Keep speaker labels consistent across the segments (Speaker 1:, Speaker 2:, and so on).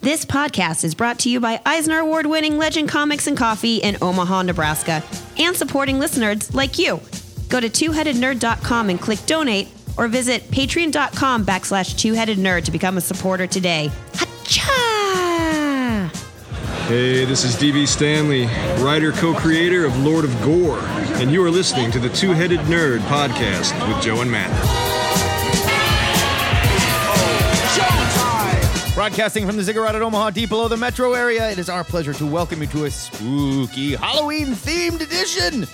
Speaker 1: This podcast is brought to you by Eisner Award winning Legend Comics and Coffee in Omaha, Nebraska, and supporting listeners like you. Go to twoheadednerd.com and click donate, or visit patreon.com backslash twoheadednerd to become a supporter today. Hacha!
Speaker 2: Hey, this is DV Stanley, writer co creator of Lord of Gore, and you are listening to the Two Headed Nerd podcast with Joe and Matt.
Speaker 3: Broadcasting from the Ziggurat at Omaha, deep below the metro area, it is our pleasure to welcome you to a spooky Halloween themed edition of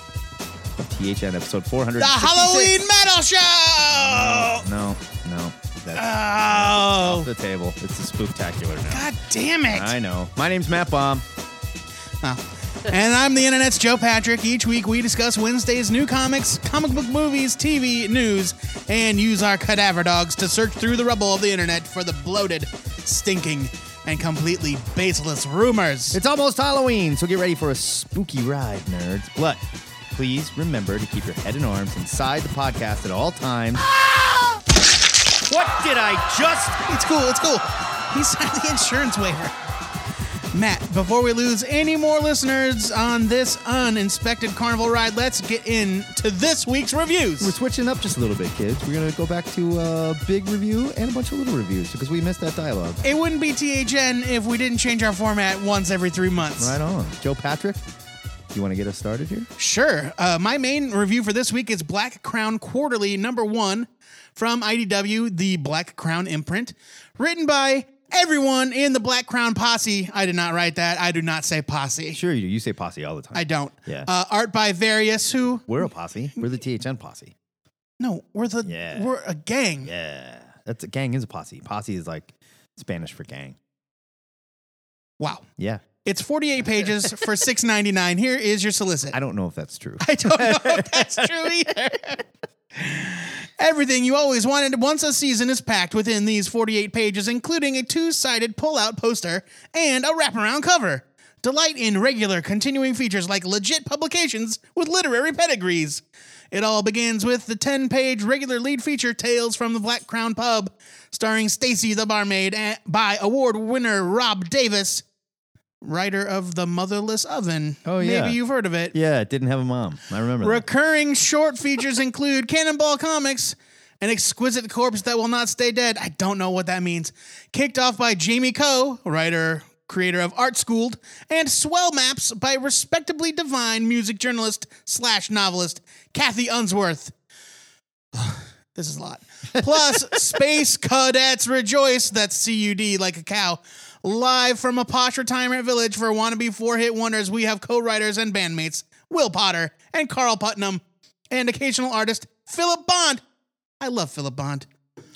Speaker 3: THN episode 400. The
Speaker 4: Halloween Metal Show!
Speaker 3: No, no. That's
Speaker 4: Oh,
Speaker 3: the table. It's a spooktacular now.
Speaker 4: god damn it. Oh.
Speaker 3: I know. My name's Matt Baum.
Speaker 4: And I'm the internet's Joe Patrick. Each week we discuss Wednesday's new comics, comic book movies, TV, news, and use our cadaver dogs to search through the rubble of the internet for the bloated, stinking, and completely baseless rumors.
Speaker 3: It's almost Halloween, so get ready for a spooky ride, nerds. But please remember to keep your head and arms inside the podcast at all times.
Speaker 4: Ah!
Speaker 3: What did I just
Speaker 4: It's cool. It's cool. He signed the insurance waiver. Matt, before we lose any more listeners on this uninspected carnival ride, let's get into this week's
Speaker 3: We're
Speaker 4: reviews.
Speaker 3: switching up just a little bit, kids. We're gonna go back to uh, big review and a bunch of little reviews because we missed that dialogue.
Speaker 4: It wouldn't be THN if we didn't change our format once every three months.
Speaker 3: Right on, Joe Patrick. You want to get us started here?
Speaker 4: Sure. Uh, my main review for this week is Black Crown Quarterly number one from IDW, the Black Crown imprint, written by everyone in the Black Crown posse. I did not write that. I do not say posse.
Speaker 3: Sure, you do. You say posse all the time.
Speaker 4: I don't.
Speaker 3: Yeah.
Speaker 4: Uh, art by Various, who
Speaker 3: We're a posse. We're the THN posse.
Speaker 4: No, we're the
Speaker 3: Yeah.
Speaker 4: we're a gang.
Speaker 3: Yeah, that's a gang is a posse. Posse is like Spanish for gang.
Speaker 4: Wow.
Speaker 3: Yeah,
Speaker 4: It's 48 pages for 6.99. Here is your solicit.
Speaker 3: I don't know if that's true.
Speaker 4: I don't know if that's true either. Everything you always wanted once a season is packed within these 48 pages, including a two sided pull out poster and a wraparound cover. Delight in regular continuing features like legit publications with literary pedigrees. It all begins with the 10 page regular lead feature Tales from the Black Crown Pub, starring Stacy the Barmaid eh, by award winner Rob Davis, writer of The Motherless Oven.
Speaker 3: Oh, yeah.
Speaker 4: Maybe you've heard of it.
Speaker 3: yeah, it didn't have a mom. I remember. that.
Speaker 4: Recurring short features include Cannonball Comics, an exquisite corpse that will not stay dead. I don't know what that means. Kicked off by Jamie Coe, writer, creator of Art Schooled, and Swell Maps by respectably divine music journalist slash novelist Kathy Unsworth. this is a lot. Plus, Space Cadets Rejoice, that's CUD like a cow. Live from a posh retirement village for wannabe four hit wonders, we have co writers and bandmates Will Potter and Carl Putnam, and occasional artist Philip Bond. I love Philip Bond.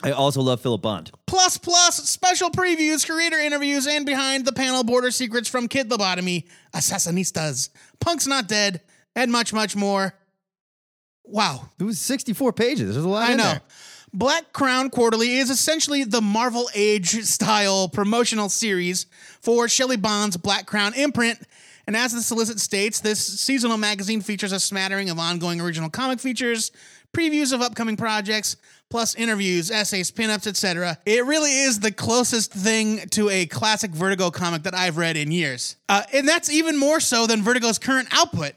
Speaker 3: I also love Philip Bond.
Speaker 4: Plus, plus special previews, creator interviews, and behind the panel border secrets from Kid Lobotomy, Assassinistas, Punk's Not Dead, and much, much more. Wow,
Speaker 3: It was 64 pages. There's a lot.
Speaker 4: I
Speaker 3: in
Speaker 4: know.
Speaker 3: there.
Speaker 4: Black Crown Quarterly is essentially the Marvel Age style promotional series for Shelley Bond's Black Crown imprint. And as the solicit states, this seasonal magazine features a smattering of ongoing original comic features, previews of upcoming projects, plus interviews, essays, pinups, etc. It really is the closest thing to a classic Vertigo comic that I've read in years. Uh, and that's even more so than Vertigo's current output.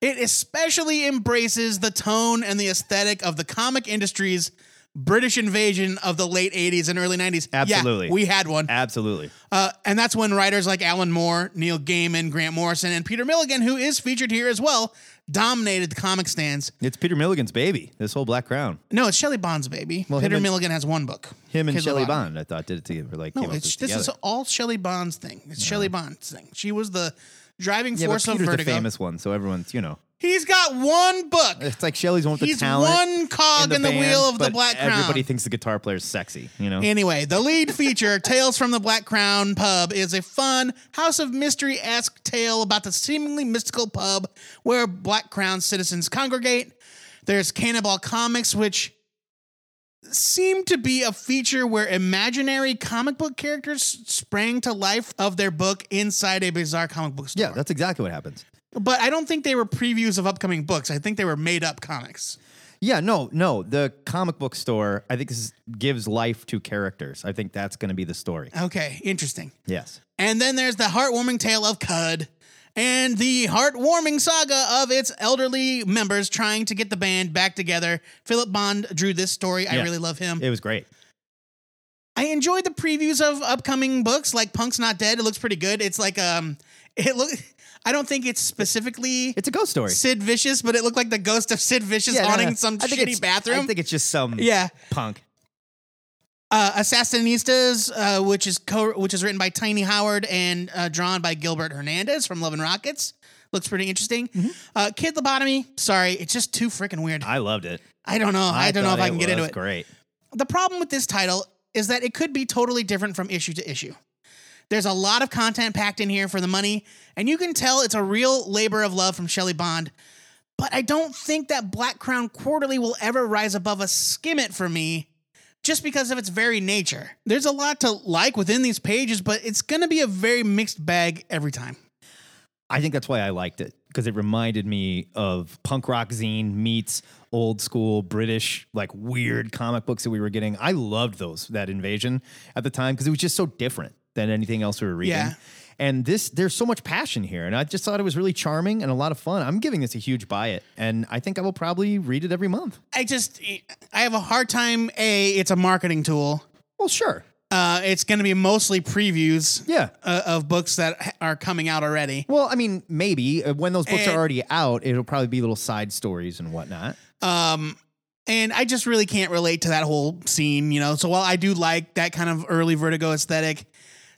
Speaker 4: It especially embraces the tone and the aesthetic of the comic industry's British invasion of the late 80s and early 90s. Yeah,
Speaker 3: Absolutely.
Speaker 4: we had one.
Speaker 3: Absolutely.
Speaker 4: Uh, and that's when writers like Alan Moore, Neil Gaiman, Grant Morrison, and Peter Milligan, who is featured here as well, dominated the comic stands.
Speaker 3: It's Peter Milligan's baby. This whole Black Crown.
Speaker 4: No, it's Shelley Bond's baby.
Speaker 3: Well, him
Speaker 4: Peter
Speaker 3: and-
Speaker 4: Milligan has one book.
Speaker 3: Him and
Speaker 4: Kid
Speaker 3: Shelley
Speaker 4: Lobotomy.
Speaker 3: Bond. I thought did it together. Like
Speaker 4: No,
Speaker 3: came up
Speaker 4: it's,
Speaker 3: with
Speaker 4: this is
Speaker 3: together.
Speaker 4: all Shelley Bond's thing. It's Shelley Bond's thing. She was the driving
Speaker 3: yeah,
Speaker 4: force
Speaker 3: but
Speaker 4: of
Speaker 3: Peter's the
Speaker 4: Vertigo.
Speaker 3: famous one, so everyone's you know.
Speaker 4: He's got one book.
Speaker 3: It's like Shelley's one with
Speaker 4: He's
Speaker 3: the talent.
Speaker 4: one cog in the
Speaker 3: band,
Speaker 4: wheel of the
Speaker 3: but
Speaker 4: Black Crown.
Speaker 3: Everybody thinks the guitar player's sexy, you know?
Speaker 4: Anyway, the lead feature, Tales from the Black Crown Pub, is a fun House of Mystery esque tale about the seemingly mystical pub where Black Crown citizens congregate. There's Cannonball Comics, which seemed to be a feature where imaginary comic book characters sprang to life of their book inside a bizarre comic book store.
Speaker 3: yeah, that's exactly what happens.
Speaker 4: but I don't think they were previews of upcoming books. I think they were made up comics.
Speaker 3: Yeah, no, no. The comic book store, I think this is, gives life to characters. I think that's going to be the story.
Speaker 4: Okay, interesting.
Speaker 3: Yes.
Speaker 4: And then there's the heartwarming tale of Cud and the heartwarming saga of its elderly members trying to get the band back together. Philip Bond drew this story. I
Speaker 3: Yeah.
Speaker 4: really love him.
Speaker 3: It was great.
Speaker 4: I enjoyed the previews of upcoming books like Punk's Not Dead. It looks pretty good. It's like um it look I don't think it's specifically
Speaker 3: It's a ghost story.
Speaker 4: Sid Vicious, but it looked like the ghost of Sid Vicious
Speaker 3: Yeah, no,
Speaker 4: haunting
Speaker 3: no.
Speaker 4: some
Speaker 3: I think
Speaker 4: shitty
Speaker 3: it's-
Speaker 4: bathroom.
Speaker 3: I think it's just some
Speaker 4: yeah.
Speaker 3: punk.
Speaker 4: uh, Assassinistas, uh, which is co- which is written by Tiny Howard and uh, drawn by Gilbert Hernandez from Love and Rockets. Looks pretty interesting. Uh, Kid Lobotomy. Sorry, it's just too freaking weird. I,
Speaker 3: I loved it.
Speaker 4: don't know. I, don't know
Speaker 3: thought
Speaker 4: if I can get into
Speaker 3: was
Speaker 4: it.
Speaker 3: Great.
Speaker 4: The problem with this title is that it could be totally different from issue to issue. There's a lot of content packed in here for the money, and you can tell it's a real labor of love from Shelley Bond. But I don't think that Black Crown Quarterly will ever rise above a skim it for me just because of its very nature. There's a lot to like within these pages, but it's going to be a very mixed bag every time.
Speaker 3: I think that's why I liked it because it reminded me of punk rock zine meets old school British like weird comic books that we were getting. I loved those that invasion at the time because it was just so different than anything else we were reading.
Speaker 4: Yeah.
Speaker 3: And this, there's so much passion here, and I just thought it was really charming and a lot of fun. I'm giving this a huge buy it, and I think I will probably read it every month.
Speaker 4: I just, I have a hard time. A, it's a marketing tool.
Speaker 3: Well, sure,
Speaker 4: Uh, it's going to be mostly previews.
Speaker 3: yeah.
Speaker 4: uh, of books that ha- are coming out already.
Speaker 3: Well, I mean, maybe uh, when those books
Speaker 4: And-
Speaker 3: are already out, it'll probably be little side stories and whatnot.
Speaker 4: Um, and I just really can't relate to that whole scene, you know. So while I do like that kind of early Vertigo aesthetic,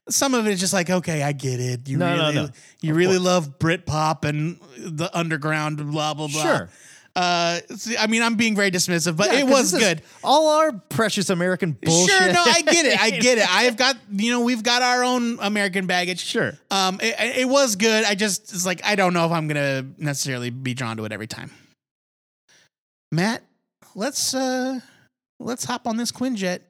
Speaker 4: some of it is just like, okay, I get it. You
Speaker 3: No, no,
Speaker 4: really,
Speaker 3: no.
Speaker 4: you really love Britpop and the underground, blah blah blah.
Speaker 3: Sure.
Speaker 4: Uh, see, I mean, I'm being very dismissive, but
Speaker 3: Yeah,
Speaker 4: it
Speaker 3: 'cause
Speaker 4: was
Speaker 3: this is
Speaker 4: good.
Speaker 3: All our precious American bullshit.
Speaker 4: Sure, no, I get it. I get it. I've got, you know, we've got our own American baggage.
Speaker 3: Sure.
Speaker 4: Um, it, it was good. I just, it's like, I don't know if I'm going to necessarily be drawn to it every time. Matt, let's, uh, let's hop on this Quinjet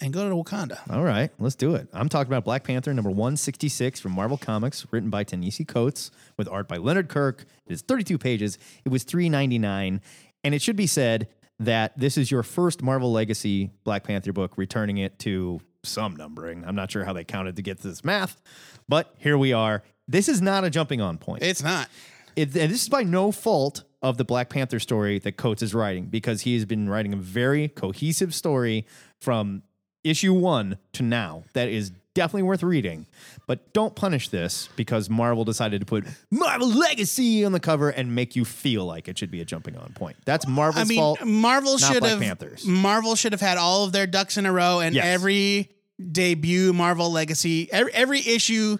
Speaker 4: and go to Wakanda.
Speaker 3: All right, let's do it. I'm talking about Black Panther number 166 from Marvel Comics, written by Tanisi Coates with art by Leonard Kirk. It is 32 pages. It was 3.99, and it should be said that this is your first Marvel Legacy Black Panther book, returning it to some numbering. I'm not sure how they counted to get to this math, but here we are. This is not a jumping on point.
Speaker 4: It's not.
Speaker 3: it, and this is by no fault of the Black Panther story that Coates is writing because he has been writing a very cohesive story from issue one to now that is definitely worth reading. But don't punish this because Marvel decided to put Marvel Legacy on the cover and make you feel like it should be a jumping on point. That's Marvel's
Speaker 4: I mean,
Speaker 3: fault.
Speaker 4: Marvel
Speaker 3: not
Speaker 4: should
Speaker 3: Black
Speaker 4: have,
Speaker 3: Panthers.
Speaker 4: Marvel should have had all of their ducks in a row and
Speaker 3: Yes.
Speaker 4: every debut Marvel legacy, every, every issue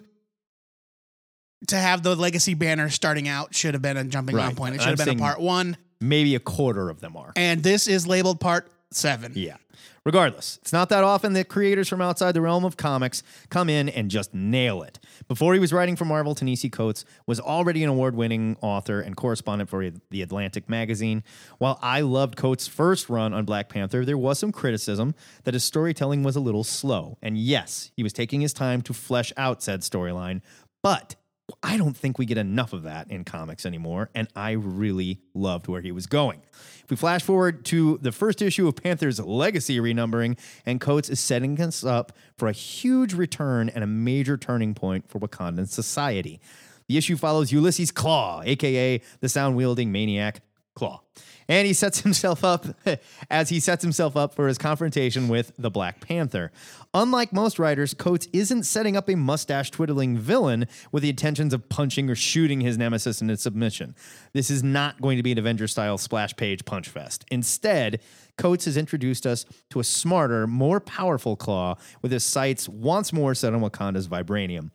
Speaker 4: to have the legacy banner starting out should have been a jumping on
Speaker 3: Right.
Speaker 4: point. It
Speaker 3: I'm
Speaker 4: should have been
Speaker 3: saying-
Speaker 4: a part one.
Speaker 3: Maybe a quarter of them are.
Speaker 4: And this is labeled part seven.
Speaker 3: Yeah. Regardless, it's not that often that creators from outside the realm of comics come in and just nail it. Before he was writing for Marvel, Tanisi Coates was already an award winning author and correspondent for The Atlantic magazine. While I loved Coates' first run on Black Panther, there was some criticism that his storytelling was a little slow. And yes, he was taking his time to flesh out said storyline, but I don't think we get enough of that in comics anymore, and I really loved where he was going. If we flash forward to the first issue of Panther's Legacy renumbering, and Coates is setting us up for a huge return and a major turning point for Wakandan society. The issue follows Ulysses Claw, aka the sound wielding maniac Claw. And he sets himself up as he sets himself up for his confrontation with the Black Panther. Unlike most writers, Coates isn't setting up a mustache twiddling villain with the intentions of punching or shooting his nemesis into submission. This is not going to be an Avenger style splash page punch fest. Instead, Coates has introduced us to a smarter, more powerful Claw with his sights once more set on Wakanda's vibranium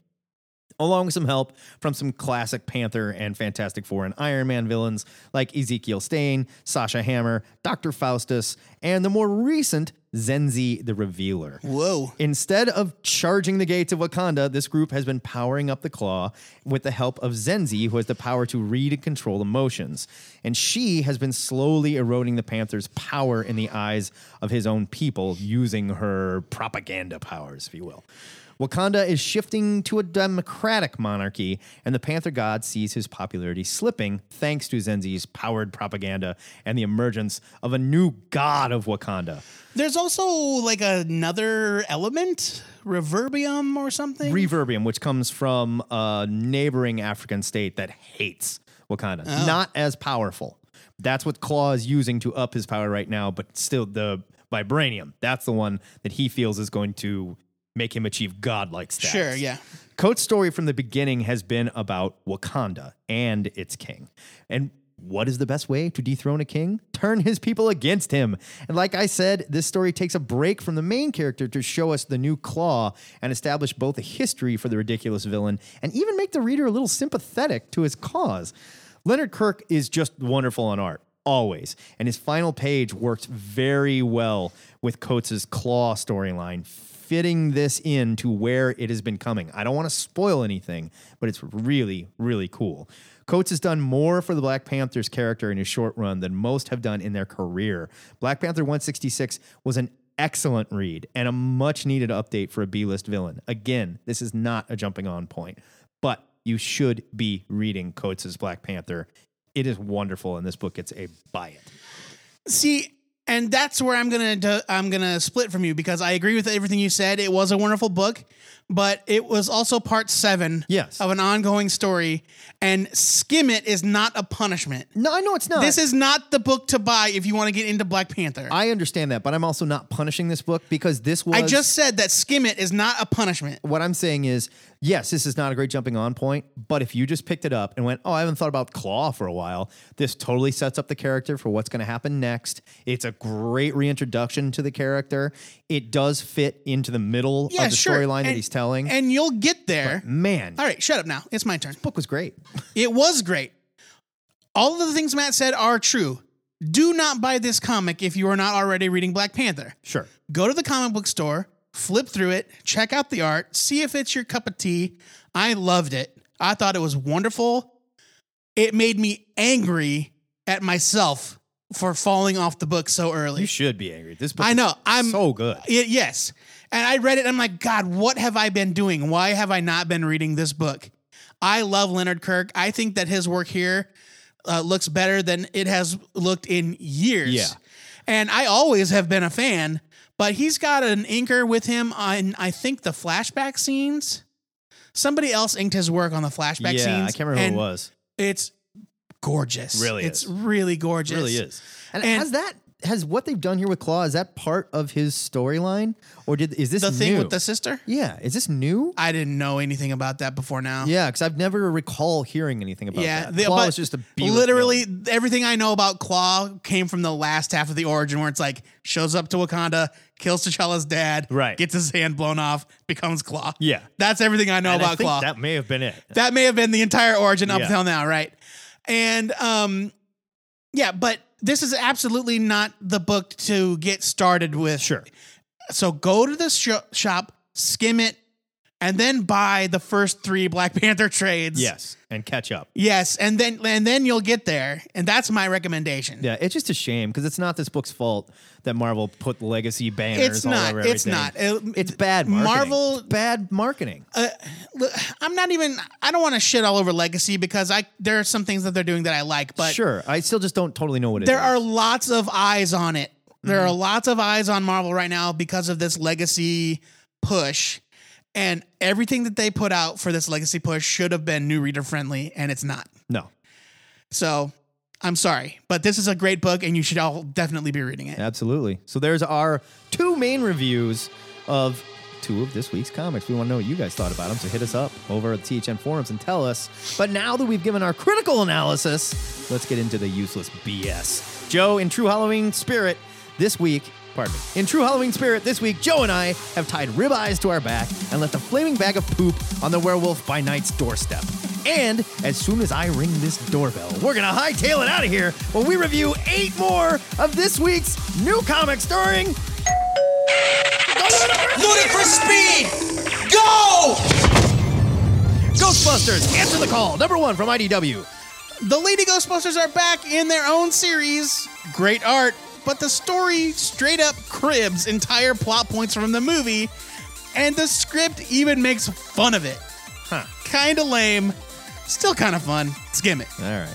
Speaker 3: along with some help from some classic Panther and Fantastic Four and Iron Man villains like Ezekiel Stain, Sasha Hammer, Dr. Faustus, and the more recent Zenzi the Revealer.
Speaker 4: Whoa.
Speaker 3: Instead of charging the gates of Wakanda, this group has been powering up the claw with the help of Zenzi, who has the power to read and control emotions. And she has been slowly eroding the Panther's power in the eyes of his own people using her propaganda powers, if you will. Wakanda is shifting to a democratic monarchy, and the Panther God sees his popularity slipping thanks to Zenzi's powered propaganda and the emergence of a new god of Wakanda.
Speaker 4: There's also like another element, reverbium or something.
Speaker 3: Reverbium, which comes from a neighboring African state that hates Wakanda, not as powerful. That's what Claw is using to up his power right now, but still the vibranium. That's the one that he feels is going to make him achieve godlike status.
Speaker 4: Sure, yeah.
Speaker 3: Coates' story from the beginning has been about Wakanda and its king. And what is the best way to dethrone a king? Turn his people against him. And like I said, this story takes a break from the main character to show us the new claw and establish both a history for the ridiculous villain and even make the reader a little sympathetic to his cause. Leonard Kirk is just wonderful on art, always. And his final page works very well with Coates' claw storyline, fitting this in to where it has been coming. I don't want to spoil anything, but it's really, really cool. Coates has done more for the Black Panther's character in his short run than most have done in their career. Black Panther 166 was an excellent read and a much needed update for a B list villain. Again, this is not a jumping on point, but you should be reading Coates' Black Panther. It is wonderful, and this book gets a buy it.
Speaker 4: See, and that's where I'm gonna do, I'm gonna split from you because I agree with everything you said. It was a wonderful book, but it was also part seven
Speaker 3: Yes.
Speaker 4: of an ongoing story, and skim it is not a punishment.
Speaker 3: No, I know it's not.
Speaker 4: This is not the book to buy if you want to get into Black Panther. I,
Speaker 3: I understand that, but I'm also not punishing this book because this was.
Speaker 4: just said that skim it is not a punishment.
Speaker 3: what I'm saying is, yes, this is not a great jumping on point, but if you just picked it up and went, oh, I haven't thought about Claw for a while, this totally sets up the character for what's going to happen next. It's a great reintroduction to the character. It does fit into the middle
Speaker 4: Yeah,
Speaker 3: of the
Speaker 4: sure.
Speaker 3: storyline that
Speaker 4: And-
Speaker 3: he's telling.
Speaker 4: and you'll get there.
Speaker 3: Man,
Speaker 4: All right, shut up now. It's my turn.
Speaker 3: book was great.
Speaker 4: It was great. All of the things Matt said are true. Do not buy this comic if you are not already reading Black Panther.
Speaker 3: Sure.
Speaker 4: Go to the comic book store, flip through it, check out the art, see if it's your cup of tea. I loved it. I thought it was wonderful. It made me angry at myself for falling off the book so early.
Speaker 3: You should be angry. This book
Speaker 4: I know.
Speaker 3: is
Speaker 4: I'm
Speaker 3: so good.
Speaker 4: Y- yes. And I read it. I'm like, God, what have I been doing? Why have I not been reading this book? I love Leonard Kirk. I think that his work here uh, looks better than it has looked in years.
Speaker 3: Yeah.
Speaker 4: And I always have been a fan, but he's got an inker with him on, I think, the flashback scenes. Somebody else inked his work on the flashback scenes.
Speaker 3: Yeah, I can't remember who
Speaker 4: and
Speaker 3: it was.
Speaker 4: It's gorgeous.
Speaker 3: Really
Speaker 4: It's
Speaker 3: is.
Speaker 4: really
Speaker 3: It
Speaker 4: gorgeous.
Speaker 3: really is. And,
Speaker 4: And-
Speaker 3: has that has what they've done here with Claw is that part of his storyline or did is this
Speaker 4: The thing
Speaker 3: new?
Speaker 4: with the sister?
Speaker 3: Yeah, is this new?
Speaker 4: I didn't know anything about that before now.
Speaker 3: Yeah, because I've never recall hearing anything about
Speaker 4: yeah,
Speaker 3: that.
Speaker 4: the-
Speaker 3: Claw
Speaker 4: but
Speaker 3: is just a B
Speaker 4: literally everything I know about Claw came from the last half of the origin, where it's like shows up to Wakanda, kills T'Challa's dad,
Speaker 3: Right.
Speaker 4: gets his hand blown off, becomes Claw.
Speaker 3: Yeah.
Speaker 4: that's everything I know about Claw. That-,
Speaker 3: may have been it.
Speaker 4: may have been the entire origin up
Speaker 3: Yeah.
Speaker 4: till now, right? And um, yeah, but this is absolutely not the book to get started with.
Speaker 3: Sure.
Speaker 4: So go to the sho shop, skim it, and then buy the first three Black Panther trades.
Speaker 3: Yes, and catch up.
Speaker 4: Yes, and then and then you'll get there, and that's my recommendation.
Speaker 3: Yeah, it's just a shame because it's not this book's fault that Marvel put legacy banners
Speaker 4: It's
Speaker 3: all
Speaker 4: not.
Speaker 3: over
Speaker 4: It's
Speaker 3: everything.
Speaker 4: not. It-
Speaker 3: it's bad marketing.
Speaker 4: Marvel-
Speaker 3: It's bad marketing.
Speaker 4: Look, I'm not even. I don't want to shit all over Legacy because I there are some things that they're doing that I like, but
Speaker 3: sure, I still just don't totally know what it Mm-hmm. is.
Speaker 4: there are lots of eyes on it. There are lots of eyes on Marvel right now because of this Legacy push, and everything that they put out for this Legacy push should have been new reader friendly, and it's not.
Speaker 3: no.
Speaker 4: So. I'm sorry, but this is a great book, and you should all definitely be reading it.
Speaker 3: Absolutely. So there's our two main reviews of two of this week's comics. We want to know what you guys thought about them, so hit us up over at the THN forums and tell us. But now that we've given our critical analysis, let's get into the useless BS. Joe, in true Halloween spirit, this week, pardon me, in true Halloween spirit, this week, Joe and I have tied ribeyes to our back and left a flaming bag of poop on the werewolf by night's doorstep. And as soon as I ring this doorbell, we're gonna hightail it out of here when we review eight more of this week's new comics starring
Speaker 5: Loaded for speed! Go!
Speaker 3: Ghostbusters, answer the call. Number one from IDW.
Speaker 4: The Lady Ghostbusters are back in their own series. Great art, but the story straight up cribs entire plot points from the movie, and the script even makes fun of it. Huh. Kinda lame, still kinda fun. Skim it.
Speaker 3: All right.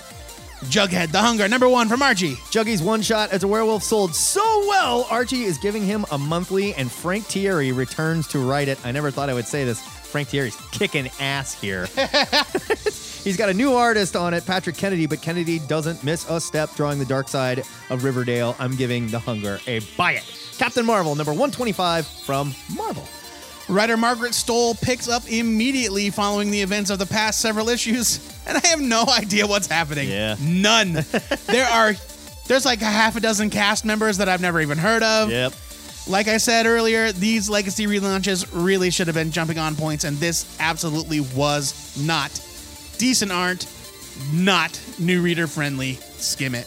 Speaker 4: Jughead, The Hunger, number one from Archie.
Speaker 3: Juggy's one shot as a werewolf sold so well, Archie is giving him a monthly, and Frank Thierry returns to write it. I never thought I would say this. Frank Thierry's kicking ass here. He's got a new artist on it, Patrick Kennedy, but Kennedy doesn't miss a step drawing the dark side of Riverdale. I'm giving The Hunger a buy it. Captain Marvel, number 125 from Marvel.
Speaker 4: Writer Margaret Stoll picks up immediately following the events of the past several issues, and I have no idea what's happening.
Speaker 3: Yeah.
Speaker 4: None. there are there's like a half a dozen cast members that I've never even heard of. Like I said earlier, these legacy relaunches really should have been jumping on points, and this absolutely was not. Decent art, not new reader friendly. Skim it.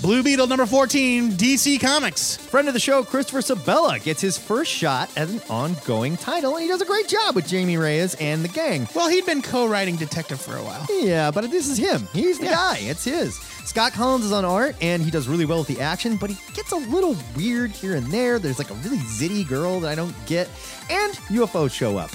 Speaker 4: Blue Beetle number 14, DC Comics.
Speaker 3: Friend of the show, Christopher Sabella, gets his first shot at an ongoing title, and he does a great job with Jamie Reyes and the gang.
Speaker 4: Well, he'd been co writing Detective for a while.
Speaker 3: Yeah, but this is him. He's the
Speaker 4: Yeah.
Speaker 3: guy. It's his. Scott Collins is on art, and he does really well with the action, but he gets a little weird here and there. There's like a really zitty girl that I don't get, and UFOs show up.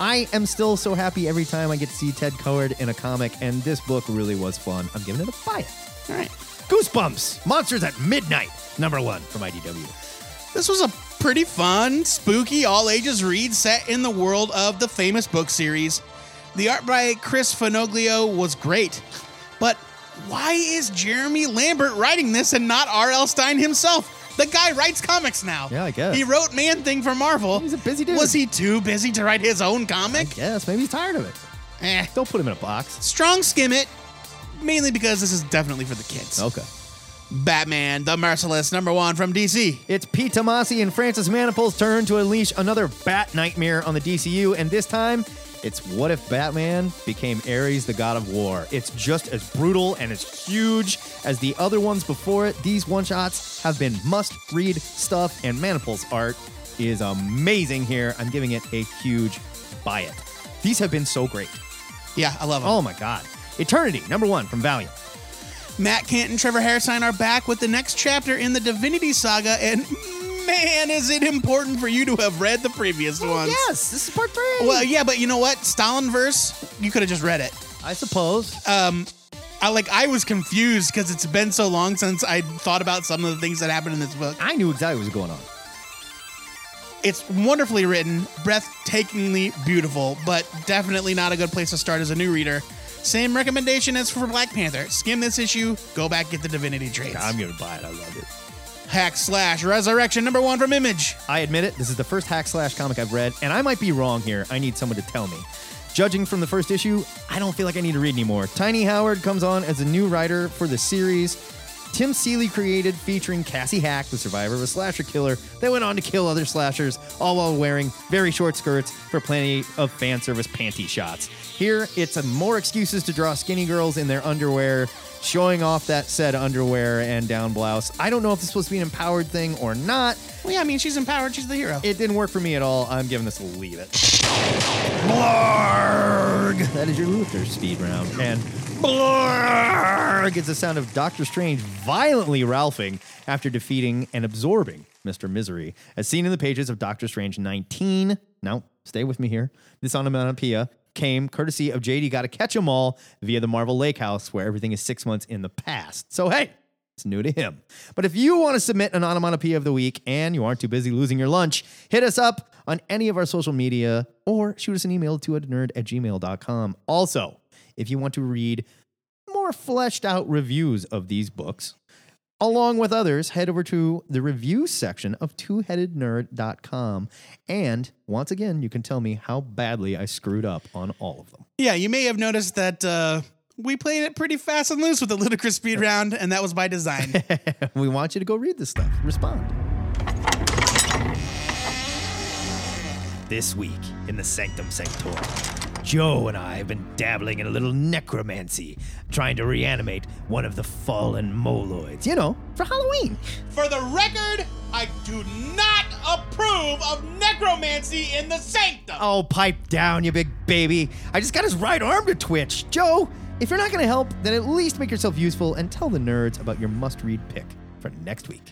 Speaker 3: I am still so happy every time I get to see Ted Coward in a comic, and this book really was fun. I'm giving it a buy it.
Speaker 4: All right.
Speaker 3: Goosebumps, Monsters at Midnight, number one from IDW.
Speaker 4: This was a pretty fun, spooky, all ages read set in the world of the famous book series. The art by Chris Fanoglio was great, but why is Jeremy Lambert writing this and not R.L. Stein himself? The guy writes comics now.
Speaker 3: Yeah, I guess.
Speaker 4: He wrote Man Thing for Marvel.
Speaker 3: He's a busy dude.
Speaker 4: Was he too busy to write his own comic?
Speaker 3: Yes, maybe he's tired of it.
Speaker 4: Eh.
Speaker 3: Don't put him in a box.
Speaker 4: Strong skim it, mainly because this is definitely for the kids.
Speaker 3: Okay.
Speaker 4: Batman, the Merciless, number one from DC.
Speaker 3: It's Pete Tomasi and Francis Maniple's turn to unleash another Bat nightmare on the DCU, and this time, it's what if Batman became Ares, the god of war? It's just as brutal and as huge as the other ones before it. These one shots have been must read stuff, and Maniple's art is amazing here. I'm giving it a huge buy it. These have been so great.
Speaker 4: Yeah, I love him.
Speaker 3: Oh my God. Eternity, number one from Valiant.
Speaker 4: Matt Kent and Trevor Harrison are back with the next chapter in the Divinity Saga, and man, is it important for you to have read the previous ones.
Speaker 3: Oh, Yes, this is part three.
Speaker 4: Well, yeah, but you know what? Stalinverse, you could have just read it. Um,
Speaker 3: I suppose.
Speaker 4: I like I was confused because it's been so long since I thought about some of the things that happened in this book.
Speaker 3: I knew exactly what was going on.
Speaker 4: It's wonderfully written, breathtakingly beautiful, but definitely not a good place to start as a new reader. Same recommendation as for Black Panther. Skim this issue, go back, get the Divinity Traits.
Speaker 3: going to buy it. I love it.
Speaker 4: Hack slash Resurrection number one from Image.
Speaker 3: I admit it, this is the first hack slash comic I've read, and I might be wrong here. I need someone to tell me. Judging from the first issue, I don't feel like I need to read anymore. Tiny Howard comes on as a new writer for the series. Tim Seeley created, featuring Cassie Hack, the survivor of a slasher killer that went on to kill other slashers, all while wearing very short skirts for plenty of fan service panty shots. Here, it's a more excuses to draw skinny girls in their underwear, showing off that said underwear and down blouse. I don't know if this is supposed to be an empowered thing or not.
Speaker 4: Well, yeah, I mean, she's empowered. She's the hero.
Speaker 3: It didn't work for me at all. I'm giving this a leave it. Blarg! That is your Luther speed round. And blarg is the sound of Doctor Strange violently ralphing after defeating and absorbing Mr. Misery, as seen in the pages of Doctor Strange 19. Now, stay with me here. This onomatopoeia came courtesy of JD Gotta Catch 'em All via the Marvel Lake House, where everything is six months in the past. So, hey, it's new to him. But if you want to submit an onomatopoeia of the week and you aren't too busy losing your lunch, hit us up on any of our social media or shoot us an email to nerd at gmail.com. Also, if you want to read more fleshed out reviews of these books, along with others, head over to the review section of twoheadednerd.com. And once again, you can tell me how badly I screwed up on all of them.
Speaker 4: yeah, you may have noticed that uh, we played it pretty fast and loose with the ludicrous speed round, and that was by design.
Speaker 3: we want you to go read this stuff. Respond. This week in the Sanctum Sanctorum, Joe and I have been dabbling in a little necromancy, trying to reanimate one of the fallen moloids. You know, for Halloween.
Speaker 4: For the record, I do not
Speaker 6: approve of necromancy in the sanctum.
Speaker 3: Oh, pipe down, you big baby. I just got his right arm to twitch. Joe, if you're not going to help, then at least make yourself useful and tell the nerds about your must read pick for next week.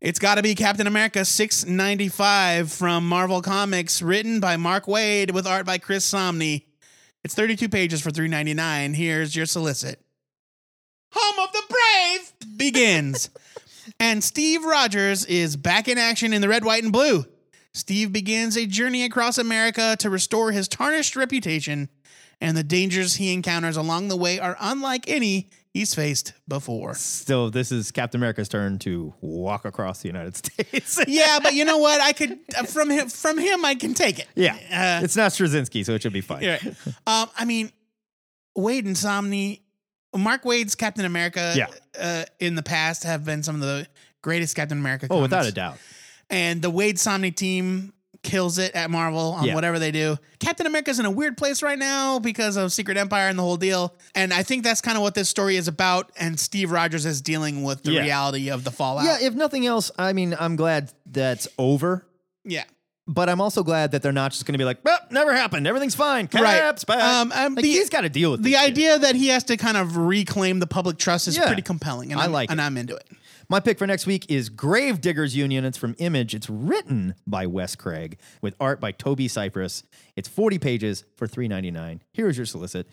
Speaker 4: It's got to be Captain America 695 from Marvel Comics, written by Mark Wade with art by Chris Somney. It's 32 pages for 3.99. Here's your solicit.
Speaker 6: Home of the brave.
Speaker 4: begins. and Steve Rogers is back in action in the red, white, and blue. Steve begins a journey across America to restore his tarnished reputation, and the dangers he encounters along the way are unlike any he's faced before.
Speaker 3: So, this is Captain America's turn to walk across the United States.
Speaker 4: yeah, but you know what? I could uh, from him from him I can take it.
Speaker 3: yeah.
Speaker 4: Uh,
Speaker 3: it's not Straczynski, so it should be fine.
Speaker 4: you're right. um, I mean, Wade and Somni, Mark Wade's Captain America
Speaker 3: Yeah.
Speaker 4: uh, in the past have been some of the greatest Captain America.
Speaker 3: Oh, without
Speaker 4: comics.
Speaker 3: a doubt.
Speaker 4: and the Wade Somni team kills it at Marvel on
Speaker 3: Yeah.
Speaker 4: whatever they do. Captain America's in a weird place right now because of Secret Empire and the whole deal. And I think that's kind of what this story is about. And Steve Rogers is dealing with the
Speaker 3: Yeah.
Speaker 4: reality of the fallout.
Speaker 3: Yeah, if nothing else, I mean, I'm glad that's over.
Speaker 4: yeah.
Speaker 3: But I'm also glad that they're not just going to be like, well, never happened. Everything's fine. Caps back.
Speaker 4: Um, um,
Speaker 3: Like,
Speaker 4: the-
Speaker 3: he's got to deal with
Speaker 4: The
Speaker 3: this shit.
Speaker 4: idea that he has to kind of reclaim the public trust is
Speaker 3: Yeah.
Speaker 4: pretty compelling. And
Speaker 3: I
Speaker 4: I'm-
Speaker 3: like
Speaker 4: And
Speaker 3: it.
Speaker 4: I'm into it.
Speaker 3: My pick for next week is Gravediggers Union. It's from Image. It's written by Wes Craig with art by Toby Cypress. It's 40 pages for $3.99. Here's your solicit.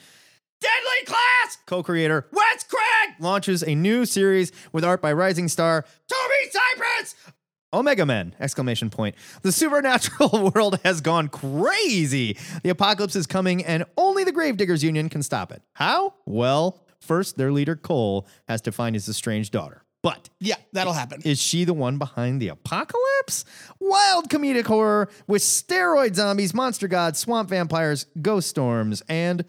Speaker 3: Deadly Class co-creator Wes Craig launches a new series with art by rising star Toby Cypress. Omega Men! Exclamation point. The supernatural world has gone crazy. The apocalypse is coming, and only the Gravediggers Union can stop it. How? Well, first their leader Cole has to find his estranged daughter. But
Speaker 4: Yeah, that'll happen.
Speaker 3: is she the one behind the apocalypse? Wild comedic horror with steroid zombies, monster gods, swamp vampires, ghost storms, and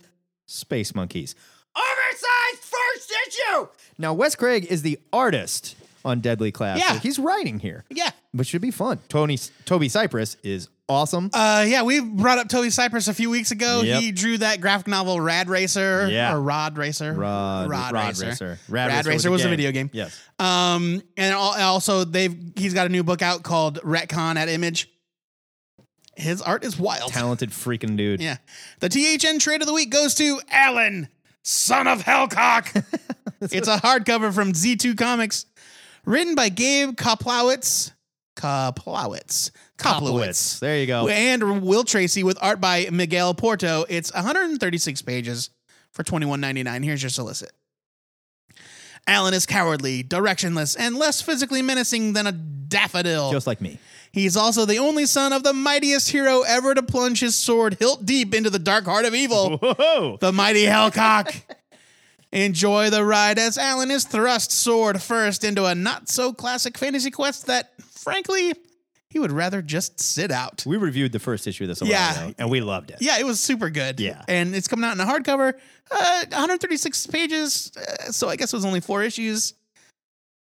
Speaker 3: space monkeys. Oversized first issue! Now, Wes Craig is the artist on Deadly Class. so
Speaker 4: Yeah.
Speaker 3: he's writing here.
Speaker 4: yeah.
Speaker 3: But should be fun. Tony Toby Cypress is awesome.
Speaker 4: Uh, yeah, we brought up Toby Cypress a few weeks ago.
Speaker 3: Yep.
Speaker 4: He drew that graphic novel Rad Racer
Speaker 3: Yeah.
Speaker 4: or Rod Racer.
Speaker 3: Rod,
Speaker 4: Rad, Racer, was, a video game.
Speaker 3: Yes.
Speaker 4: Um, and al- also they've he's got a new book out called Retcon at Image. His art is wild.
Speaker 3: Talented freaking dude.
Speaker 4: Yeah. The THN trade of the week goes to Alan, son of Hellcock. it's a hardcover from Z2 Comics, written by Gabe Koplowitz.
Speaker 3: Blowitz.
Speaker 4: Koplowitz. Koplowitz.
Speaker 3: There you go.
Speaker 4: And Will Tracy with art by Miguel Porto. It's 136 pages for $21.99. Here's your solicit. Alan is cowardly, directionless, and less physically menacing than a daffodil.
Speaker 3: Just like me.
Speaker 4: He's also the only son of the mightiest hero ever to plunge his sword hilt deep into the dark heart of evil,
Speaker 3: Whoa!
Speaker 4: the mighty Hellcock. Enjoy the ride as Alan is thrust sword first into a not so classic fantasy quest that, frankly, he would rather just sit out.
Speaker 3: We reviewed the first issue of this a while
Speaker 4: Yeah.
Speaker 3: ago, and we loved it.
Speaker 4: Yeah, it was super good.
Speaker 3: Yeah.
Speaker 4: And it's coming out in a hardcover, uh, 136 pages. Uh, so I guess it was only four issues,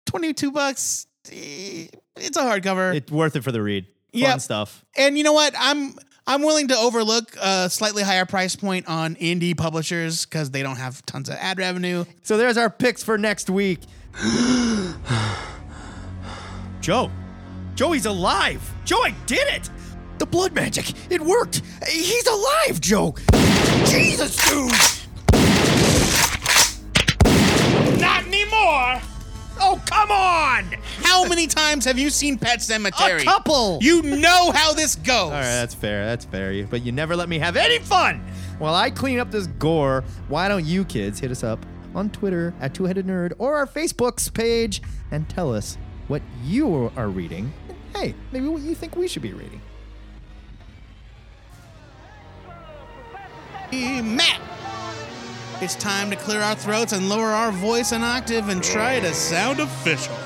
Speaker 4: 22 bucks. Eh, It's a hardcover.
Speaker 3: It's worth it for the read. Fun
Speaker 4: Yep.
Speaker 3: stuff.
Speaker 4: and you know what i'm i'm willing to overlook a slightly higher price point on indie publishers because they don't have tons of ad revenue
Speaker 3: So there's our picks for next week. Joe. Joey's alive. Joe, I did it. The blood magic. It worked. He's alive, Joe. Jesus, dude.
Speaker 6: Not anymore.
Speaker 3: Oh, come on.
Speaker 4: how many times have you seen pet cemetery
Speaker 3: A couple.
Speaker 4: you know how this goes
Speaker 3: All right, that's fair. That's fair. But you never let me have any fun. While I clean up this gore, why don't you kids hit us up on Twitter at Two Headed Nerd or our Facebook's page and tell us what you are reading? And hey, maybe what you think we should be reading.
Speaker 4: matt it's time to clear our throats and lower our voice an octave and try to sound official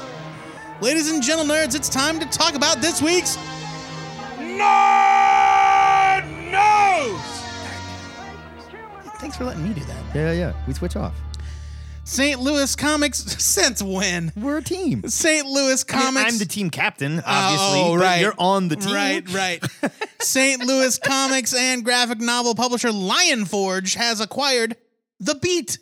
Speaker 4: ladies and gentle nerds it's time to talk about this week's
Speaker 6: Nerd knows.
Speaker 4: thanks for letting me do that
Speaker 3: Yeah, yeah, yeah. We switch off.
Speaker 4: st louis comics since when
Speaker 3: We're a team.
Speaker 4: st louis comics
Speaker 3: I'm the team captain, obviously.
Speaker 4: obviously, oh,
Speaker 3: but
Speaker 4: right.
Speaker 3: You're on the team.
Speaker 4: Right, right. St. Louis comics and graphic novel publisher Lion Forge has acquired The Beat.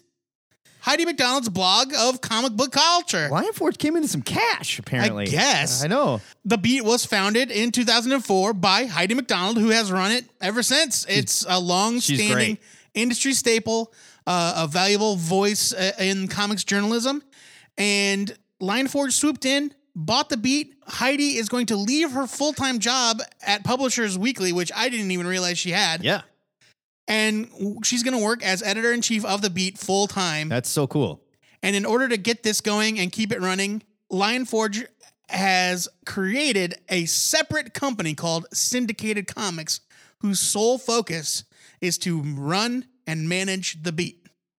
Speaker 4: Heidi McDonald's blog of comic book culture.
Speaker 3: Lionforge came into some cash, apparently.
Speaker 4: guess.
Speaker 3: I know.
Speaker 4: The Beat was founded in 2004 by Heidi McDonald, who has run it ever since. It's a
Speaker 3: she's
Speaker 4: long-standing
Speaker 3: great.
Speaker 4: industry staple, uh, a valuable voice uh, in comics journalism, and Lineforge swooped in, bought the Beat. Heidi is going to leave her full-time job at Publishers Weekly, which I didn't even realize she had,
Speaker 3: Yeah.
Speaker 4: and w- she's going to work as editor in chief of the Beat full time.
Speaker 3: That's so cool.
Speaker 4: And in order to get this going and keep it running, Lion Forge has created a separate company called Syndicated Comics, whose sole focus is to run and manage the beat.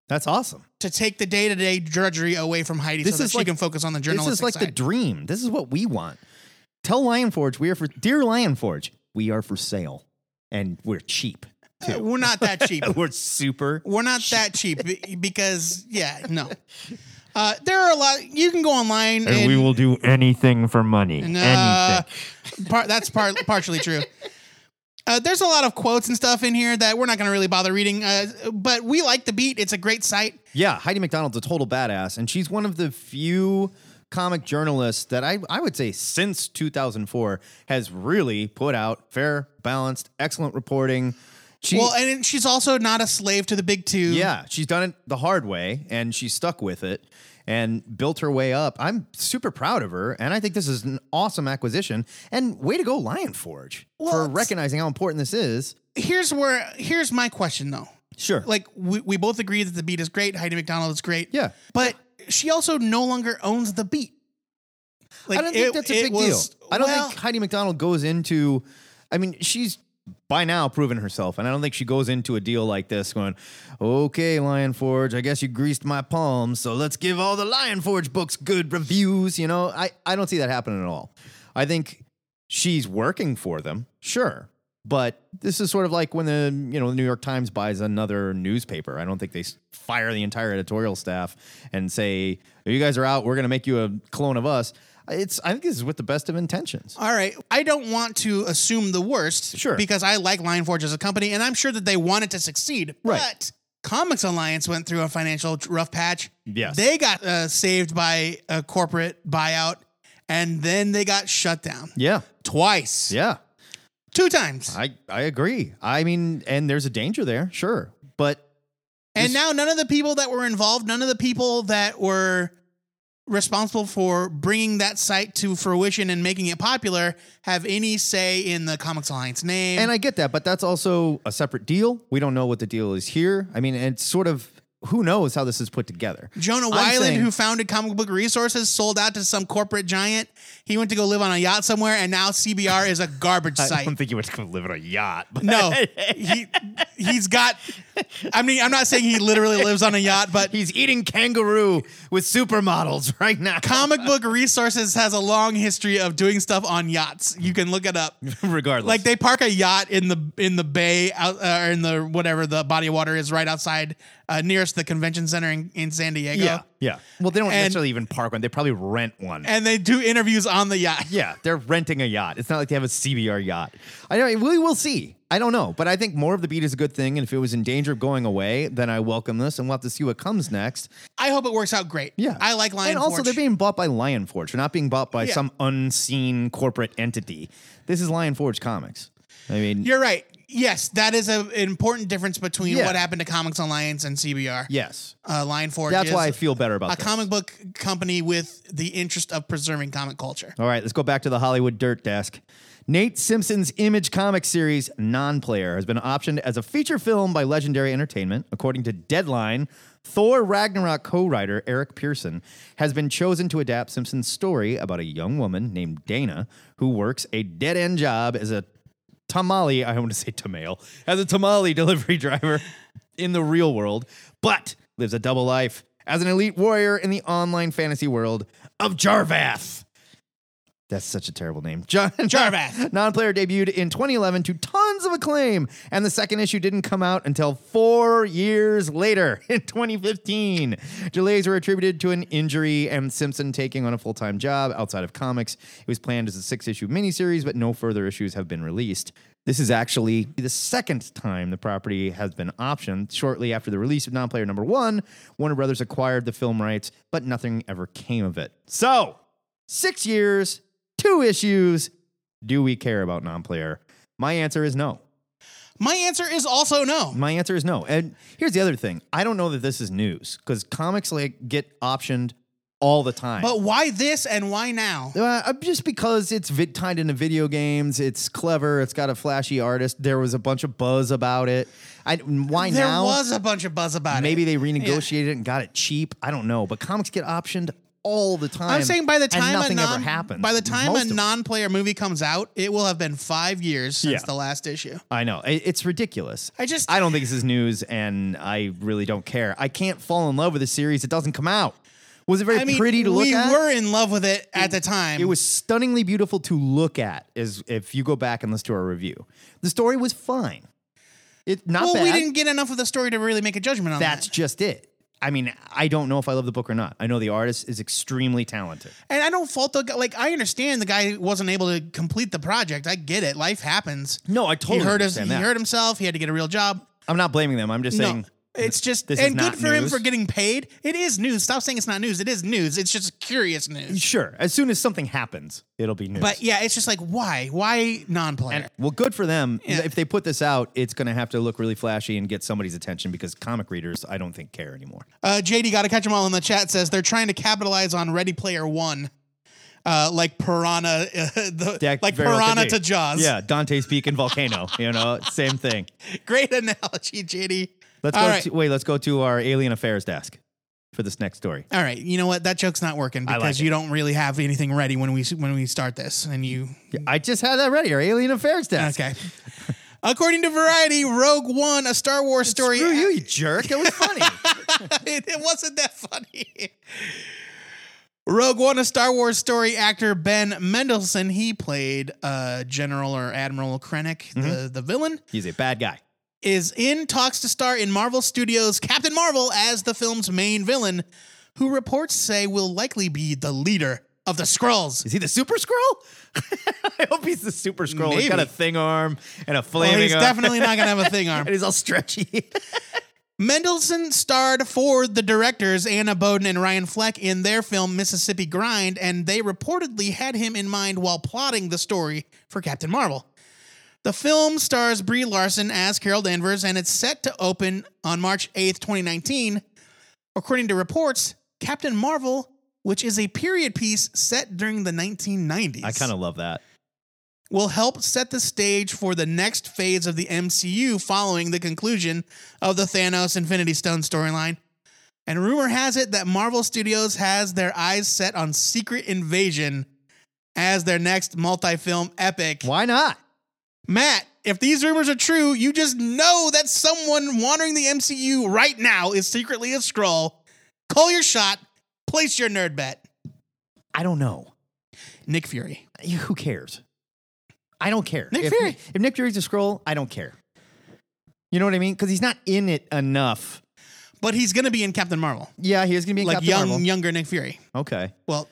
Speaker 3: That's awesome.
Speaker 4: To take the day to day drudgery away from Heidi
Speaker 3: This
Speaker 4: so that
Speaker 3: is
Speaker 4: she
Speaker 3: like-
Speaker 4: can focus on the
Speaker 3: This
Speaker 4: journalistic
Speaker 3: is like the
Speaker 4: side.
Speaker 3: dream. This is what we want. Tell Lionforge we are for dear Lionforge, we are for sale. And we're cheap.
Speaker 4: Uh, We're not that cheap.
Speaker 3: We're super
Speaker 4: We're not that cheap be- because, yeah, no. Uh, there are a lot. You can go online and, uh,
Speaker 3: will do anything for money.
Speaker 4: No, Par- that's par- partially true. Uh, there's a lot of quotes and stuff in here that we're not going to really bother reading, uh, but we like the beat. It's a great site.
Speaker 3: Yeah, Heidi McDonald's a total badass, and she's one of the few comic journalists that I, I would say since 2004 has really put out fair, balanced, excellent reporting. She,
Speaker 4: well, and it- she's also not a slave to the big two.
Speaker 3: yeah, she's done it the hard way, and she stuck with it and built her way up. I'm super proud of her, and I think this is an awesome acquisition. And way to go, Lion Forge, for recognizing how important this is.
Speaker 4: Here's where here's my question though.
Speaker 3: Sure,
Speaker 4: Like we, we both agree that the beat is great. Heidi McDonald is great.
Speaker 3: Yeah.
Speaker 4: but she also no longer owns the beat. Like,
Speaker 3: I don't think
Speaker 4: it-
Speaker 3: that's a
Speaker 4: it
Speaker 3: big
Speaker 4: was-
Speaker 3: deal. I don't
Speaker 4: well,
Speaker 3: think Heidi McDonald goes into. I mean, she's by now proven herself, and I don't think she goes into a deal like this going, "Okay, Lion Forge, I guess you greased my palms, so let's give all the Lion Forge books good reviews." You know, I I don't see that happening at all. I think she's working for them, sure. But this is sort of like when the you know the New York Times buys another newspaper. I don't think they s- fire the entire editorial staff and say, "You guys are out. We're going to make you a clone of us." It's I think this is with the best of intentions.
Speaker 4: All right. I don't want to assume the worst.
Speaker 3: Sure.
Speaker 4: Because I like Lionforge as a company, and I'm sure that they wanted to succeed.
Speaker 3: Right.
Speaker 4: But Comics Alliance went through a financial rough patch.
Speaker 3: Yes.
Speaker 4: They got uh, saved by a corporate buyout, and then they got shut down
Speaker 3: Yeah,
Speaker 4: twice.
Speaker 3: yeah.
Speaker 4: Two times.
Speaker 3: I I agree. I mean, and there's a danger there, sure, but
Speaker 4: and now none of the people that were involved, none of the people that were responsible for bringing that site to fruition and making it popular have any say in the Comics Alliance name.
Speaker 3: And I get that, but that's also a separate deal. We don't know what the deal is here. I mean, it's sort of who knows how this is put together.
Speaker 4: Jonah
Speaker 3: I'm
Speaker 4: Weiland,
Speaker 3: saying-
Speaker 4: who founded Comic Book Resources, sold out to some corporate giant. He went to go live on a yacht somewhere, and now CBR is a garbage
Speaker 3: I
Speaker 4: site.
Speaker 3: don't think he was going to live on a yacht. But
Speaker 4: No, he he's got. I mean, I'm not saying he literally lives on a yacht, but
Speaker 3: He's eating kangaroo with supermodels right now.
Speaker 4: Comic Book Resources has a long history of doing stuff on yachts. You can look it up.
Speaker 3: regardless.
Speaker 4: Like they park a yacht in the in the bay out uh, or in the whatever the body of water is right outside uh, nearest the convention center in, in San Diego.
Speaker 3: yeah, yeah. Well, they don't
Speaker 4: And-
Speaker 3: necessarily even park one. They probably rent one.
Speaker 4: And they do interviews on the yacht.
Speaker 3: yeah, they're renting a yacht. It's not like they have a CBR yacht. I know. We will see. I don't know, but I think more of the beat is a good thing. And if it was in danger of going away, then I welcome this, and we'll have to see what comes next.
Speaker 4: I hope it works out great.
Speaker 3: Yeah.
Speaker 4: I like Lion
Speaker 3: And also,
Speaker 4: Forge.
Speaker 3: they're being bought by Lion Forge. They're not being bought by
Speaker 4: Yeah.
Speaker 3: some unseen corporate entity. This is Lion Forge Comics. I mean,
Speaker 4: You're right. Yes, that is a, an important difference between
Speaker 3: Yeah.
Speaker 4: what happened to Comics Alliance and CBR.
Speaker 3: yes.
Speaker 4: Uh, Lion Forge.
Speaker 3: That's
Speaker 4: is
Speaker 3: why I feel better about
Speaker 4: a
Speaker 3: this.
Speaker 4: comic book company with the interest of preserving comic culture.
Speaker 3: All right, let's go back to the Hollywood Dirt Desk. Nate Simpson's Image comic series Non Player has been optioned as a feature film by Legendary Entertainment. According to Deadline, Thor Ragnarok co writer Eric Pearson has been chosen to adapt Simpson's story about a young woman named Dana who works a dead end job as a tamale, I want to say tamale, as a tamale delivery driver in the real world, but lives a double life as an elite warrior in the online fantasy world of Jarvath. That's such a terrible name. Jar-
Speaker 4: Jarvath.
Speaker 3: Non player debuted in 2011 to tons of acclaim, and the second issue didn't come out until four years later in 2015. Delays were attributed to an injury and Simpson taking on a full time job outside of comics. It was planned as a six issue miniseries, but no further issues have been released. This is actually the second time the property has been optioned. Shortly after the release of non-player number one, Warner Brothers acquired the film rights, but nothing ever came of it. So, six years, two issues. Do we care about non-player? My answer is no.
Speaker 4: My answer is also no.
Speaker 3: My answer is no. And here's the other thing: I don't know that this is news because comics like get optioned all the time.
Speaker 4: But why this and why now?
Speaker 3: Uh, uh, just because it's vid- tied into video games, it's clever, it's got a flashy artist. There was a bunch of buzz about it. I why
Speaker 4: There
Speaker 3: now?
Speaker 4: was a bunch of buzz about
Speaker 3: Maybe
Speaker 4: it.
Speaker 3: they renegotiated it and got it cheap. I don't know, but comics get optioned all the time.
Speaker 4: I'm saying by the time
Speaker 3: and nothing
Speaker 4: a non,
Speaker 3: ever happens.
Speaker 4: by the time
Speaker 3: Most
Speaker 4: a
Speaker 3: of-
Speaker 4: non-player movie comes out, it will have been five years since
Speaker 3: Yeah.
Speaker 4: the last issue.
Speaker 3: I know it, it's ridiculous.
Speaker 4: I just-
Speaker 3: I don't think this is news, and I really don't care. I can't fall in love with a series that doesn't come out. Was it very
Speaker 4: I mean,
Speaker 3: pretty to look
Speaker 4: we
Speaker 3: at?
Speaker 4: were in love with it at the time.
Speaker 3: It was stunningly beautiful to look at. Is if you go back and listen to our review, the story was fine. It not
Speaker 4: well,
Speaker 3: bad.
Speaker 4: we didn't get enough of the story to really make a judgment on
Speaker 3: That's
Speaker 4: that.
Speaker 3: just it. I mean, I don't know if I love the book or not. I know the artist is extremely talented.
Speaker 4: And I don't fault the guy. Like I understand the guy wasn't able to complete the project. I get it. Life happens.
Speaker 3: No, I
Speaker 4: he
Speaker 3: totally
Speaker 4: hurt his,
Speaker 3: understand
Speaker 4: He
Speaker 3: that.
Speaker 4: hurt himself. He had to get a real job.
Speaker 3: I'm not blaming them. I'm just saying.
Speaker 4: no, it's just
Speaker 3: this is
Speaker 4: and
Speaker 3: not
Speaker 4: good for him
Speaker 3: news.
Speaker 4: for getting paid. It is news. Stop saying it's not news. It is news. It's just curious news.
Speaker 3: Sure, as soon as something happens, it'll be news.
Speaker 4: But yeah, it's just like why? Why non-player?
Speaker 3: well, good for them.
Speaker 4: Yeah.
Speaker 3: If they put this out, it's going to have to look really flashy and get somebody's attention because comic readers, I don't think, care anymore.
Speaker 4: Uh, JD got to catch them all in the chat says they're trying to capitalize on Ready Player One, uh, like Piranha, uh, the,
Speaker 3: That
Speaker 4: like
Speaker 3: very well could
Speaker 4: Piranha
Speaker 3: be.
Speaker 4: to Jaws.
Speaker 3: Yeah, Dante's Peak and Volcano. you know, same thing.
Speaker 4: great analogy, JD.
Speaker 3: Let's
Speaker 4: All
Speaker 3: go.
Speaker 4: right.
Speaker 3: To, wait, let's go to our Alien Affairs desk for this next story.
Speaker 4: All right, you know what? That joke's not working
Speaker 3: I like
Speaker 4: because
Speaker 3: it.
Speaker 4: you don't really have anything ready when we when we start this, and you
Speaker 3: I just had that ready. Our Alien Affairs desk.
Speaker 4: okay. According to Variety, Rogue One, a Star Wars story.
Speaker 3: Screw you, you jerk. It was funny.
Speaker 4: it, it wasn't that funny. Rogue One, a Star Wars story, actor Ben Mendelsohn. He played uh, General or Admiral Krennic, the, the villain,
Speaker 3: Mm-hmm. He's a bad guy.
Speaker 4: is in talks to star in Marvel Studios' Captain Marvel as the film's main villain, who reports say will likely be the leader of the Skrulls.
Speaker 3: Is he the Super Scroll? I hope he's the Super Scroll. He's got a
Speaker 4: Maybe.
Speaker 3: thing arm and a
Speaker 4: Well,
Speaker 3: flaming
Speaker 4: he's
Speaker 3: arm.
Speaker 4: definitely not going to have a thing arm.
Speaker 3: and he's all stretchy.
Speaker 4: Mendelsohn starred for the directors Anna Boden and Ryan Fleck in their film Mississippi Grind, and they reportedly had him in mind while plotting the story for Captain Marvel. The film stars Brie Larson as Carol Danvers, and it's set to open on March 8th, 2019. According to reports, Captain Marvel, which is a period piece set during the 1990s,
Speaker 3: I kind of love that.
Speaker 4: will help set the stage for the next phase of the MCU following the conclusion of the Thanos Infinity Stone storyline. And rumor has it that Marvel Studios has their eyes set on Secret Invasion as their next multi film epic.
Speaker 3: Why not?
Speaker 4: Matt, if these rumors are true, you just know that someone wandering the MCU right now is secretly a Skrull. Call your shot, place your nerd bet.
Speaker 3: I don't know.
Speaker 4: Nick Fury.
Speaker 3: Who cares? I don't care.
Speaker 4: Nick
Speaker 3: if,
Speaker 4: Fury.
Speaker 3: If Nick Fury's a scroll, I don't care. You know what I mean? Because he's not in it enough.
Speaker 4: But he's going to be in Captain Marvel,
Speaker 3: Yeah, he is going to be in
Speaker 4: like
Speaker 3: Captain
Speaker 4: young,
Speaker 3: Marvel.
Speaker 4: younger Nick Fury.
Speaker 3: Okay.
Speaker 4: Well,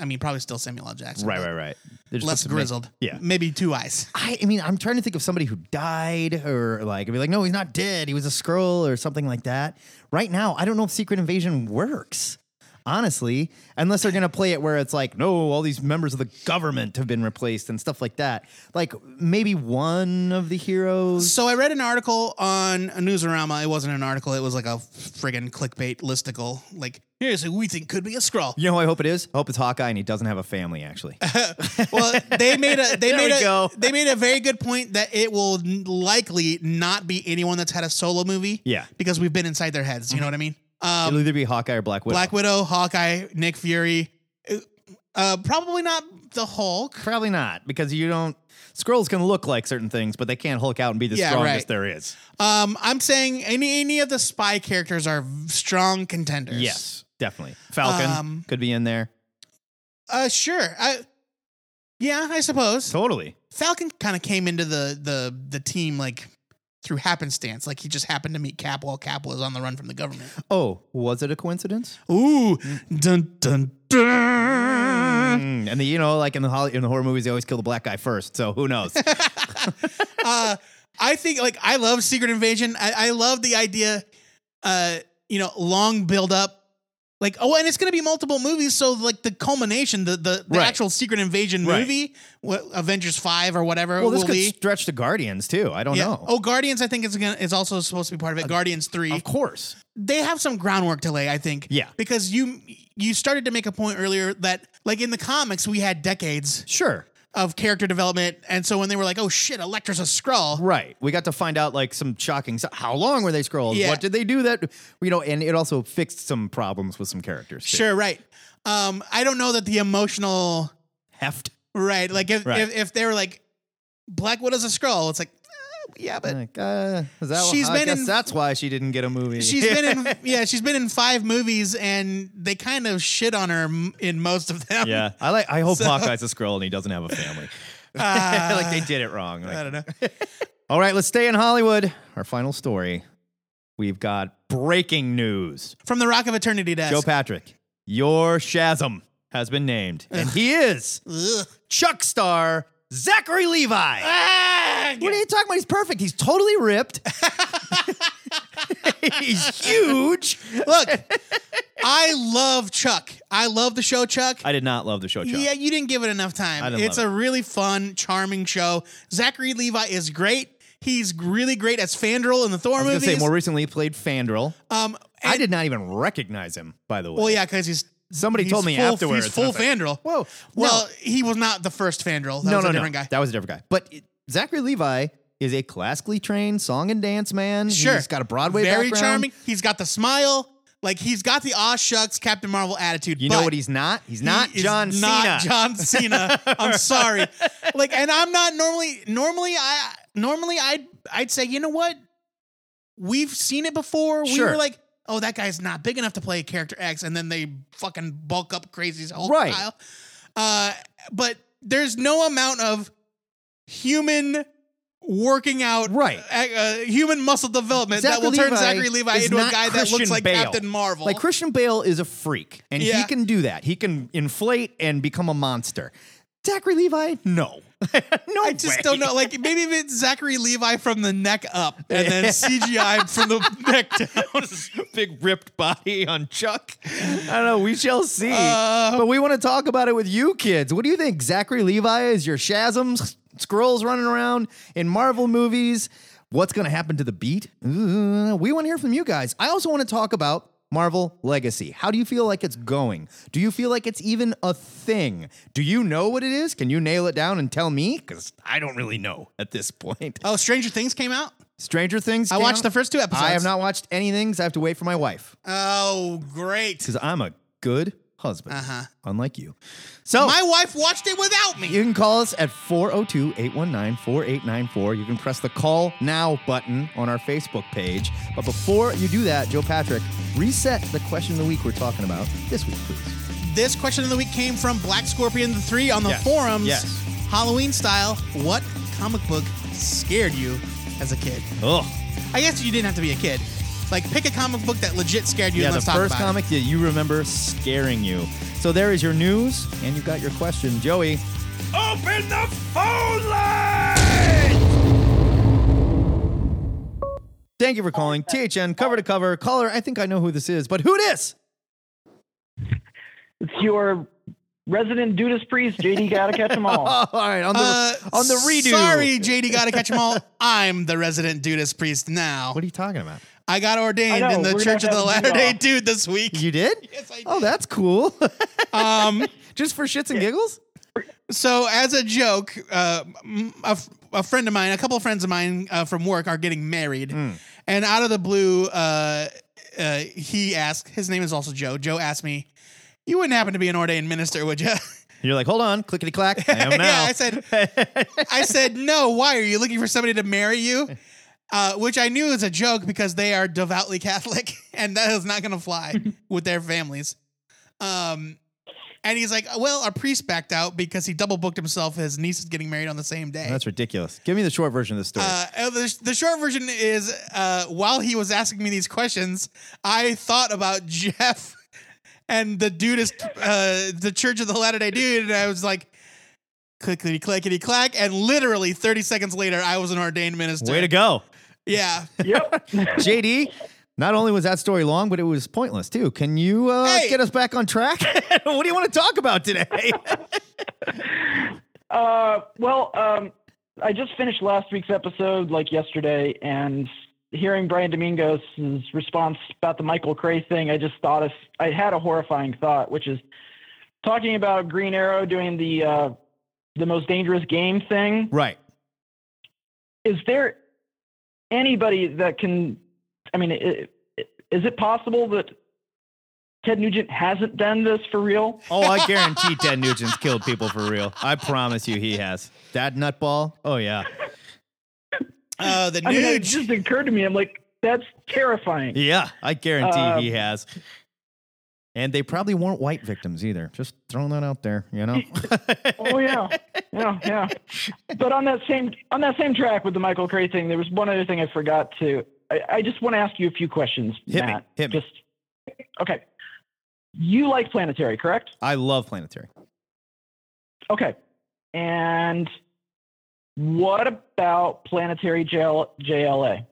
Speaker 4: I mean, probably still Samuel L. Jackson.
Speaker 3: Right,
Speaker 4: but
Speaker 3: right, right. They're just
Speaker 4: Less
Speaker 3: supposed to make-
Speaker 4: grizzled.
Speaker 3: Yeah.
Speaker 4: Maybe two eyes.
Speaker 3: I, I mean, I'm trying to think of somebody who died or like, I'd be like, no, he's not dead. He was a scroll or something like that. Right now, I don't know if Secret Invasion works, honestly, unless they're going to play it where it's like, no, all these members of the government have been replaced and stuff like that. Like maybe one of the heroes.
Speaker 4: So I read an article on Newsarama. It wasn't an article. It was like a friggin' clickbait listicle. Like, here's who we think could be a scroll. Um,
Speaker 3: You know who I hope it is? I hope it's Hawkeye and he doesn't have a family, actually.
Speaker 4: Well, they made a they
Speaker 3: There
Speaker 4: made
Speaker 3: we
Speaker 4: a
Speaker 3: go.
Speaker 4: they made a very good point that it will n- likely not be anyone that's had a solo movie.
Speaker 3: Yeah.
Speaker 4: because we've been inside their heads. You know what I mean? Um,
Speaker 3: It'll either be Hawkeye or Black Widow.
Speaker 4: Black Widow, Hawkeye, Nick Fury. Uh, Uh, probably not the Hulk.
Speaker 3: Probably not because you don't. Scrolls can look like certain things, but they can't Hulk out and be the
Speaker 4: Yeah,
Speaker 3: strongest
Speaker 4: right.
Speaker 3: there is.
Speaker 4: Um, I'm saying any any of the spy characters are v- strong contenders.
Speaker 3: Yes, definitely. Falcon
Speaker 4: Um,
Speaker 3: could be in there.
Speaker 4: Uh, sure. I, yeah, I suppose
Speaker 3: Totally.
Speaker 4: Falcon kind of came into the the the team like through happenstance. Like he just happened to meet Cap while Cap was on the run from the government.
Speaker 3: Oh, was it a coincidence?
Speaker 4: Ooh, dun dun dun.
Speaker 3: Mm, and the, you know, like in the Holly, in the horror movies, they always kill the black guy first. So who knows?
Speaker 4: I think like I love Secret Invasion. I, I love the idea, uh, you know, long build up. Like oh, and it's gonna be multiple movies, so like the culmination, the the, the
Speaker 3: Right.
Speaker 4: actual Secret Invasion
Speaker 3: Right.
Speaker 4: movie, what, Avengers Five or whatever
Speaker 3: Well,
Speaker 4: it
Speaker 3: this
Speaker 4: will
Speaker 3: could
Speaker 4: be.
Speaker 3: stretch to Guardians too. I don't
Speaker 4: Yeah.
Speaker 3: know.
Speaker 4: Oh, Guardians! I think is gonna is also supposed to be part of it. Guardians Three.
Speaker 3: of course.
Speaker 4: they have some groundwork delay, I think.
Speaker 3: Yeah.
Speaker 4: Because you you started to make a point earlier that like in the comics we had decades
Speaker 3: Sure.
Speaker 4: of character development, and so when they were like, oh shit, Elektra's a Skrull,
Speaker 3: Right. We got to find out like some shocking stuff. How long were they scrolls?
Speaker 4: Yeah.
Speaker 3: What did they do that? You know, and it also fixed some problems with some characters. too.
Speaker 4: Sure, right. Um, I don't know that the emotional
Speaker 3: Heft.
Speaker 4: right, like if
Speaker 3: Right.
Speaker 4: if, if they were like Black Widow's a scroll, it's like eh, yeah, but
Speaker 3: Like, uh, is that
Speaker 4: She's
Speaker 3: I
Speaker 4: been
Speaker 3: guess
Speaker 4: in-
Speaker 3: that's why she didn't get a movie.
Speaker 4: she's been in yeah, she's been in five movies and they kind of shit on her m- in most of them.
Speaker 3: yeah. I like. I hope Hawkeye's a scroll and he doesn't have a family. like they did it wrong. Like,
Speaker 4: uh, I don't know.
Speaker 3: All right, let's stay in Hollywood. Our final story. We've got breaking news.
Speaker 4: From the Rock of Eternity desk.
Speaker 3: Joe Patrick, your Shazam has been named, and he is
Speaker 4: Ugh.
Speaker 3: Chuck star Zachary Levi.
Speaker 4: Ah,
Speaker 3: What are you talking about? He's perfect. He's totally ripped. He's huge.
Speaker 4: Look, I love Chuck. I love the show Chuck.
Speaker 3: I did not love the show, Chuck.
Speaker 4: Yeah, you didn't give it enough time.
Speaker 3: I didn't
Speaker 4: it's
Speaker 3: love
Speaker 4: a really fun, charming show. Zachary Levi is great. He's really great as Fandral in the Thor
Speaker 3: I was going to
Speaker 4: movies.
Speaker 3: say, more recently, he played Fandral.
Speaker 4: um,
Speaker 3: I
Speaker 4: and-
Speaker 3: did not even recognize him, by the way.
Speaker 4: Well, yeah, because he's
Speaker 3: Somebody
Speaker 4: he's
Speaker 3: told me
Speaker 4: full,
Speaker 3: afterwards.
Speaker 4: He's
Speaker 3: and I was
Speaker 4: full
Speaker 3: like,
Speaker 4: Fandral.
Speaker 3: Whoa.
Speaker 4: Well,
Speaker 3: No.
Speaker 4: he was not the first Fandral. That was a different guy.
Speaker 3: That was a different guy. But it- Zachary Levi is a classically trained song and dance man.
Speaker 4: sure,
Speaker 3: He's got a Broadway
Speaker 4: Very
Speaker 3: background.
Speaker 4: charming. He's got the smile. Like he's got the aw shucks Captain Marvel attitude.
Speaker 3: You
Speaker 4: but
Speaker 3: know what he's not? He's not
Speaker 4: He is
Speaker 3: John Cena.
Speaker 4: Not John Cena. I'm sorry. Like, and I'm not normally normally I normally I'd I'd say, you know what? We've seen it before. We
Speaker 3: Sure.
Speaker 4: were like, oh, that guy's not big enough to play character X, and then they fucking bulk up crazy's whole
Speaker 3: Right.
Speaker 4: pile. Uh, but there's no amount of human working out
Speaker 3: Right.
Speaker 4: uh, uh, human muscle development that
Speaker 3: Zachary
Speaker 4: will turn
Speaker 3: Levi
Speaker 4: Zachary Levi
Speaker 3: is
Speaker 4: into a
Speaker 3: not
Speaker 4: guy that
Speaker 3: Christian
Speaker 4: looks like
Speaker 3: Bale.
Speaker 4: Captain Marvel.
Speaker 3: Like Christian Bale is a freak, and he
Speaker 4: Yeah.
Speaker 3: can do that. He can inflate and become a monster. Zachary Levi, no, no.
Speaker 4: I just don't know. Like maybe if it's Zachary Levi from the neck up, and then CGI from the neck down.
Speaker 3: Big ripped body on Chuck. I don't know. We shall see.
Speaker 4: Uh,
Speaker 3: but we want to talk about it with you kids. What do you think? Zachary Levi is your Shazam scrolls running around in Marvel movies. What's going to happen to the beat? Ooh, we want to hear from you guys. I also want to talk about Marvel Legacy. How do you feel like it's going? Do you feel like it's even a thing? Do you know what it is? Can you nail it down and tell me? Because I don't really know at this point.
Speaker 4: Oh, Stranger Things came out.
Speaker 3: Stranger Things.
Speaker 4: I
Speaker 3: came
Speaker 4: watched
Speaker 3: out.
Speaker 4: the first two episodes.
Speaker 3: I have not watched anything because I have to wait for my wife
Speaker 4: Oh, great!
Speaker 3: because I'm a good husband,
Speaker 4: Uh-huh.
Speaker 3: unlike you. So
Speaker 4: My wife watched it without me.
Speaker 3: you can call us at 402 819 4894. You can press the call now button on our Facebook page. But before you do that, Joe Patrick, reset the question of the week we're talking about this week, please.
Speaker 4: This question of the week came from Black Scorpion the Three on the
Speaker 3: Yes.
Speaker 4: forums.
Speaker 3: Yes.
Speaker 4: Halloween style. What comic book scared you as a kid?
Speaker 3: Oh,
Speaker 4: I guess you didn't have to be a kid. Like pick a comic book that legit scared you.
Speaker 3: yeah,
Speaker 4: and
Speaker 3: the
Speaker 4: let's talk
Speaker 3: first
Speaker 4: about it.
Speaker 3: comic that you remember scaring you. So there is your news, and you've got your question, Joey.
Speaker 5: Open the phone line!
Speaker 3: Thank you for calling THN cover to cover. Caller, I think I know who this is, but who this?
Speaker 7: It's your resident Judas priest, JD. Gotta catch 'em all.
Speaker 3: Oh, all right, on the
Speaker 4: Uh,
Speaker 3: on the redo.
Speaker 4: Sorry, JD, gotta catch 'em all. I'm the resident Judas priest now.
Speaker 3: What are you talking about?
Speaker 4: I got ordained
Speaker 7: I know,
Speaker 4: in the
Speaker 7: we're
Speaker 4: Church of
Speaker 7: gonna
Speaker 4: the
Speaker 7: have
Speaker 4: Latter
Speaker 7: you
Speaker 4: Day
Speaker 7: off.
Speaker 4: Dude this week.
Speaker 3: You did?
Speaker 4: Yes, I did.
Speaker 3: Oh, that's cool.
Speaker 4: Um,
Speaker 3: Just for shits and giggles?
Speaker 4: so as a joke, uh, m- a, f- a friend of mine, a couple of friends of mine uh, from work are getting married,
Speaker 3: Hmm.
Speaker 4: and out of the blue, uh, uh, he asked. His name is also Joe. Joe asked me, "You wouldn't happen to be an ordained minister, would you?"
Speaker 3: You're like, hold on, clickety clack. I am now.
Speaker 4: yeah, I said, I said, no. Why are you looking for somebody to marry you? Uh, which I knew was a joke because they are devoutly Catholic, and that is not going to fly with their families. Um, and he's like, well, our priest backed out because he double booked himself. His niece is getting married on the same day.
Speaker 3: that's ridiculous. Give me the short version of the story.
Speaker 4: Uh, and the, the short version is uh, while he was asking me these questions, I thought about Jeff and the dude is uh, the Church of the Latter Day Dude, and I was like, clickety clackety clack, and literally 30 seconds later, I was an ordained minister.
Speaker 3: Way to go.
Speaker 4: Yeah.
Speaker 7: Yep.
Speaker 3: JD, not only was that story long, but it was pointless too. Can you uh,
Speaker 4: Hey!
Speaker 3: get us back on track? what do you want to talk about today?
Speaker 7: Uh, well, um, I just finished last week's episode, like yesterday, and hearing Brian Domingos' response about the Michael Cray thing, I just thought of, I had a horrifying thought, which is talking about Green Arrow doing the uh, the most dangerous game thing.
Speaker 3: right.
Speaker 7: is there anybody that can i mean i- i- is it possible that ted nugent hasn't done this for real
Speaker 3: Oh, I guarantee Ted Nugent's killed people for real. I promise you he has. That nutball? Oh, yeah.
Speaker 4: Uh, the
Speaker 7: i mean it
Speaker 4: Nuge.
Speaker 7: just occurred to me i'm like that's terrifying
Speaker 3: Yeah, I guarantee
Speaker 7: Um,
Speaker 3: he has. And they probably weren't white victims either. Just throwing that out there, you know?
Speaker 7: oh yeah yeah yeah but on that same on that same track with the michael cray thing there was one other thing i forgot to i, I just want to ask you a few questions
Speaker 3: Hit me,
Speaker 7: Matt.
Speaker 3: hit me.
Speaker 7: just okay you like planetary correct
Speaker 3: I love Planetary.
Speaker 7: Okay. And what about planetary JL- JLA?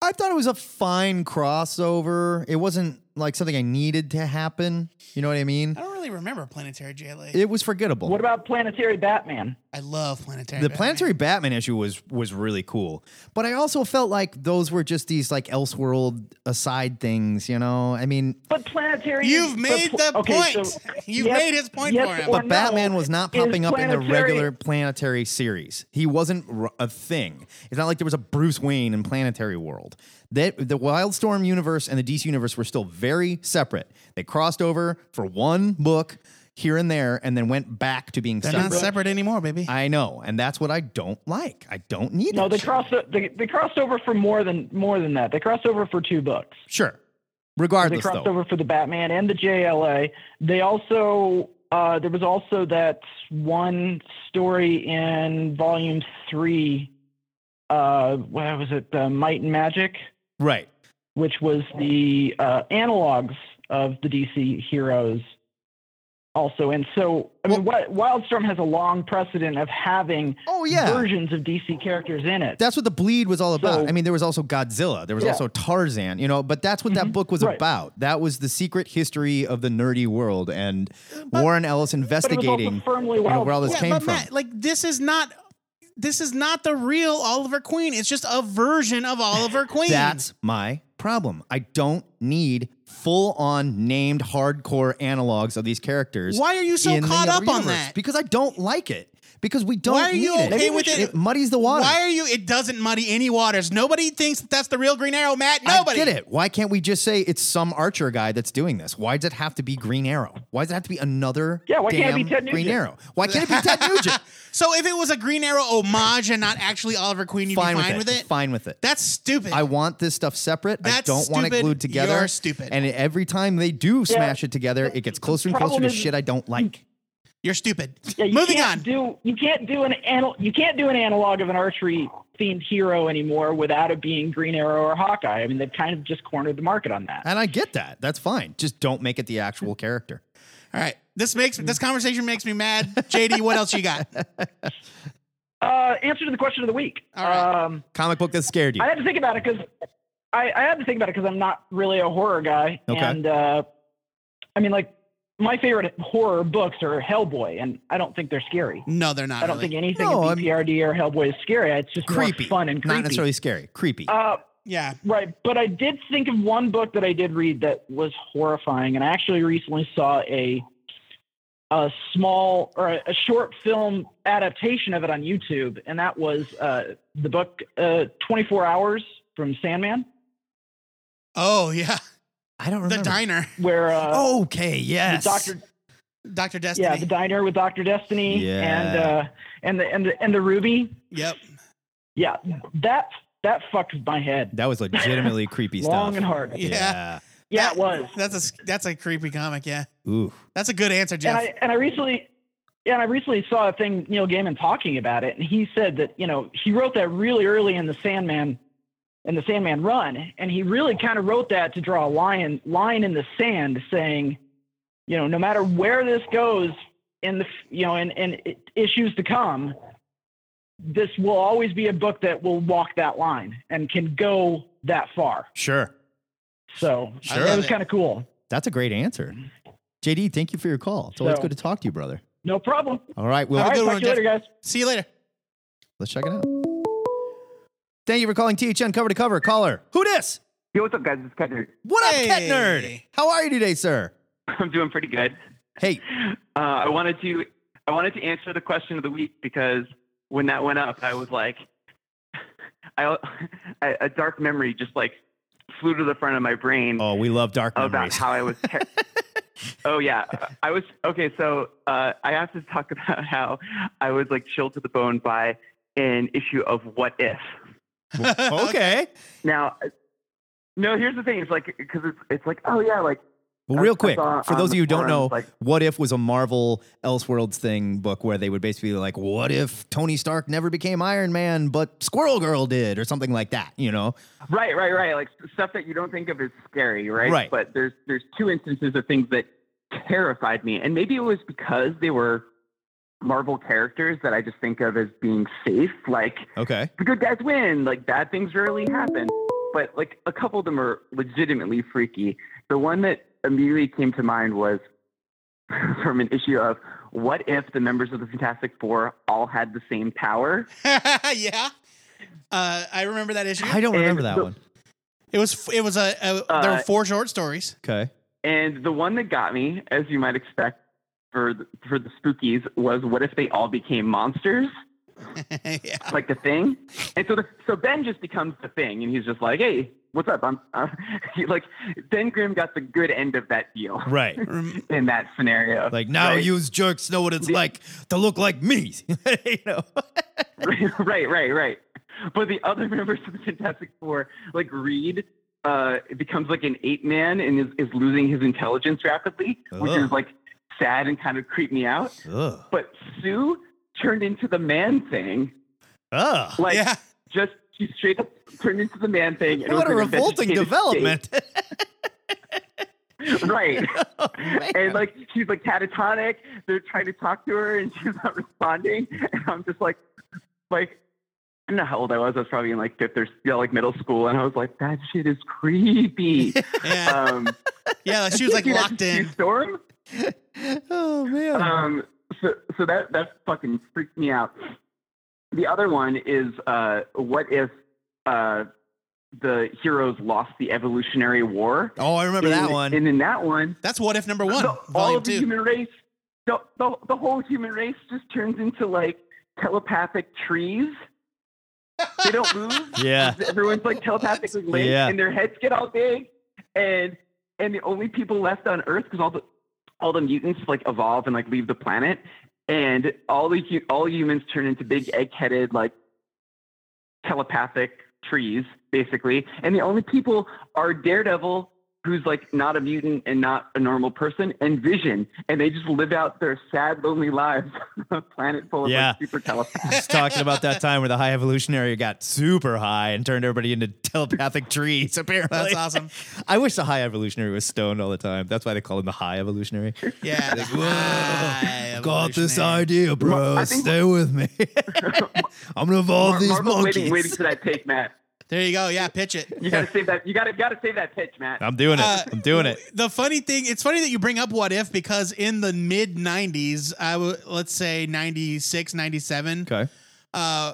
Speaker 3: I thought it was a fine crossover. It wasn't like something I needed to happen. You know what I mean?
Speaker 4: I don't really remember Planetary JLA.
Speaker 3: It was forgettable.
Speaker 7: What about planetary Batman?
Speaker 4: I love Planetary.
Speaker 3: the
Speaker 4: Batman.
Speaker 3: planetary Batman issue was was really cool, but I also felt like those were just these like Elseworld aside things. You know, I mean,
Speaker 7: But planetary.
Speaker 4: You've
Speaker 7: but
Speaker 4: made
Speaker 7: pla-
Speaker 4: the
Speaker 7: okay,
Speaker 4: point.
Speaker 7: so-
Speaker 4: You've
Speaker 7: yes-
Speaker 4: made his point
Speaker 7: yes
Speaker 4: for him.
Speaker 7: or
Speaker 4: But
Speaker 7: no.
Speaker 3: Batman was not
Speaker 7: Is
Speaker 3: popping up in the
Speaker 7: planetary-
Speaker 3: regular planetary series. He wasn't r- a thing. It's not like there was a Bruce Wayne in Planetary World. That the Wildstorm universe and the DC universe were still very separate. They crossed over for one book here and there, and then went back to being
Speaker 4: They're
Speaker 3: separate.
Speaker 4: not separate anymore, baby.
Speaker 3: I know, and that's what I don't like. I don't need.
Speaker 7: No,
Speaker 3: that
Speaker 7: they
Speaker 3: shit.
Speaker 7: crossed o- they, they crossed over for more than more than that. They crossed over for two books.
Speaker 3: Sure.
Speaker 7: They
Speaker 3: Regardless,
Speaker 7: crossed
Speaker 3: though.
Speaker 7: over for the Batman and the JLA. They also uh, there was also that one story in volume three. Uh, what was it? The Might and Magic.
Speaker 3: Right.
Speaker 7: which was the uh, analogs of the DC heroes. Also, and so I mean, what Wildstorm has a long precedent of having
Speaker 3: Oh, yeah.
Speaker 7: versions of DC characters in it.
Speaker 3: That's what the bleed was all about.
Speaker 7: So-
Speaker 3: I mean, there was also Godzilla, there was
Speaker 7: Yeah.
Speaker 3: also Tarzan, you know, but that's what
Speaker 4: Mm-hmm.
Speaker 3: that book was
Speaker 7: Right.
Speaker 3: about. That was the secret history of the nerdy world and Warren Ellis
Speaker 7: but it was also
Speaker 3: investigating
Speaker 7: firmly
Speaker 3: you know, where all
Speaker 7: Wildstorm.
Speaker 3: this
Speaker 4: yeah,
Speaker 3: came
Speaker 4: but
Speaker 3: from.
Speaker 4: Matt, like this is not this is not the real Oliver Queen. It's just a version of Oliver Queen.
Speaker 3: That's my problem. I don't need full on named hardcore analogs of these characters.
Speaker 4: Why are you so
Speaker 3: in the
Speaker 4: caught
Speaker 3: other
Speaker 4: up on
Speaker 3: universe.
Speaker 4: that?
Speaker 3: Because I don't like it. Because we don't
Speaker 4: Why are you
Speaker 3: need
Speaker 4: okay
Speaker 3: it.
Speaker 4: with it?
Speaker 3: It muddies the water.
Speaker 4: Why are you? It doesn't muddy any waters. Nobody thinks that that's the real Green Arrow, Matt. Nobody.
Speaker 3: I get it. Why can't we just say it's some Archer guy that's doing this? Why does it have to be Green Arrow? Why does it have to be another
Speaker 7: Yeah, why
Speaker 3: damn
Speaker 7: can't it be Ted
Speaker 3: Green
Speaker 7: Nugent?
Speaker 3: Arrow? Why can't it be Ted Nugent?
Speaker 4: So if it was a Green Arrow homage and not actually Oliver Queen, you'd
Speaker 3: fine,
Speaker 4: be fine with it.
Speaker 3: Fine with it.
Speaker 4: That's stupid.
Speaker 3: I want this stuff separate. I
Speaker 4: That's
Speaker 3: don't want it
Speaker 4: stupid.
Speaker 3: glued together.
Speaker 4: You're stupid.
Speaker 3: And every time they do smash it together, it gets closer and closer
Speaker 7: problem is-
Speaker 3: to shit I don't like.
Speaker 4: You're stupid.
Speaker 7: Yeah, you
Speaker 4: Moving
Speaker 7: can't
Speaker 4: on.
Speaker 7: Do, you can't do an anal- you can't do an analog of an archery themed hero anymore without it being Green Arrow or Hawkeye. I mean, they've kind of just cornered the market on that.
Speaker 3: And I get that. That's fine. Just don't make it the actual character.
Speaker 4: All right. This makes this conversation makes me mad. JD, what else you got?
Speaker 7: Uh, answer to the question of the week.
Speaker 4: All right.
Speaker 7: Um,
Speaker 3: Comic book that scared you.
Speaker 7: I had to think about it because I, I had to think about it because I'm not really a horror guy,
Speaker 3: Okay.
Speaker 7: and uh, I mean, like my favorite horror books are Hellboy, and I don't think they're scary.
Speaker 4: No, they're not.
Speaker 7: I don't
Speaker 4: really.
Speaker 7: think anything
Speaker 3: No,
Speaker 7: in
Speaker 3: I'm-
Speaker 7: BPRD or Hellboy is scary. It's just more
Speaker 3: creepy.
Speaker 7: fun and creepy.
Speaker 3: Not necessarily scary. Creepy.
Speaker 7: Uh,
Speaker 4: Yeah.
Speaker 7: right, but I did think of one book that I did read that was horrifying, and I actually recently saw a a small or a, a short film adaptation of it on YouTube, and that was uh, the book uh, 24 Hours from Sandman.
Speaker 4: Oh yeah.
Speaker 3: I don't
Speaker 4: The
Speaker 3: remember.
Speaker 4: diner.
Speaker 7: where uh,
Speaker 3: Okay, yes.
Speaker 7: the doctor,
Speaker 4: Doctor Destiny.
Speaker 7: yeah, the diner with Doctor Destiny and
Speaker 3: Yeah.
Speaker 7: uh, and the and the and the Ruby,
Speaker 4: yep.
Speaker 7: yeah, that that fucked my head
Speaker 3: that was legitimately creepy stuff.
Speaker 7: long and hard.
Speaker 4: Yeah.
Speaker 3: yeah.
Speaker 7: Yeah, it was.
Speaker 4: That's a that's a creepy comic. Yeah.
Speaker 3: Ooh.
Speaker 4: That's a good answer,
Speaker 7: And
Speaker 4: Jeff.
Speaker 7: I and I recently. Yeah, and I recently saw a thing Neil Gaiman talking about it, and he said that you know he wrote that really early in the Sandman, in the Sandman run, and he really kind of wrote that to draw a line line in the sand, saying, you know, no matter where this goes, in the f- you know in, in i- issues to come this will always be a book that will walk that line and can go that far
Speaker 3: Sure.
Speaker 7: so
Speaker 3: Sure.
Speaker 7: it was kind of cool
Speaker 3: That's a great answer. JD, thank you for your call. It's always
Speaker 7: So-
Speaker 3: good to talk to you, brother.
Speaker 7: no problem
Speaker 3: All right, we'll
Speaker 7: all right
Speaker 4: good
Speaker 7: talk
Speaker 4: one,
Speaker 7: to you later guys
Speaker 4: See you later.
Speaker 3: let's check it out. Thank you for calling THN cover to cover. Caller, who dis?
Speaker 8: Yo, what's up, guys? It's Kettner.
Speaker 3: What up, Cat
Speaker 4: Hey.
Speaker 3: Nerd? How are you today, sir?
Speaker 8: I'm doing pretty good.
Speaker 3: Hey,
Speaker 8: Uh, I wanted to I wanted to answer the question of the week because when that went up, I was like, I, I a dark memory just like flew to the front of my brain
Speaker 3: oh, we love dark
Speaker 8: about
Speaker 3: memories.
Speaker 8: how I was. Ter- oh yeah, I was okay. So uh, I have to talk about how I was like chilled to the bone by an issue of What If.
Speaker 3: okay,
Speaker 8: Now, no, here's the thing. It's like because it's it's like oh yeah, like
Speaker 3: well,
Speaker 8: I-
Speaker 3: real
Speaker 8: I
Speaker 3: quick
Speaker 8: saw
Speaker 3: for
Speaker 8: on
Speaker 3: those of
Speaker 8: the
Speaker 3: you who don't know,
Speaker 8: forums, like-
Speaker 3: What If was a Marvel Elseworlds thing book where they would basically be like, what if Tony Stark never became Iron Man but Squirrel Girl did or something like that, you know?
Speaker 8: Right, right, right. Like stuff that you don't think of as scary, right?
Speaker 3: Right.
Speaker 8: But there's there's two instances of things that terrified me, and maybe it was because they were Marvel characters that I just think of as being safe, like
Speaker 3: Okay.
Speaker 8: the good guys win, like bad things rarely happen. But like a couple of them are legitimately freaky. The one that immediately came to mind was from an issue of what if the members of the Fantastic Four all had the same power?
Speaker 4: yeah. Uh, I remember that issue.
Speaker 3: I don't
Speaker 8: And
Speaker 3: remember that
Speaker 8: the-
Speaker 3: one.
Speaker 4: It was it was a, a there were
Speaker 8: Uh,
Speaker 4: four short stories.
Speaker 3: Okay.
Speaker 8: And the one that got me, as you might expect for the, for the spookies, was what if they all became monsters,
Speaker 4: yeah.
Speaker 8: like the thing? And so the, so Ben just becomes the thing, and he's just like, "Hey, what's up?" I'm uh, he, like Ben Grimm got the good end of that deal
Speaker 3: Right.
Speaker 4: Rem-
Speaker 8: in that scenario.
Speaker 3: Like now
Speaker 8: right?
Speaker 3: you jerks know what it's
Speaker 8: The-
Speaker 3: like to look like me. you know.
Speaker 8: right, right, right. But the other members of the Fantastic Four, like Reed, uh, becomes like an ape man and is, is losing his intelligence rapidly, which
Speaker 3: Ugh.
Speaker 8: is like sad and kind of creeped me out.
Speaker 3: Ugh.
Speaker 8: but Sue turned into the man thing.
Speaker 3: Ugh.
Speaker 8: Like
Speaker 4: yeah.
Speaker 8: just she straight up turned into the man thing. and it
Speaker 3: What
Speaker 8: was
Speaker 3: a
Speaker 8: an
Speaker 3: revolting
Speaker 8: investigative
Speaker 3: development.
Speaker 8: state. right?
Speaker 3: Oh, man.
Speaker 8: and like she's like catatonic. They're trying to talk to her and she's not responding. And I'm just like, like. I don't know how old I was. I was probably in like fifth or yeah, like middle school, and I was like, "That shit is creepy."
Speaker 4: Yeah.
Speaker 8: Um,
Speaker 4: Yeah. Like she was like
Speaker 8: dude, I
Speaker 4: locked
Speaker 8: just see
Speaker 4: in.
Speaker 8: Storm,
Speaker 3: oh man.
Speaker 8: um, so, so that that fucking freaked me out. The other one is uh, what if uh, the heroes lost the evolutionary war?
Speaker 3: oh, I remember that
Speaker 8: And-
Speaker 3: one.
Speaker 8: And in that one,
Speaker 4: That's what if number one,
Speaker 8: the, all
Speaker 4: volume
Speaker 8: of the
Speaker 4: two.
Speaker 8: human race, the, the, the whole human race just turns into like telepathic trees. They don't move.
Speaker 3: yeah.
Speaker 8: Everyone's like telepathically linked,
Speaker 3: Yeah.
Speaker 8: and their heads get all big, and and the only people left on Earth because all the all the mutants like evolve and like leave the planet, and all the hu- all humans turn into big egg-headed like telepathic trees basically, and the only people are Daredevil. Who's like not a mutant and not a normal person, and Vision, and they just live out their sad, lonely lives on a planet full of
Speaker 3: Yeah.
Speaker 8: like, super telepaths.
Speaker 3: Just talking about that time where the high evolutionary got super high and turned everybody into telepathic trees. Apparently,
Speaker 4: That's awesome.
Speaker 3: I wish the high evolutionary was stoned all the time. That's why they call him the high evolutionary.
Speaker 4: Yeah.
Speaker 3: Like,
Speaker 4: the
Speaker 3: whoa,
Speaker 4: high
Speaker 3: got this
Speaker 4: evolutionary.
Speaker 3: idea, bro.
Speaker 8: I think-
Speaker 3: Stay with me. I'm gonna evolve
Speaker 8: Mar-
Speaker 3: these
Speaker 8: Marvel's
Speaker 3: monkeys.
Speaker 8: waiting, waiting for that take, Matt.
Speaker 4: There you go. Yeah. Pitch it.
Speaker 8: You gotta save that. You gotta gotta save that pitch, Matt.
Speaker 3: I'm doing it.
Speaker 4: Uh,
Speaker 3: I'm doing it.
Speaker 4: The funny thing, it's funny that you bring up what if because in the mid 90s, I would let's say 96, 97,
Speaker 3: Okay.
Speaker 4: uh,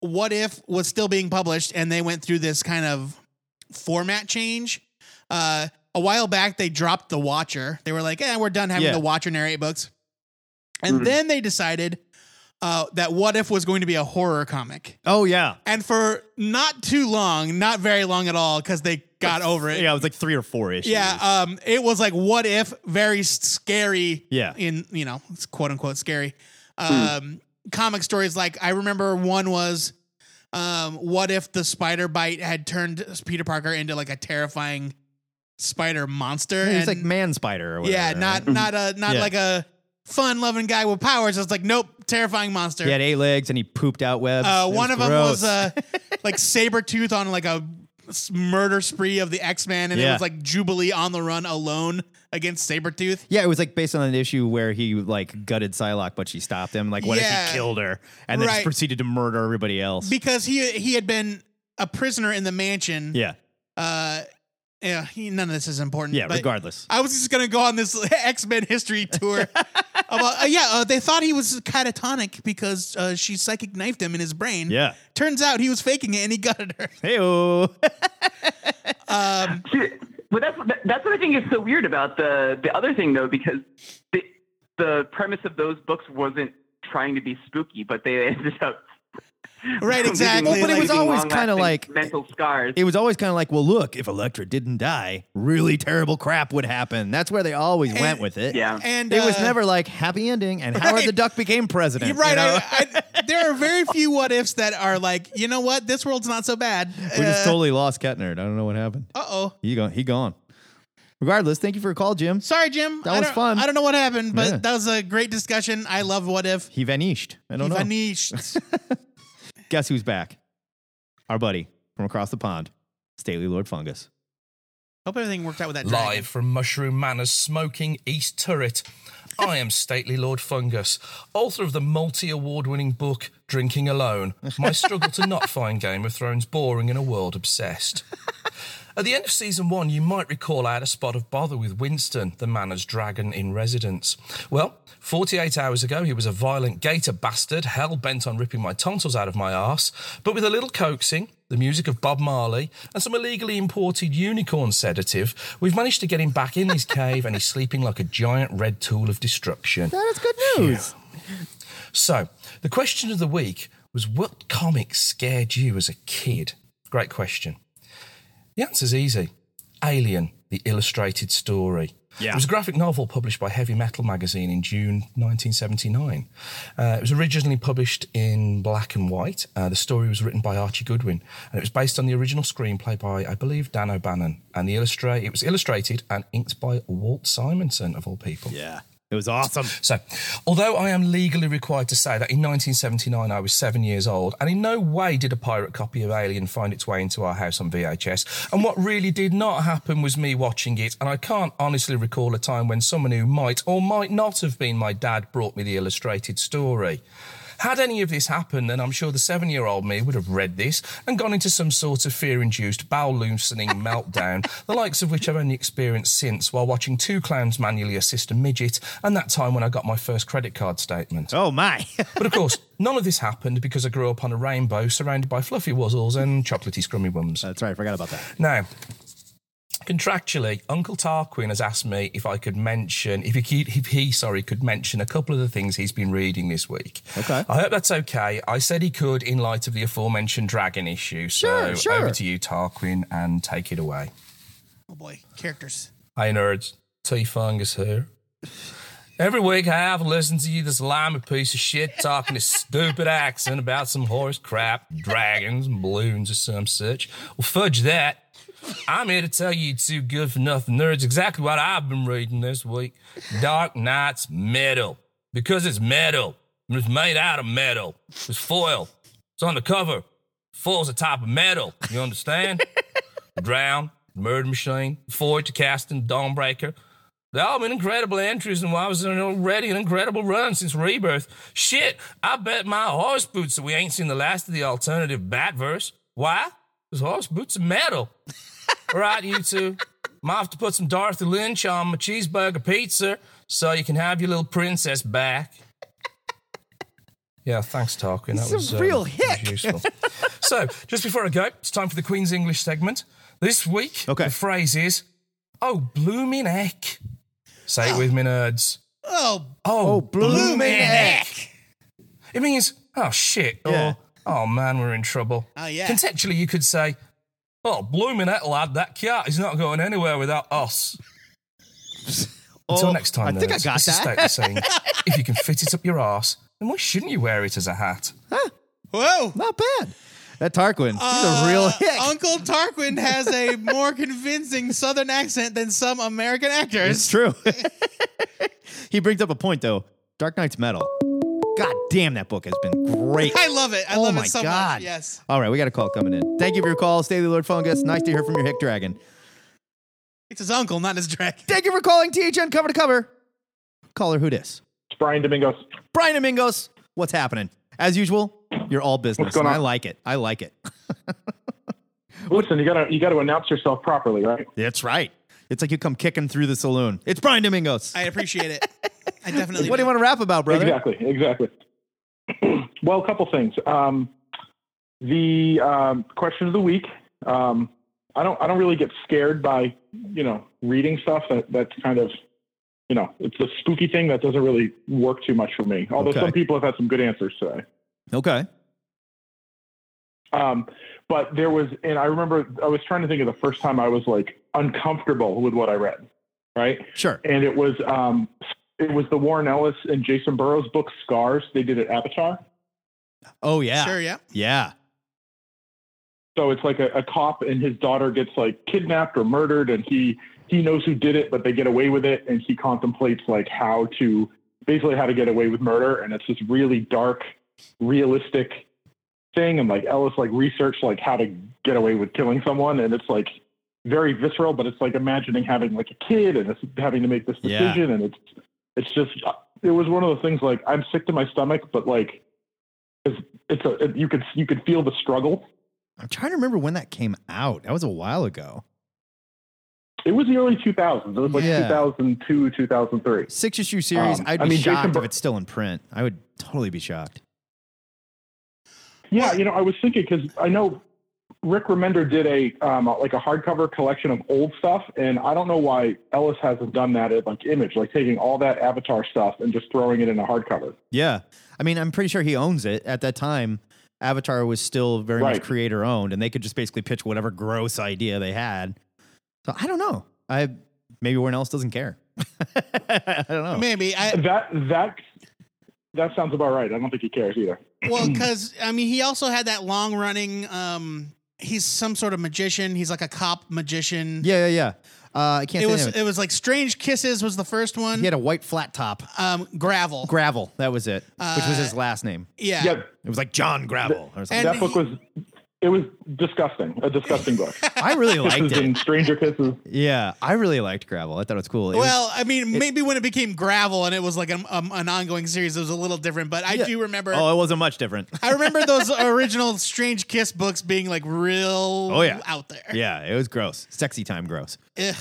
Speaker 4: What If was still being published, and they went through this kind of format change. Uh, a while back, they dropped The Watcher. They were like, "Eh, we're done having
Speaker 3: Yeah.
Speaker 4: The Watcher narrate books," and then they decided uh, that What If was going to be a horror comic.
Speaker 3: Oh yeah.
Speaker 4: And for not too long, not very long at all, because they got over it.
Speaker 3: Yeah, it was like three or four issues.
Speaker 4: Yeah, um, it was like what if very s- scary.
Speaker 3: Yeah.
Speaker 4: in you know it's quote unquote scary. Um, comic stories like I remember one was, um, what if the spider bite had turned Peter Parker into like a terrifying spider monster?
Speaker 3: It's
Speaker 4: and-
Speaker 3: like man spider or whatever.
Speaker 4: yeah, not not a not
Speaker 3: Yeah.
Speaker 4: like a fun loving guy with powers. It's like nope, terrifying monster.
Speaker 3: He had eight legs and he pooped out webs.
Speaker 4: Uh,
Speaker 3: It was
Speaker 4: one of them was
Speaker 3: gross.
Speaker 4: uh, like saber tooth on like a s- murder spree of the X Men, and it
Speaker 3: Yeah.
Speaker 4: was like Jubilee on the run alone against Sabretooth.
Speaker 3: Yeah, it was like based on an issue where he like gutted Psylocke, but she stopped him. Like, what if
Speaker 4: Yeah.
Speaker 3: he killed her and then
Speaker 4: Right.
Speaker 3: just proceeded to murder everybody else?
Speaker 4: because he he had been a prisoner in the mansion.
Speaker 3: yeah,
Speaker 4: Uh, yeah. He, none of this is important.
Speaker 3: yeah.
Speaker 4: but
Speaker 3: regardless,
Speaker 4: I was just gonna go on this X Men history tour. about, uh, yeah, uh, they thought he was catatonic because uh, she psychic knifed him in his brain.
Speaker 3: yeah.
Speaker 4: Turns out he was faking it and he gutted her.
Speaker 3: Hey, oh,
Speaker 8: Um, See, well, that's that- that's what I think is so weird about the the other thing though, because the the premise of those books wasn't trying to be spooky, but they ended up
Speaker 4: Right,
Speaker 8: leaving-
Speaker 4: exactly.
Speaker 3: Well, but it was
Speaker 8: leaving
Speaker 3: always
Speaker 8: long-lasting
Speaker 3: kinda like-
Speaker 8: mental scars.
Speaker 3: it was always kind of like, well, look, if Elektra didn't die, really terrible crap would happen. That's where they always went with it.
Speaker 8: yeah.
Speaker 4: and
Speaker 3: it was
Speaker 4: uh,
Speaker 3: never like happy ending and Howard
Speaker 4: Right.
Speaker 3: the Duck became president.
Speaker 4: You're right.
Speaker 3: you know?
Speaker 4: I, I, there are very few what ifs that are like, you know what? This world's not so bad.
Speaker 3: we just totally lost Kettner. I don't know what happened.
Speaker 4: Uh oh.
Speaker 3: He gone. He gone. Regardless, thank you for your call, Jim.
Speaker 4: Sorry, Jim.
Speaker 3: That
Speaker 4: I
Speaker 3: was
Speaker 4: don't-
Speaker 3: fun.
Speaker 4: I don't know what happened, but
Speaker 3: Yeah.
Speaker 4: that was a great discussion. I love what if.
Speaker 3: He vanished. I don't know.
Speaker 4: Vanished.
Speaker 3: Guess who's back? Our buddy from across the pond, Stately Lord Fungus.
Speaker 4: Hope everything worked out with that.
Speaker 9: Live from Mushroom Manor's smoking East Turret, I am Stately Lord Fungus, author of the multi award winning book Drinking Alone My Struggle to Not Find Game of Thrones Boring in a World Obsessed. At the end of season one, you might recall I had a spot of bother with Winston, the Manor's dragon in residence. Well, 48 hours ago, he was a violent gator bastard, hell bent on ripping my tonsils out of my arse, but with a little coaxing, the music of Bob Marley, and some illegally imported unicorn sedative, we've managed to get him back in his cave and he's sleeping like a giant red tool of destruction.
Speaker 3: That is good news.
Speaker 9: So, the question of the week was what comic scared you as a kid? Great question. The answer's easy Alien, the illustrated story.
Speaker 3: Yeah.
Speaker 9: It was a graphic novel published by Heavy Metal magazine in June 1979. Uh, it was originally published in black and white. Uh, the story was written by Archie Goodwin, and it was based on the original screenplay by, I believe, Dan O'Bannon. And the illustrate it was illustrated and inked by Walt Simonson, of all people.
Speaker 3: Yeah. It was awesome.
Speaker 9: So, although I am legally required to say that in 1979 I was seven years old, and in no way did a pirate copy of Alien find its way into our house on VHS, and what really did not happen was me watching it, and I can't honestly recall a time when someone who might or might not have been my dad brought me the illustrated story. Had any of this happened, then I'm sure the seven year old me would have read this and gone into some sort of fear induced, bowel loosening meltdown, the likes of which I've only experienced since while watching two clowns manually assist a midget and that time when I got my first credit card statement.
Speaker 3: Oh my.
Speaker 9: But of course, none of this happened because I grew up on a rainbow surrounded by fluffy wuzzles and chocolatey scrummy wums.
Speaker 3: That's right. I forgot about that.
Speaker 9: Now, contractually, Uncle Tarquin has asked me if I could mention if he could- if he sorry could mention a couple of the things he's been reading this week.
Speaker 3: Okay.
Speaker 9: I hope that's okay. I said he could in light of the aforementioned dragon issue. So
Speaker 3: Sure, sure.
Speaker 9: over to you, Tarquin, and take it away.
Speaker 4: Oh boy, characters.
Speaker 9: Hey nerds, T Fungus here. Every week I have to listen to you, this limy piece of shit, talking this stupid accent about some horse crap, dragons, and balloons, or some such. Well, fudge that. I'm here to tell you two good for nothing nerds exactly what I've been reading this week Dark Knight's Metal. Because it's metal, and it's made out of metal, it's foil, it's on the cover. Foil's a type of metal, you understand? Drown, Murder Machine, Forge, Casting, Dawnbreaker. They've all been incredible entries, and I was in already an incredible run since Rebirth. Shit, I bet my horse boots that we ain't seen the last of the alternative Batverse. Why? Because horse boots are metal. all right, you two. I'm off to put some Dorothy Lynch on my cheeseburger pizza so you can have your little princess back. Yeah, thanks, Tarquin. That was
Speaker 3: a
Speaker 9: uh,
Speaker 3: real
Speaker 9: that was
Speaker 3: hick.
Speaker 9: useful. so, just before I go, it's time for the Queen's English segment. This week,
Speaker 3: Okay.
Speaker 9: the phrase is, oh, bloomin' heck. Say it with me, nerds.
Speaker 4: Oh,
Speaker 9: Oh,
Speaker 3: bloomin'
Speaker 9: bloomin'
Speaker 3: heck.
Speaker 9: It means, oh, shit,
Speaker 3: Yeah.
Speaker 9: or, oh, man, we're in trouble.
Speaker 4: Oh, yeah.
Speaker 9: Contextually, you could say, oh, bloomin' heck, lad, that cat is not going anywhere without us. Until
Speaker 3: Oh,
Speaker 9: next time,
Speaker 3: I think I
Speaker 9: nerds,
Speaker 3: got
Speaker 9: this is
Speaker 3: that.
Speaker 9: Stately saying, if you can fit it up your ass, then why shouldn't you wear it as a hat?
Speaker 4: whoa.
Speaker 3: Not bad. That Tarquin. he's a
Speaker 4: Uh,
Speaker 3: real hick.
Speaker 4: Uncle Tarquin has a more convincing Southern accent than some American actors.
Speaker 3: It's true. he brings up a point though. Dark Knight's metal. God damn, that book has been great.
Speaker 4: I love it. I
Speaker 3: oh
Speaker 4: love
Speaker 3: my
Speaker 4: it so
Speaker 3: God.
Speaker 4: much. Yes.
Speaker 3: All right, we got a call coming in. Thank you for your call, Staley Lord Fungus. Nice to hear from your hick dragon.
Speaker 4: It's his uncle, not his dragon.
Speaker 3: Thank you for calling THN cover to cover. Caller, who dis?
Speaker 10: It's Brian Domingos.
Speaker 3: Brian Domingos, what's happening? As usual, you're all business.
Speaker 10: going
Speaker 3: and I
Speaker 10: on?
Speaker 3: like it. I like it.
Speaker 10: Listen, you gotta you gotta announce yourself properly, right?
Speaker 3: That's right. It's like you come kicking through the saloon. It's Brian Domingos.
Speaker 4: I appreciate it. I definitely.
Speaker 3: what do you want to rap about, brother?
Speaker 10: Exactly, exactly. well, a couple things. Um, the um, question of the week. Um, I don't I don't really get scared by you know reading stuff that that's kind of you know it's a spooky thing that doesn't really work too much for me. Although
Speaker 3: Okay.
Speaker 10: some people have had some good answers today.
Speaker 3: Okay.
Speaker 10: Um, but there was, and I remember I was trying to think of the first time I was like uncomfortable with what I read, right?
Speaker 3: Sure.
Speaker 10: And it was, um, it was the Warren Ellis and Jason Burrows book Scars they did at Avatar.
Speaker 3: Oh yeah.
Speaker 4: Sure, yeah.
Speaker 3: Yeah.
Speaker 10: So it's like a, a cop and his daughter gets like kidnapped or murdered, and he he knows who did it, but they get away with it, and he contemplates like how to basically how to get away with murder, and it's this really dark, realistic thing, and like Ellis like researched like how to get away with killing someone, and it's like very visceral, but it's like imagining having like a kid and it's having to make this
Speaker 3: Yeah.
Speaker 10: decision, and it's it's just uh, it was one of those things like I'm sick to my stomach, but like. It's, it's a it, you could you could feel the struggle
Speaker 3: I'm trying to remember when that came out. That was a while ago.
Speaker 10: It was the early 2000s. It was like
Speaker 3: Yeah.
Speaker 10: 2002, 2003.
Speaker 3: Six issue series.
Speaker 10: Um,
Speaker 3: I'd be
Speaker 10: I mean, Jason
Speaker 3: shocked if
Speaker 10: Bur-
Speaker 3: it's still in print. I would totally be shocked.
Speaker 10: Yeah, you know, I was thinking because I know Rick Remender did a um, like a hardcover collection of old stuff, and I don't know why Ellis hasn't done that at like Image, like taking all that Avatar stuff and just throwing it in a hardcover.
Speaker 3: Yeah. I mean, I'm pretty sure he owns it. At that time, Avatar was still very much
Speaker 10: Right.
Speaker 3: creator owned, and they could just basically pitch whatever gross idea they had. So I don't know. I maybe Warren Ellis doesn't care. I don't know.
Speaker 4: Maybe I
Speaker 10: That that that sounds about right. I don't think he cares either.
Speaker 4: Well, because I mean, he also had that long running. Um, he's some sort of magician. He's like a cop magician.
Speaker 3: Yeah, yeah, yeah. Uh, I can't
Speaker 4: It
Speaker 3: say
Speaker 4: was
Speaker 3: the name of
Speaker 4: it was like Strange Kisses was the first
Speaker 3: it.
Speaker 4: one.
Speaker 3: He had a white flat top.
Speaker 4: um, gravel.
Speaker 3: Gravel. That was it. which was
Speaker 4: Uh,
Speaker 3: his last name.
Speaker 4: yeah.
Speaker 10: Yeah,
Speaker 3: It was like John Gravel. or something.
Speaker 4: And
Speaker 10: that book was it was disgusting, a disgusting book.
Speaker 3: I really liked
Speaker 10: Kisses
Speaker 3: it.
Speaker 10: and Stranger Kisses.
Speaker 3: Yeah, I really liked Gravel. I thought it was cool. It was-
Speaker 4: Well, I mean, maybe when it became gravel and it was like an, um, an ongoing series, it was a little different. But I
Speaker 3: Yeah.
Speaker 4: do remember.
Speaker 3: oh, it wasn't much different.
Speaker 4: I remember those original Strange Kiss books being like real
Speaker 3: Oh, yeah.
Speaker 4: out there.
Speaker 3: yeah, it was gross. Sexy time gross.
Speaker 4: Ugh.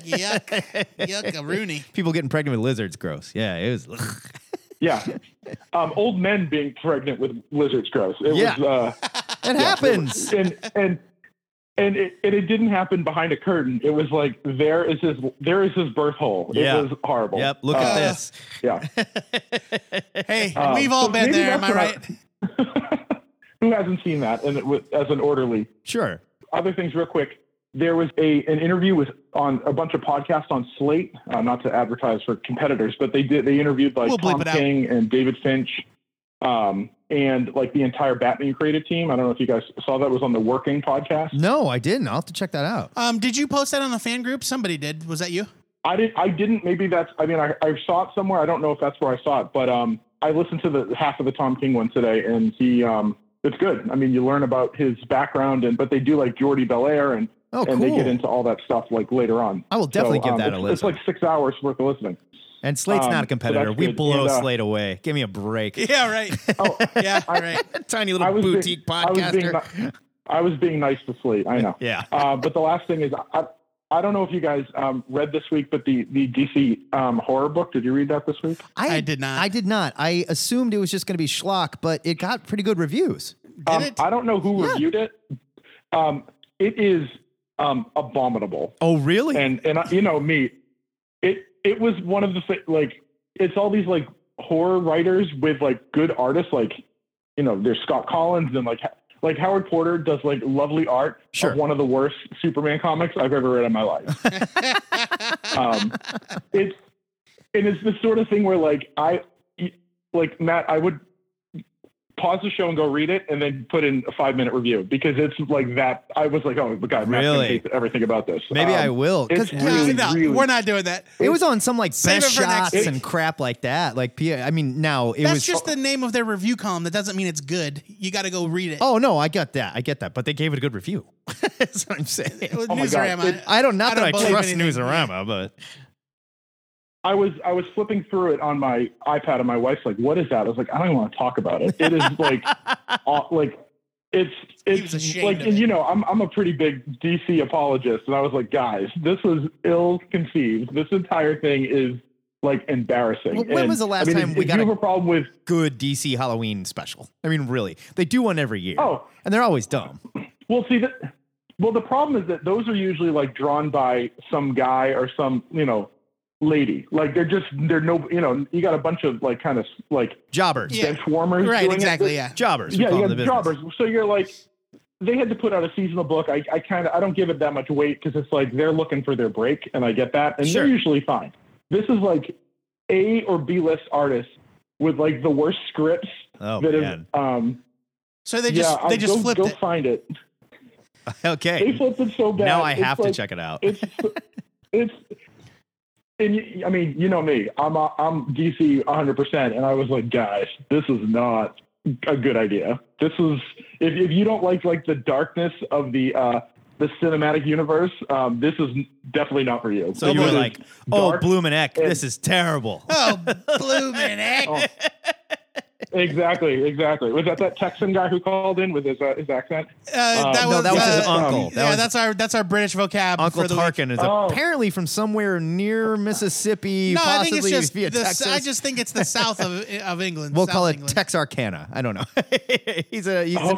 Speaker 4: Yuck. Yuck, Rooney.
Speaker 3: People getting pregnant with lizards gross. Yeah, it was.
Speaker 10: Yeah, um, old men being pregnant with lizards. Gross. It
Speaker 3: Yeah.
Speaker 10: was. Uh,
Speaker 3: It happens.
Speaker 10: and and and it, and it didn't happen behind a curtain. It was like there is his there is his birth hole. It
Speaker 3: Yeah.
Speaker 10: was horrible.
Speaker 3: Yep, look at
Speaker 10: Uh,
Speaker 3: this.
Speaker 10: Yeah,
Speaker 4: Hey,
Speaker 10: Um,
Speaker 4: we've all
Speaker 10: so
Speaker 4: been
Speaker 10: maybe
Speaker 4: there, am I
Speaker 10: that's
Speaker 4: right?
Speaker 10: who hasn't seen that? And it was, as an orderly,
Speaker 3: Sure.
Speaker 10: other things real quick. There was a an interview with on a bunch of podcasts on Slate, uh, not to advertise for competitors, but they did they interviewed like
Speaker 4: We'll bleep
Speaker 10: Tom
Speaker 4: it out.
Speaker 10: King and David Finch, um, and like the entire Batman creative team. I don't know if you guys saw that was on the Working podcast.
Speaker 3: No, I didn't. I'll have to check that out.
Speaker 4: Um, did you post that on the fan group? Somebody did. Was that you?
Speaker 10: I didn't. I didn't. Maybe that's. I mean, I, I saw it somewhere. I don't know if that's where I saw it, but um, I listened to the half of the Tom King one today, and he um, it's good. I mean, you learn about his background, and but they do like Jordy Belair, and
Speaker 3: Oh,
Speaker 10: and they
Speaker 3: cool.
Speaker 10: get into all that stuff like later on. um,
Speaker 3: I will definitely give that
Speaker 10: it's,
Speaker 3: a
Speaker 10: It's
Speaker 3: listen.
Speaker 10: like six hours worth of listening.
Speaker 3: And Slate's
Speaker 10: um,
Speaker 3: not a
Speaker 10: so
Speaker 3: competitor.
Speaker 10: that's
Speaker 3: we
Speaker 10: good.
Speaker 3: blow
Speaker 10: And, uh,
Speaker 3: Slate away. Give me a break.
Speaker 4: Yeah, right.
Speaker 10: Oh,
Speaker 4: Yeah, all right.
Speaker 3: Tiny
Speaker 10: I
Speaker 3: little
Speaker 10: was being-
Speaker 3: boutique
Speaker 10: I was being
Speaker 3: podcaster.
Speaker 10: ni- I was being nice to Slate. I know.
Speaker 3: Yeah.
Speaker 10: Uh, but the last thing is, I, I don't know if you guys um, read this week, but the the DC um, horror book. Did you read that this week?
Speaker 4: I did not.
Speaker 3: I did not. I assumed it was just going to be schlock, but it got pretty good reviews.
Speaker 10: Um,
Speaker 4: it?
Speaker 10: I don't know who reviewed it. Um, it is um, abominable,
Speaker 3: Oh, really?
Speaker 10: and and I, you know me, it it was one of the thi- like it's all these like horror writers with like good artists like you know there's Scott Collins and like like Howard Porter does like lovely art
Speaker 3: Sure.
Speaker 10: of one of the worst Superman comics I've ever read in my life. um, it's and it's the sort of thing where like I like Matt I would pause the show and go read it, and then put in a five minute review because it's like that. I was like, oh my god, Matt's gonna
Speaker 3: Really?
Speaker 10: hate everything about this.
Speaker 3: Maybe
Speaker 10: Um,
Speaker 3: I will. 'cause
Speaker 10: It's really,
Speaker 4: no,
Speaker 10: really-
Speaker 4: we're not doing that.
Speaker 3: It was on some like
Speaker 4: Save
Speaker 3: best
Speaker 4: it for next
Speaker 3: shots
Speaker 4: week.
Speaker 3: and crap like that. Like, P- I mean, now it
Speaker 4: That's
Speaker 3: was.
Speaker 4: just the name of their review column. That doesn't mean it's good. You got to go read it.
Speaker 3: oh no, I get that. I get that. But they gave it a good review. That's what I'm saying.
Speaker 4: With
Speaker 10: Oh my God.
Speaker 4: Newsarama.
Speaker 3: I don't. Not
Speaker 4: Oh I don't
Speaker 3: that I
Speaker 4: believe
Speaker 3: trust
Speaker 4: anything.
Speaker 3: Newsarama, but
Speaker 10: I was I was flipping through it on my iPad, and my wife's like, "What is that?" I was like, "I don't even want to talk about it." It is like, aw- like it's it's
Speaker 4: was ashamed
Speaker 10: like
Speaker 4: of
Speaker 10: and
Speaker 4: it.
Speaker 10: you know I'm I'm a pretty big DC apologist, and I was like, guys, this was ill conceived. This entire thing is like embarrassing.
Speaker 3: Well, when
Speaker 10: And,
Speaker 3: was the
Speaker 10: I
Speaker 3: last
Speaker 10: mean,
Speaker 3: time
Speaker 10: if,
Speaker 3: we
Speaker 10: if
Speaker 3: got
Speaker 10: you
Speaker 3: a-
Speaker 10: have a problem with?
Speaker 3: good DC Halloween special. I mean, really, they do one every year.
Speaker 10: Oh.
Speaker 3: and they're always dumb.
Speaker 10: Well, see that. Well, the problem is that those are usually like drawn by some guy or some you know lady. Like they're just they're no you know you got a bunch of like kind of like
Speaker 3: Jobbers.
Speaker 4: Yeah.
Speaker 10: bench warmers.
Speaker 4: Right,
Speaker 10: doing it.
Speaker 4: exactly. Yeah.
Speaker 3: Jobbers. we
Speaker 10: yeah,
Speaker 3: call
Speaker 10: you
Speaker 3: them in the
Speaker 10: got
Speaker 3: business.
Speaker 10: jobbers. So you're like, they had to put out a seasonal book. I, I kind of, I don't give it that much weight because it's like they're looking for their break, and I get that, and
Speaker 3: Sure.
Speaker 10: they're usually fine. This is like A or B list artists with like the worst scripts
Speaker 3: Oh,
Speaker 10: that have.
Speaker 3: man.
Speaker 10: Um,
Speaker 4: So they
Speaker 10: yeah,
Speaker 4: just
Speaker 10: I-
Speaker 4: they just
Speaker 10: go,
Speaker 4: flipped
Speaker 10: go
Speaker 4: it.
Speaker 10: find it. They
Speaker 3: Okay,
Speaker 10: flipped it so bad.
Speaker 3: now I
Speaker 10: it's
Speaker 3: have
Speaker 10: like-
Speaker 3: to check it out.
Speaker 10: it's it's and you, I mean, you know me. I'm uh, I'm DC 100%, and I was like, guys, this is not a good idea. This is if, if you don't like like the darkness of the uh, the cinematic universe, um, this is definitely not for you.
Speaker 3: So you were
Speaker 10: Someone is
Speaker 3: like, "Oh,
Speaker 10: dark-
Speaker 3: bloomin' Eck,
Speaker 10: and-
Speaker 3: this is terrible."
Speaker 4: Oh, bloomin' heck.
Speaker 10: Oh. exactly, exactly. Was that that Texan guy who called in with his uh, his accent? Um,
Speaker 4: Uh, that
Speaker 10: no,
Speaker 4: was,
Speaker 3: no, that was his
Speaker 4: uh,
Speaker 3: uncle. That
Speaker 4: yeah,
Speaker 3: was
Speaker 4: that's our that's our British vocab.
Speaker 3: Uncle
Speaker 4: for the week.
Speaker 3: Tarkin is
Speaker 10: Oh.
Speaker 3: apparently from somewhere near Mississippi,
Speaker 4: No, I think
Speaker 3: possibly
Speaker 4: it's just
Speaker 3: via
Speaker 4: the,
Speaker 3: Texas.
Speaker 4: I just think it's the south of of England.
Speaker 3: we'll
Speaker 4: South
Speaker 3: call it
Speaker 4: England.
Speaker 3: Texarkana. I don't know. he's a he's an
Speaker 10: the-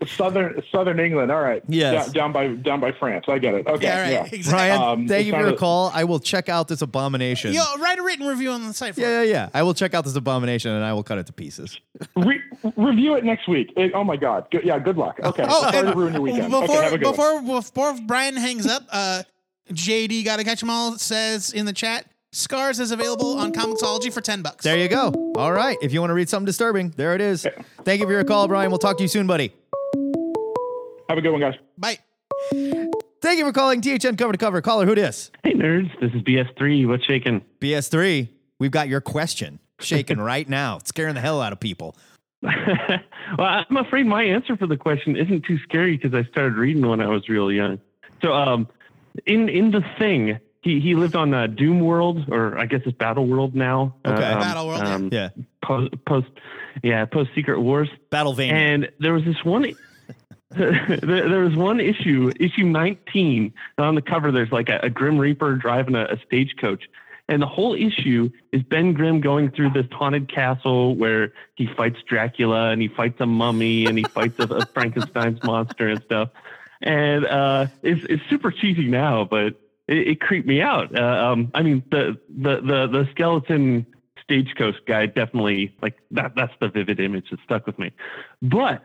Speaker 3: expat.
Speaker 10: uh, southern Southern England. All right.
Speaker 3: Yes.
Speaker 10: Down, down by down by France. I get it. Okay.
Speaker 4: Yeah, right.
Speaker 10: yeah.
Speaker 4: Exactly.
Speaker 3: Brian,
Speaker 10: Um,
Speaker 3: thank
Speaker 10: it
Speaker 3: you for your
Speaker 10: sounded-
Speaker 3: call. I will check out this abomination.
Speaker 4: Yo, write a written review on the site for
Speaker 3: yeah, yeah,
Speaker 4: it.
Speaker 3: yeah. I will check out this abomination and I will cut it to pieces.
Speaker 10: Re- review it next week. It- oh my God. Good, yeah. Good luck. Okay.
Speaker 4: Oh,
Speaker 10: Sorry to
Speaker 4: and
Speaker 10: ruin your weekend.
Speaker 4: Before
Speaker 10: okay, have a good one.
Speaker 4: before before Brian hangs up, uh, JD gotta catch 'em all says in the chat. Scars is available on Comixology for ten bucks.
Speaker 3: There you go. All right. If you want to read something disturbing, there it is. Thank you for your call, Brian. We'll talk to you soon, buddy.
Speaker 10: Have a good one, guys.
Speaker 4: Bye.
Speaker 3: Thank you for calling THN cover to cover. Caller, who dis?
Speaker 11: Hey nerds, this is BS3. What's shaking?
Speaker 3: BS3. We've got your question shaking right now. It's scaring the hell out of people.
Speaker 11: well, I'm afraid my answer for the question isn't too scary because I started reading when I was real young. So, um, in in the thing, he he lived on uh, Doom World, or I guess it's Battle World now.
Speaker 3: Okay.
Speaker 11: Uh, um,
Speaker 4: Battle World, yeah.
Speaker 11: um,
Speaker 3: Yeah.
Speaker 11: Post, post, yeah, post Secret Wars.
Speaker 3: Battle vein.
Speaker 11: And there was this one. there, there was one issue, issue 19, and on the cover there's like a, a Grim Reaper driving a, a stagecoach, and the whole issue is Ben Grimm going through this haunted castle where he fights Dracula and he fights a mummy and he fights a, a Frankenstein's monster and stuff, and uh, it's it's super cheesy now, but it, it creeped me out. Uh, um, I mean the the the the skeleton stagecoach guy definitely like that. That's the vivid image that stuck with me, but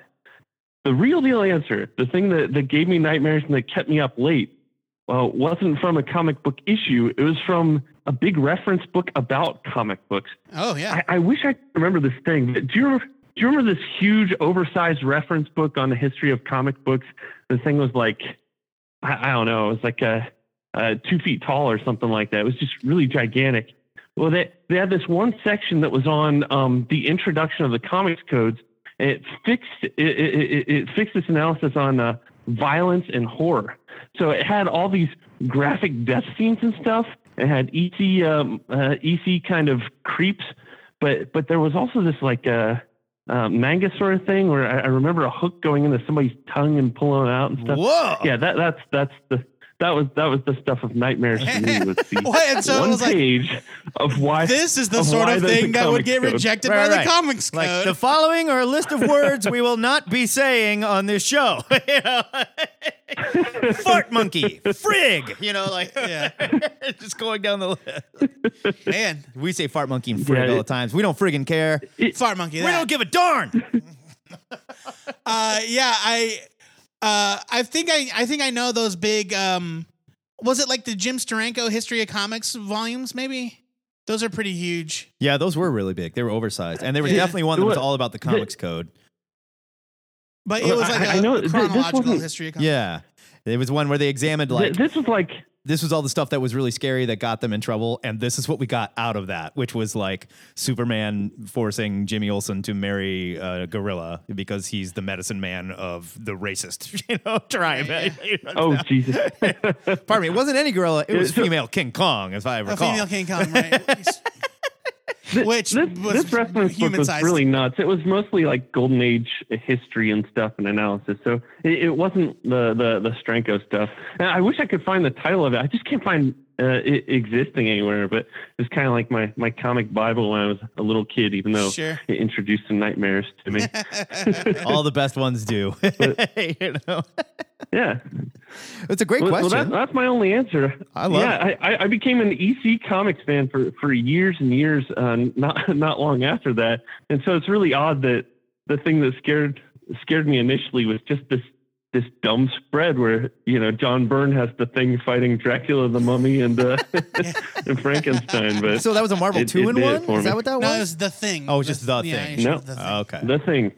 Speaker 11: the real deal answer, the thing that, that gave me nightmares and that kept me up late, well, wasn't from a comic book issue. It was from a big reference book about comic books.
Speaker 4: Oh yeah.
Speaker 11: I, I wish I could remember this thing. but Do you, remember- do you remember this huge, oversized reference book on the history of comic books? The thing was like, I, I don't know, it was like a, uh, two feet tall or something like that. It was just really gigantic. Well, they, they had this one section that was on um, the introduction of the comics codes. And it fixed it, it, it, it fixed this analysis on uh, violence and horror. So it had all these graphic death scenes and stuff. It had EC um, uh, EC kind of creeps, but but there was also this like uh, uh, manga sort of thing where I, I remember a hook going into somebody's tongue and pulling it out and stuff
Speaker 3: Whoa.
Speaker 11: yeah, that that's that's the that was that was the stuff of nightmares for me. Was the
Speaker 4: What? And so it
Speaker 11: one
Speaker 4: was like-
Speaker 11: page of why
Speaker 4: This is the
Speaker 11: of
Speaker 4: sort
Speaker 11: why
Speaker 4: of
Speaker 11: there's a
Speaker 4: thing that
Speaker 11: comic
Speaker 4: would get
Speaker 11: code.
Speaker 4: rejected
Speaker 3: Right,
Speaker 4: by
Speaker 3: right.
Speaker 4: the comics code.
Speaker 3: Like the following are a list of words we will not be saying on this show. You know? Fart monkey, frig. You know, like
Speaker 4: Yeah.
Speaker 3: just going down the list.
Speaker 4: Man,
Speaker 3: We say fart monkey and frig
Speaker 11: Yeah,
Speaker 3: all
Speaker 11: it-
Speaker 3: the times. We don't friggin' care.
Speaker 4: fart monkey.
Speaker 3: We
Speaker 4: that.
Speaker 3: don't give a darn.
Speaker 4: uh, yeah, I, uh, I think I, I think I know those big. Um, was it like the Jim Steranko History of Comics volumes? Maybe those are pretty huge.
Speaker 3: Yeah, those were really big. They were oversized, and they were
Speaker 4: Yeah.
Speaker 3: definitely one that was
Speaker 11: Look,
Speaker 3: all about the comics code.
Speaker 4: But it was like
Speaker 11: Oh, I-
Speaker 4: a
Speaker 11: I know, th- this
Speaker 4: chronological
Speaker 11: wasn't-
Speaker 4: history. account.
Speaker 3: Yeah. It was one where they examined like
Speaker 11: Th- this was like
Speaker 3: this was all the stuff that was really scary that got them in trouble, and this is what we got out of that, which was like Superman forcing Jimmy Olsen to marry a gorilla because he's the medicine man of the racist, you know, tribe.
Speaker 11: Oh, Jesus!
Speaker 3: Pardon me, it wasn't any gorilla; it was
Speaker 11: So-
Speaker 3: female King Kong, if I
Speaker 4: A
Speaker 3: recall.
Speaker 4: female King Kong, right? Which
Speaker 11: this,
Speaker 4: was
Speaker 11: this reference book was
Speaker 4: human-sized.
Speaker 11: really nuts. It was mostly like Golden Age history and stuff and analysis. So it, it wasn't the the the Stranko stuff. And I wish I could find the title of it. I just can't find uh, it existing anywhere. But it's kind of like my my comic Bible when I was a little kid, even though
Speaker 4: Sure.
Speaker 11: it introduced some nightmares to me.
Speaker 3: all the best ones do. you know,
Speaker 11: yeah,
Speaker 3: it's a great
Speaker 11: well, well,
Speaker 3: question.
Speaker 11: that- that's my only answer.
Speaker 3: I love
Speaker 11: yeah, I, I- I became an EC Comics fan for, for years and years, uh, not not long after that. And so it's really odd that the thing that scared scared me initially was just this this dumb spread where you know John Byrne has the thing fighting Dracula, the Mummy, and uh, and Frankenstein. But
Speaker 3: so that was a Marvel
Speaker 11: it-
Speaker 3: two
Speaker 11: it
Speaker 3: in
Speaker 11: did it
Speaker 3: one.
Speaker 11: for
Speaker 3: Is that
Speaker 11: me.
Speaker 3: what that
Speaker 4: No,
Speaker 3: was?
Speaker 4: it was the thing.
Speaker 3: Oh, it was just the
Speaker 4: yeah,
Speaker 3: thing. Oh,
Speaker 4: it
Speaker 11: No.
Speaker 4: was the thing.
Speaker 3: okay.
Speaker 11: the thing.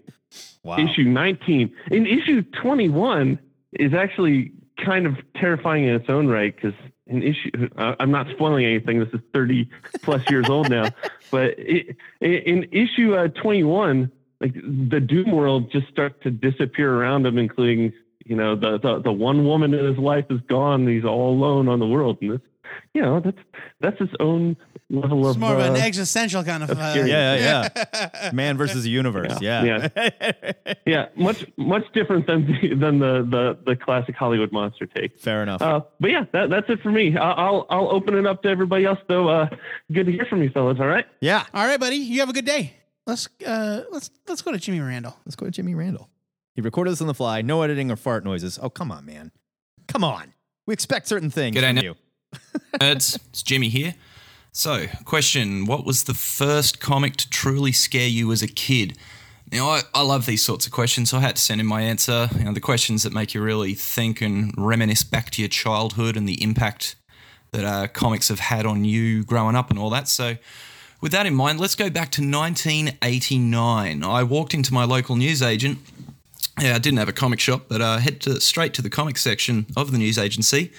Speaker 3: Wow.
Speaker 11: issue 19. And issue 21 is actually kind of terrifying in its own right because an issue, uh, I'm not spoiling anything. This is 30 plus years old now. But it, i- in issue uh, 21, like the doom world just starts to disappear around him, including, you know, the, the, the one woman in his life is gone. And he's all alone on the world. And this, you know, that's, that's his own level
Speaker 4: It's
Speaker 11: of.
Speaker 4: more of an
Speaker 11: uh,
Speaker 4: existential kind of. Uh,
Speaker 11: scary.
Speaker 3: Yeah, yeah, yeah. Man versus the universe. Yeah.
Speaker 11: Yeah. yeah, much much different than the, than the, the the classic Hollywood monster take.
Speaker 3: Fair enough.
Speaker 11: Uh, but yeah, that, that's it for me. I- I'll I'll open it up to everybody else though. Uh, good to hear from you, fellas. All right.
Speaker 3: yeah.
Speaker 4: All right, buddy. You have a good day. Let's uh, let's let's go to Jimmy Randall.
Speaker 3: Let's go to Jimmy Randall. He recorded this on the fly, no editing or fart noises. Oh, come on, man. Come on. We expect certain things
Speaker 12: G'day,
Speaker 3: from
Speaker 12: Nick.
Speaker 3: you.
Speaker 12: Nerds, it's Jimmy here. So, question What was the first comic to truly scare you as a kid? Now, I, I love these sorts of questions, so I had to send in my answer. You know, the questions that make you really think and reminisce back to your childhood and the impact that uh, comics have had on you growing up and all that. So, with that in mind, let's go back to 1989. I walked into my local newsagent. Yeah, I didn't have a comic shop, but uh, head to, straight to the comic section of the news agency.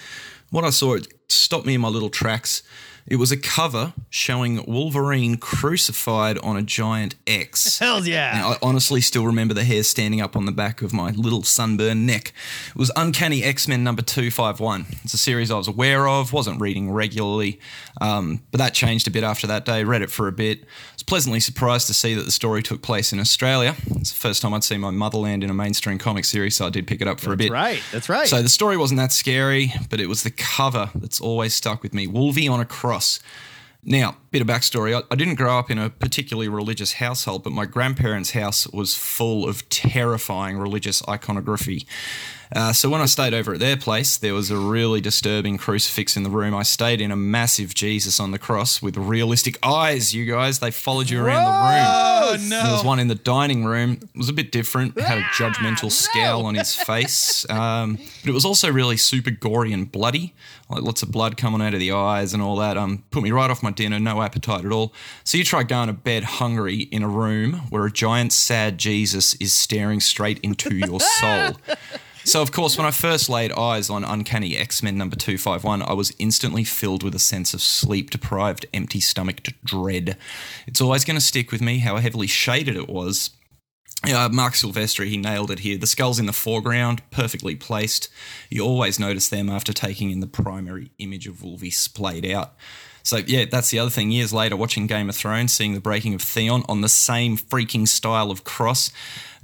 Speaker 12: What I saw it stopped me in my little tracks. It was a cover showing Wolverine crucified on a giant X.
Speaker 3: Hell yeah.
Speaker 12: Now, I honestly still remember the hair standing up on the back of my little sunburned neck. It was Uncanny X Men number 251. It's a series I was aware of, wasn't reading regularly, um, but that changed a bit after that day. Read it for a bit. I was pleasantly surprised to see that the story took place in Australia. It's the first time I'd seen my motherland in a mainstream comic series, so I did pick it up for a bit.
Speaker 3: Right. That's right.
Speaker 12: So the story wasn't that scary, but it was the cover that's always stuck with me. Wolvie on a cross. Now, bit of backstory. I, I didn't grow up in a particularly religious household, but my grandparents' house was full of terrifying religious iconography. Uh, so when I stayed over at their place, there was a really disturbing crucifix in the room. I stayed in a massive Jesus on the cross with realistic eyes. You guys, they followed you around the
Speaker 8: Oh,
Speaker 12: room.
Speaker 4: Gross!
Speaker 12: There was one in the dining room. It was a bit different. Had a judgmental scowl on his face, um, but it was also really super gory and bloody. Like lots of blood coming out of the eyes and all that. Um, put me right off my dinner. No appetite at all. So you try going to bed hungry in a room where a giant, sad Jesus is staring straight into your soul. So, of course, when I first laid eyes on Uncanny X Men number 251, I was instantly filled with a sense of sleep deprived, empty stomached dread. It's always going to stick with me how heavily shaded it was. Yeah, Mark Silvestri, he nailed it here. The skull's in the foreground, perfectly placed. You always notice them after taking in the primary image of Wolvie splayed out. So, yeah, that's the other thing. Years later, watching Game of Thrones, seeing the breaking of Theon on the same freaking style of cross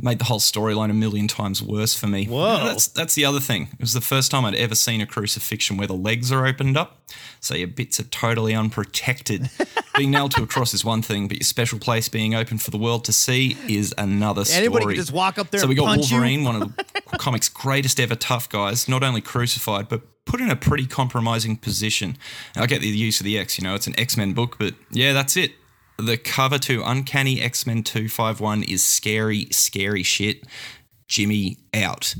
Speaker 12: made the whole storyline a million times worse for me.
Speaker 3: Whoa.
Speaker 12: That's, that's the other thing. It was the first time I'd ever seen a crucifixion where the legs are opened up, so your bits are totally unprotected. being nailed to a cross is one thing, but your special place being open for the world to see is another story.
Speaker 3: Anybody could just walk up there
Speaker 12: So we
Speaker 3: and
Speaker 12: got
Speaker 3: punch you.
Speaker 12: Wolverine, one of the comics' greatest ever tough guys, not only crucified but put in a pretty compromising position. And I get the use of the X. You know, it's an X Men book, but yeah, that's it. The cover to Uncanny X Men Two Five One is scary, scary shit. Jimmy out.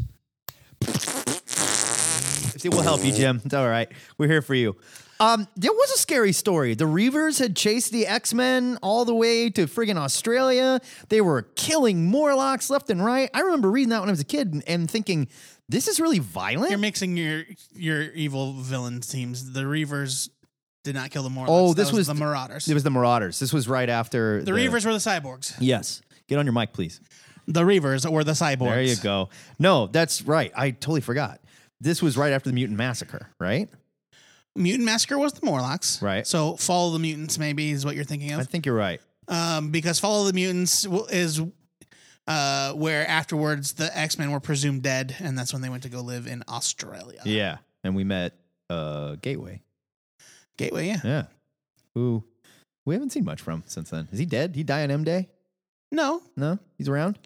Speaker 3: See, we'll help you, Jim. It's all right. We're here for you. Um, there was a scary story. The Reavers had chased the X Men all the way to friggin' Australia. They were killing Morlocks left and right. I remember reading that when I was a kid and- and thinking, this is really violent.
Speaker 4: You're mixing your your evil villain teams. The Reavers did not kill the Morlocks.
Speaker 3: oh,
Speaker 4: That
Speaker 3: this was
Speaker 4: the Marauders.
Speaker 3: It was the Marauders. This was right after
Speaker 4: the, Reavers were the cyborgs.
Speaker 3: Yes. Get on your mic, please.
Speaker 4: The Reavers or the Cyborgs.
Speaker 3: There you go. No, that's right. I totally forgot. This was right after the Mutant Massacre, right?
Speaker 4: Mutant Massacre was the Morlocks.
Speaker 3: Right.
Speaker 4: So Follow the Mutants maybe is what you're thinking of.
Speaker 3: I think you're right.
Speaker 4: um, because Follow the Mutants w- is uh, where afterwards the X Men were presumed dead, and that's when they went to go live in Australia.
Speaker 3: Yeah. And we met uh, Gateway.
Speaker 4: Gateway, yeah.
Speaker 3: Yeah. Who we haven't seen much from since then. Is he dead? Did he die on M Day?
Speaker 4: No,
Speaker 3: No? He's around?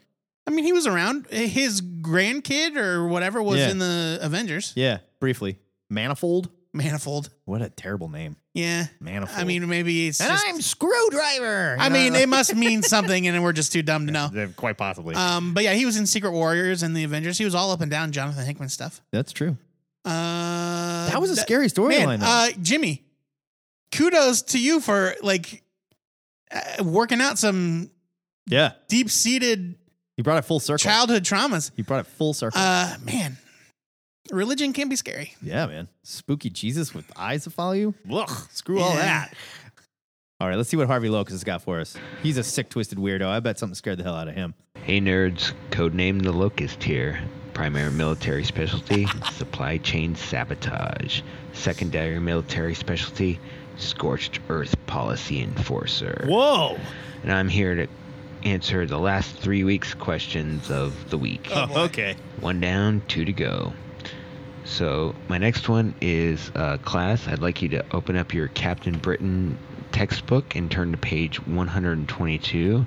Speaker 4: I mean he was around. His grandkid or whatever was
Speaker 3: Yeah.
Speaker 4: in the Avengers.
Speaker 3: Yeah. Briefly. Manifold?
Speaker 4: Manifold.
Speaker 3: What a terrible name.
Speaker 4: Yeah.
Speaker 3: Manifold.
Speaker 4: I mean, maybe it's.
Speaker 3: and
Speaker 4: just-
Speaker 3: I'm Screwdriver.
Speaker 4: I mean, it must mean something, and we're just too dumb to know.
Speaker 3: Quite possibly.
Speaker 4: Um, but yeah, he was in Secret Warriors and the Avengers. He was all up and down Jonathan Hickman stuff.
Speaker 3: That's true.
Speaker 4: Uh,
Speaker 3: That was a scary storyline,
Speaker 4: man,
Speaker 3: though.
Speaker 4: Uh, Jimmy, kudos to you for like uh, working out some
Speaker 3: Yeah.
Speaker 4: deep seated
Speaker 3: He brought it full circle.
Speaker 4: childhood traumas.
Speaker 3: He brought it full circle.
Speaker 4: Uh, man, religion can be scary.
Speaker 3: yeah, man. Spooky Jesus with eyes that follow you. Ugh, screw all
Speaker 4: Yeah.
Speaker 3: that. All right, let's see what Harvey Locus has got for us. He's a sick, twisted weirdo. I bet something scared the hell out of him.
Speaker 13: Hey nerds, codename the Locust here. Primary military specialty, supply chain sabotage. Secondary military specialty, scorched earth policy enforcer.
Speaker 3: Whoa!
Speaker 13: And I'm here to answer the last three weeks' questions of the week.
Speaker 3: okay.
Speaker 13: One down, two to go. So my next one is uh, class. I'd like you to open up your Captain Britain textbook and turn to page 122.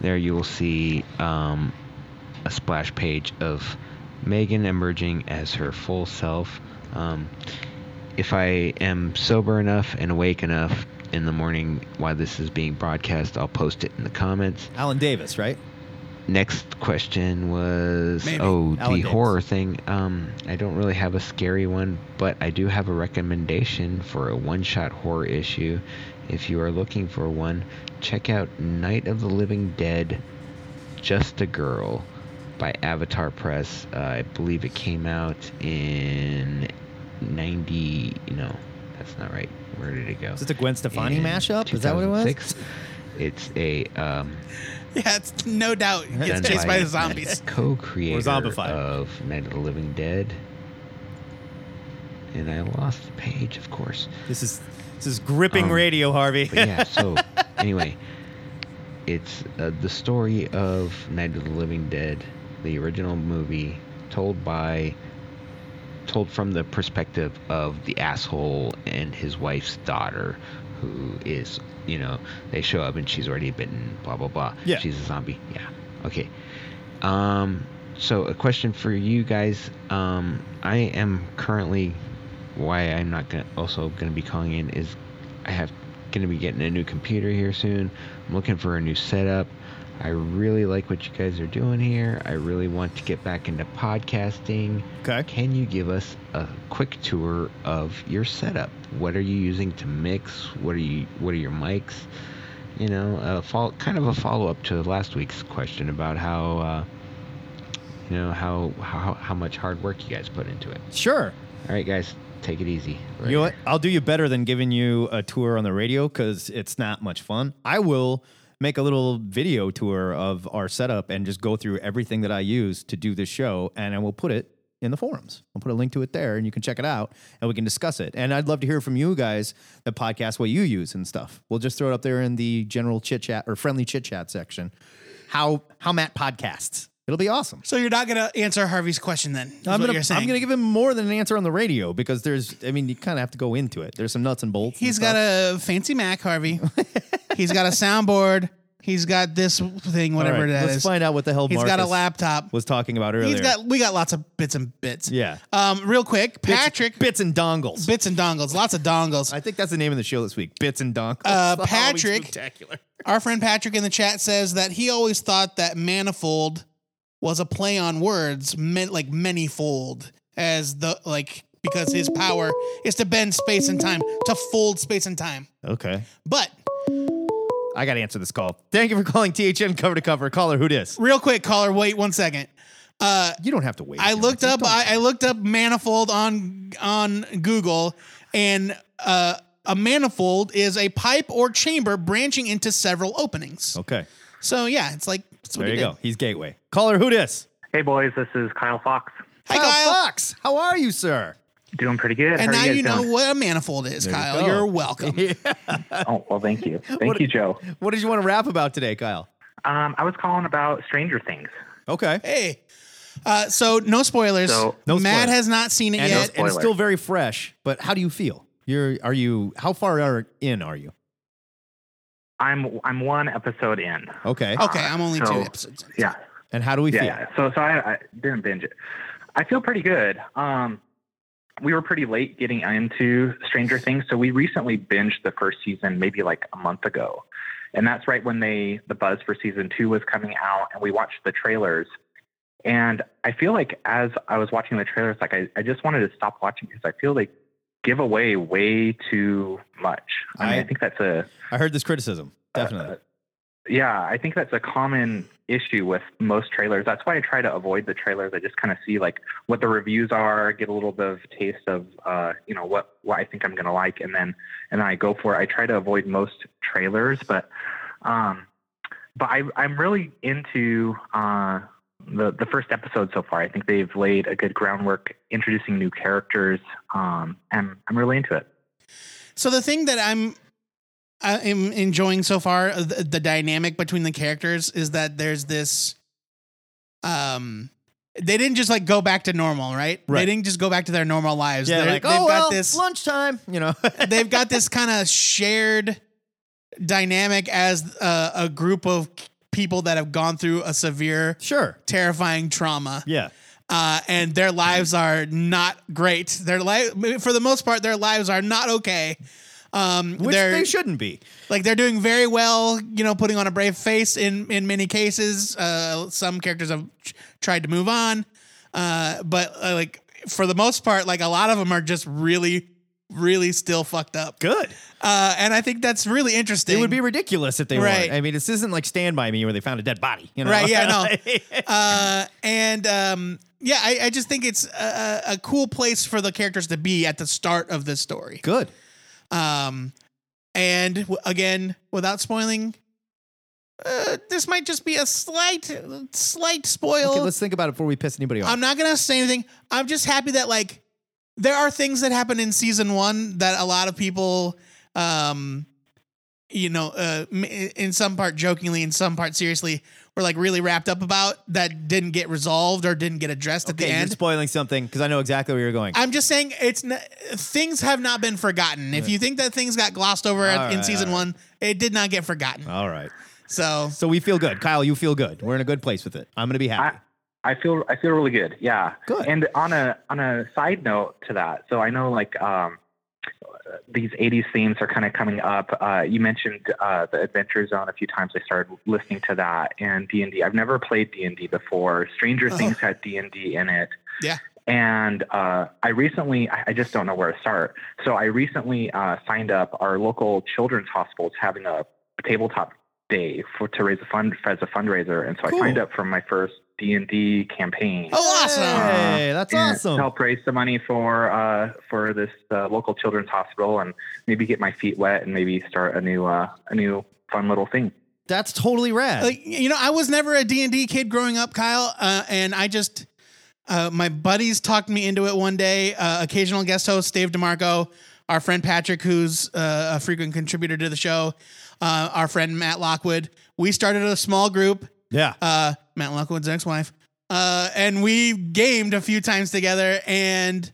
Speaker 13: There you will see um, a splash page of Megan emerging as her full self. Um, if I am sober enough and awake enough in the morning while this is being broadcast, I'll post it in the comments.
Speaker 3: Alan Davis, right?
Speaker 13: Next question was
Speaker 3: Maybe.
Speaker 13: oh
Speaker 3: Alan
Speaker 13: the
Speaker 3: Davis.
Speaker 13: horror thing. Um, I don't really have a scary one, but I do have a recommendation for a one-shot horror issue. If you are looking for one, check out Night of the Living Dead, Just a Girl, by Avatar Press. Uh, I believe it came out in ninety. No, that's not right. Where did it go?
Speaker 3: Is it the Gwen Stefani
Speaker 13: In
Speaker 3: mashup? Is that what it was?
Speaker 13: 2006. It's a um,
Speaker 4: Yeah, it's no doubt he
Speaker 13: done
Speaker 4: gets chased by the
Speaker 13: Matt,
Speaker 4: zombies.
Speaker 13: Co-creator
Speaker 4: Or zombified.
Speaker 13: of Night of the Living Dead. And I lost the page, of course.
Speaker 3: This is this is gripping
Speaker 13: Um,
Speaker 3: radio, Harvey.
Speaker 13: But yeah, so anyway, it's uh, the story of Night of the Living Dead, the original movie, told by, told from the perspective of the asshole and his wife's daughter, who is, you know, they show up and she's already bitten, blah blah blah.
Speaker 14: Yeah.
Speaker 13: She's a zombie. Yeah. Okay. Um. So a question for you guys. Um. I am currently, why I'm not gonna also gonna be calling in is, I have gonna be getting a new computer here soon. I'm looking for a new setup. I really like what you guys are doing here. I really want to get back into podcasting.
Speaker 3: Okay.
Speaker 13: Can you give us a quick tour of your setup? What are you using to mix? What are you what are your mics? You know, a fol- kind of a follow up to last week's question about how uh, you know, how, how how much hard work you guys put into it.
Speaker 3: Sure.
Speaker 13: All right, guys, take it easy.
Speaker 3: You know what? I'll do you better than giving you a tour on the radio because it's not much fun. I will make a little video tour of our setup and just go through everything that I use to do this show, and I will put it in the forums. I'll put a link to it there, and you can check it out, and we can discuss it. And I'd love to hear from you guys the podcast what you use and stuff. We'll just throw it up there in the general chit chat or friendly chit chat section. How how Matt podcasts. It'll be awesome.
Speaker 4: So you're not gonna answer Harvey's question then? is
Speaker 3: I'm
Speaker 4: what
Speaker 3: gonna,
Speaker 4: you're saying.
Speaker 3: I'm gonna give him more than an answer on the radio because there's, I mean, you kind of have to go into it. There's some nuts and bolts.
Speaker 4: He's got a fancy Mac, Harvey. He's got a soundboard. He's got this thing, whatever
Speaker 3: All right,
Speaker 4: that
Speaker 3: let's
Speaker 4: is.
Speaker 3: find out what the hell
Speaker 4: He's
Speaker 3: Marcus
Speaker 4: got a laptop.
Speaker 3: was talking about earlier.
Speaker 4: He's got. We got lots of bits and bits.
Speaker 3: yeah.
Speaker 4: Um, real quick, Patrick.
Speaker 3: Bits, and dongles.
Speaker 4: Bits and dongles. Lots of dongles.
Speaker 3: I think that's the name of the show this week. Bits and dongles.
Speaker 4: Uh,
Speaker 3: The Halloween
Speaker 4: Patrick.
Speaker 3: Spectacular.
Speaker 4: Our friend Patrick in the chat says that he always thought that manifold was a play on words, meant like manyfold, as the like because his power is to bend space and time, to fold space and time.
Speaker 3: Okay.
Speaker 4: But
Speaker 3: I got to answer this call. Thank you for calling THN cover to cover. Caller, who dis?
Speaker 4: Real quick, caller, wait one second. Uh,
Speaker 3: you don't have to wait.
Speaker 4: I looked up. I, I looked up manifold on on Google, and uh, a manifold is a pipe or chamber branching into several openings.
Speaker 3: Okay.
Speaker 4: So yeah, it's like that's what
Speaker 3: There
Speaker 4: he
Speaker 3: you
Speaker 4: did.
Speaker 3: go. He's Gateway. Caller, who dis?
Speaker 14: Hey, boys, this is Kyle Fox.
Speaker 4: Hi, Kyle.
Speaker 3: Fox. How are you, sir?
Speaker 14: Doing pretty good. How
Speaker 4: And now
Speaker 14: are you,
Speaker 4: you,
Speaker 14: guys
Speaker 4: know
Speaker 14: doing?
Speaker 4: what a manifold is,
Speaker 14: There you
Speaker 4: Kyle.
Speaker 14: go.
Speaker 4: You're welcome.
Speaker 14: Oh, well, thank you. Thank
Speaker 3: What-
Speaker 14: you, Joe.
Speaker 3: What did you want to rap about today, Kyle?
Speaker 14: Um, I was calling about Stranger Things.
Speaker 3: Okay.
Speaker 4: Hey. Uh, so no spoilers.
Speaker 14: So-
Speaker 3: No
Speaker 4: Matt
Speaker 3: spoiler.
Speaker 4: has not seen it
Speaker 3: and,
Speaker 4: yet.
Speaker 3: it's- and it's still very fresh. But how do you feel? You're are you how far are in are you?
Speaker 14: I'm I'm one episode in.
Speaker 3: Okay.
Speaker 4: Okay, I'm only two episodes
Speaker 14: in. Yeah.
Speaker 3: And how do we
Speaker 14: yeah,
Speaker 3: feel?
Speaker 14: yeah. So so I, I didn't binge it. I feel pretty good. Um, we were pretty late getting into Stranger Things, so we recently binged the first season maybe like a month ago, and that's right when they the buzz for season two was coming out, and we watched the trailers. And I feel like as I was watching the trailers, like I, I just wanted to stop watching because I feel they give away way too much. I, mean,
Speaker 3: I-
Speaker 14: I think that's a
Speaker 3: I heard this criticism. Definitely.
Speaker 14: Uh, yeah, I think that's a common issue with most trailers. That's why I try to avoid the trailers. I just kind of see like what the reviews are, get a little bit of taste of uh, you know what what I think I'm gonna like, and then and then I go for it. I try to avoid most trailers, but um, but I, I'm really into uh, the the first episode so far. I think they've laid a good groundwork introducing new characters, um, and I'm really into it.
Speaker 4: So the thing that I'm I am enjoying so far uh, the, the dynamic between the characters is that there's this um they didn't just like go back to normal, right?
Speaker 3: Right.
Speaker 4: They didn't just go back to their normal lives.
Speaker 3: Yeah,
Speaker 4: They're-
Speaker 3: like,
Speaker 4: they've
Speaker 3: "Oh,
Speaker 4: got
Speaker 3: well,
Speaker 4: this
Speaker 3: lunchtime, you know.
Speaker 4: they've got this kind of shared dynamic as uh, a group of people that have gone through a severe,
Speaker 3: sure,
Speaker 4: terrifying trauma
Speaker 3: Yeah.
Speaker 4: uh, and their lives are not great. Their life, for the most part, their lives are not okay. Um,
Speaker 3: Which
Speaker 4: they're-
Speaker 3: they shouldn't be.
Speaker 4: Like they're doing very well, you know, putting on a brave face in in many cases. Uh, some characters have ch- tried to move on, uh, but uh, like for the most part, like a lot of them are just really, really still fucked up.
Speaker 3: Good,
Speaker 4: uh, and I think that's really interesting.
Speaker 3: It would be ridiculous if they
Speaker 4: Right.
Speaker 3: weren't. I mean, this isn't like Stand By Me where they found a dead body. You know?
Speaker 4: Right. Yeah. No. uh, and um, yeah, I, I just think it's a, a a cool place for the characters to be at the start of this story.
Speaker 3: Good.
Speaker 4: Um, and w- again, without spoiling, uh, this might just be a slight, slight spoil.
Speaker 3: okay, let's think about it before we piss anybody off.
Speaker 4: I'm not gonna say anything. I'm just happy that like there are things that happen in season one that a lot of people, um, you know, uh, m- in some part jokingly, in some part seriously, were like really wrapped up about that didn't get resolved or didn't get addressed at the
Speaker 3: okay, you're
Speaker 4: end.
Speaker 3: spoiling something because I know exactly where you're going.
Speaker 4: I'm just saying it's n- things have not been forgotten. If you think that things got glossed over
Speaker 3: All
Speaker 4: in
Speaker 3: right,
Speaker 4: season
Speaker 3: all right.
Speaker 4: one, it did not get forgotten.
Speaker 3: All right.
Speaker 4: So
Speaker 3: So we feel good. Kyle, you feel good. We're in a good place with it. I'm going to be happy.
Speaker 14: I feel I feel really good. Yeah.
Speaker 3: Good.
Speaker 14: And on a on a side note to that, so I know like um, these '80s themes are kind of coming up. Uh, you mentioned uh, the Adventure Zone a few times. I started listening to that and D and D. I've never played D and D before. Stranger
Speaker 4: Oh.
Speaker 14: Things had D and D in it.
Speaker 4: Yeah.
Speaker 14: And uh, I recently, I I just don't know where to start. So I recently uh, signed up. Our local children's hospital is having a tabletop day for to raise a fund as a fundraiser, and so I signed up for my first D and D campaign.
Speaker 4: Oh, awesome!
Speaker 3: Hey, that's
Speaker 14: and
Speaker 3: awesome.
Speaker 14: Help raise some money for uh, for this uh, local children's hospital, and maybe get my feet wet, and maybe start a new uh, a new fun little thing.
Speaker 3: That's totally rad.
Speaker 4: Like you know, I was never a D and D kid growing up, Kyle, uh, and I just uh, my buddies talked me into it one day. Uh, occasional guest host Dave DeMarco, our friend Patrick, who's uh, a frequent contributor to the show, uh, our friend Matt Lockwood. We started a small group.
Speaker 3: Yeah.
Speaker 4: Uh, Matt Lockwood's ex-wife, uh, and we gamed a few times together, and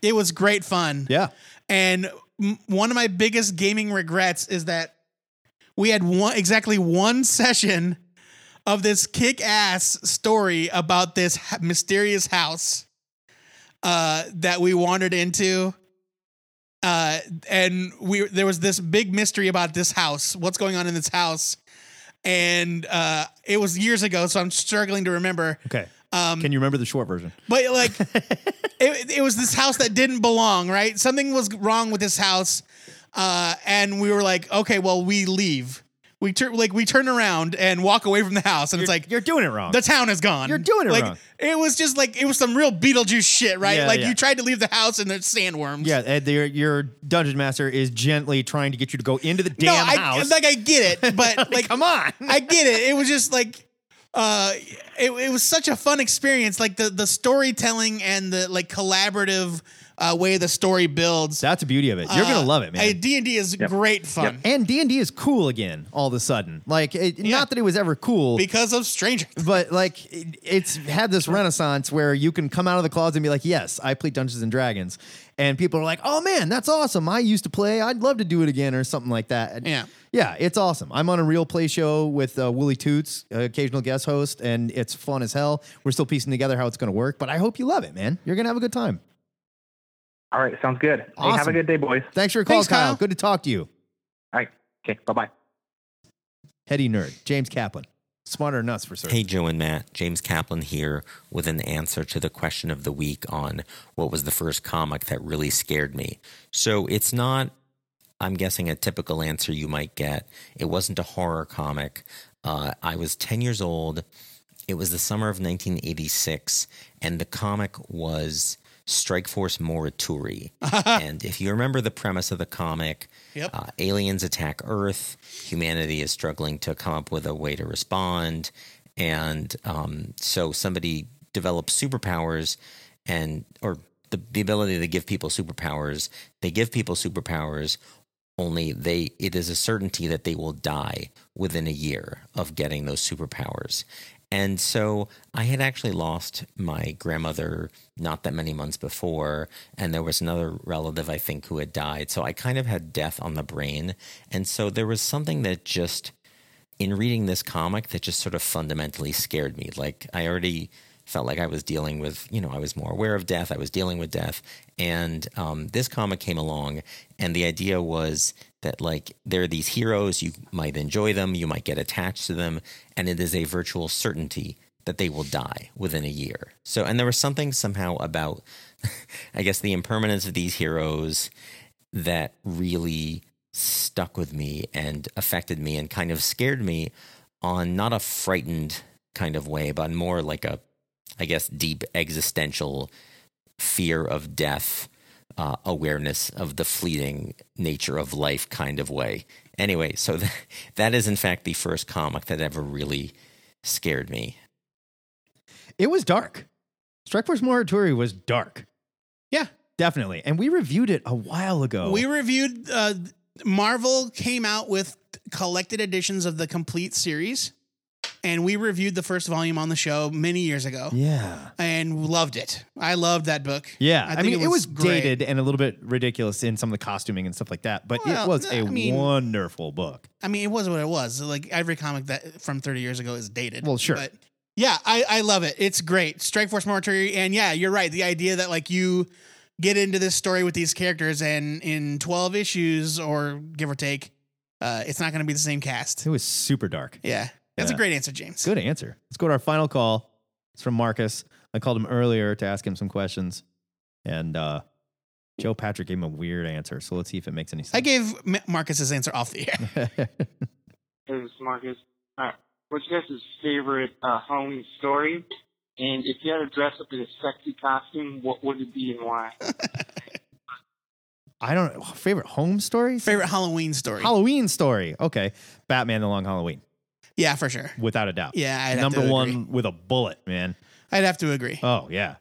Speaker 4: it was great fun.
Speaker 3: Yeah.
Speaker 4: And m- one of my biggest gaming regrets is that we had one exactly one session of this kick-ass story about this h- mysterious house uh, that we wandered into. Uh, and we there was this big mystery about this house. What's going on in this house? And uh, it was years ago, so I'm struggling to remember.
Speaker 3: Okay.
Speaker 4: Um,
Speaker 3: Can you remember the short version?
Speaker 4: But like, it, it was this house that didn't belong, right? Something was wrong with this house, uh, and we were like, okay, well, we leave. We turn like we turn around and walk away from the house, and it's like
Speaker 3: you're doing it wrong.
Speaker 4: The town is gone.
Speaker 3: You're doing it
Speaker 4: like,
Speaker 3: wrong.
Speaker 4: It was just like it was some real Beetlejuice shit, right?
Speaker 3: Yeah,
Speaker 4: like
Speaker 3: yeah.
Speaker 4: you tried to leave the house and there's sandworms.
Speaker 3: Yeah, Ed, your, your dungeon master is gently trying to get you to go into the damn
Speaker 4: no, I,
Speaker 3: house.
Speaker 4: Like I get it, but like, come
Speaker 3: on,
Speaker 4: I get it. It was just like, uh, it, it was such a fun experience. Like the the storytelling and the like collaborative uh, way the story builds. Uh,
Speaker 3: That's the beauty of it. You're gonna love it, man.
Speaker 4: D and D is
Speaker 3: Yep.
Speaker 4: great fun
Speaker 3: And D and D is cool again all of a sudden. Like, it, not that it was ever cool
Speaker 4: because of Stranger.
Speaker 3: But like, it, it's had this renaissance where you can come out of the closet and be like, "Yes, I play Dungeons and Dragons," and people are like, "Oh man, that's awesome! I used to play. I'd love to do it again," or something like that. And
Speaker 4: Yeah.
Speaker 3: yeah, it's awesome. I'm on a real play show with uh, Willie Toots, uh, occasional guest host, and it's fun as hell. We're still piecing together how it's going to work, but I hope you love it, man. You're gonna have a good time.
Speaker 14: All right, sounds good. Hey, have
Speaker 3: Awesome.
Speaker 14: a good day, boys.
Speaker 3: Thanks for your call, Kyle. Good to talk to you.
Speaker 14: All right. Okay. Bye bye.
Speaker 3: Heady nerd, James Kaplan, smarter than us for certain.
Speaker 15: Hey, Joe and Matt, James Kaplan here with an answer to the question of the week on what was the first comic that really scared me. So it's not, I'm guessing, a typical answer you might get. It wasn't a horror comic. Uh, I was 10 years old. It was the summer of 1986, and the comic was Strike Force Morituri. and if you remember the premise of the comic,
Speaker 5: Yep.
Speaker 15: uh, aliens attack Earth. Humanity is struggling to come up with a way to respond. And um, so somebody develops superpowers and, or the, the ability to give people superpowers. They give people superpowers, only they, it is a certainty that they will die within a year of getting those superpowers. And so I had actually lost my grandmother not that many months before, and there was another relative, I think, who had died. So I kind of had death on the brain. And so there was something that just, in reading this comic, that just sort of fundamentally scared me. Like I already felt like I was dealing with, you know, I was more aware of death, I was dealing with death. And um, this comic came along, and the idea was that like there are these heroes you might enjoy them you might get attached to them and it is a virtual certainty that they will die within a year so and there was something somehow about i guess the impermanence of these heroes that really stuck with me and affected me and kind of scared me on not a frightened kind of way but more like a i guess deep existential fear of death, uh, awareness of the fleeting nature of life kind of way. Anyway, so that, that is in fact the first comic that ever really scared me.
Speaker 3: It was dark. Strike Force Moratori was dark.
Speaker 4: Yeah.
Speaker 3: Definitely. And we reviewed it a while ago.
Speaker 4: We reviewed. Uh, Marvel came out with collected editions of the complete series, and we reviewed the first volume on the show many years ago.
Speaker 3: Yeah.
Speaker 4: and loved it. I loved that book.
Speaker 3: Yeah. I,
Speaker 4: think
Speaker 3: mean, it was,
Speaker 4: great.
Speaker 3: dated and a little bit ridiculous in some of the costuming and stuff like that, but
Speaker 4: Well,
Speaker 3: it was
Speaker 4: I
Speaker 3: a
Speaker 4: mean-
Speaker 3: wonderful book.
Speaker 4: I mean, it was what it was. Like every comic that from 30 years ago is dated.
Speaker 3: Well, sure.
Speaker 4: But yeah, I, I love it. It's great. Strike Force Mortuary. And yeah, you're right. The idea that like you get into this story with these characters and in 12 issues or give or take, uh, it's not going to be the same cast.
Speaker 3: It was super dark.
Speaker 4: Yeah. That's a
Speaker 3: Yeah.
Speaker 4: great answer, James.
Speaker 3: Good answer. Let's go to our final call. It's from Marcus. I called him earlier to ask him some questions, and uh, Joe Patrick gave him a weird answer. So let's see if it makes any sense.
Speaker 4: I gave M- Marcus his answer off the air.
Speaker 16: Hey, this is Marcus. Uh, what's your guys' favorite uh, Halloween story? And if you had to dress up in a sexy costume, what would it be and why?
Speaker 3: I don't favorite home stories.
Speaker 4: Favorite Halloween story.
Speaker 3: Halloween story. Okay, Batman: The Long Halloween.
Speaker 4: Yeah, for sure.
Speaker 3: Without a doubt.
Speaker 4: Yeah, I'd have
Speaker 3: number
Speaker 4: to
Speaker 3: one
Speaker 4: agree.
Speaker 3: with a bullet, man.
Speaker 4: I'd have to agree.
Speaker 3: Oh yeah,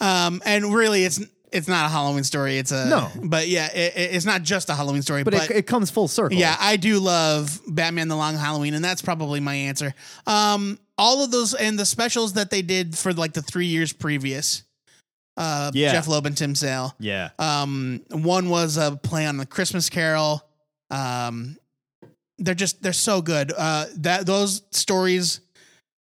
Speaker 4: Um, and really, it's it's not a Halloween story. It's a
Speaker 3: No.
Speaker 4: but yeah, it, it- it's not just a Halloween story.
Speaker 3: but,
Speaker 4: But,
Speaker 3: it, it comes full circle.
Speaker 4: yeah, I do love Batman: The Long Halloween, and that's probably my answer. Um, all of those and the specials that they did for like the three years previous. Uh,
Speaker 3: Yeah.
Speaker 4: Jeff Loeb and Tim Sale.
Speaker 3: yeah.
Speaker 4: Um, one was a play on the Christmas Carol. Um, they're just they're so good. Uh, that those stories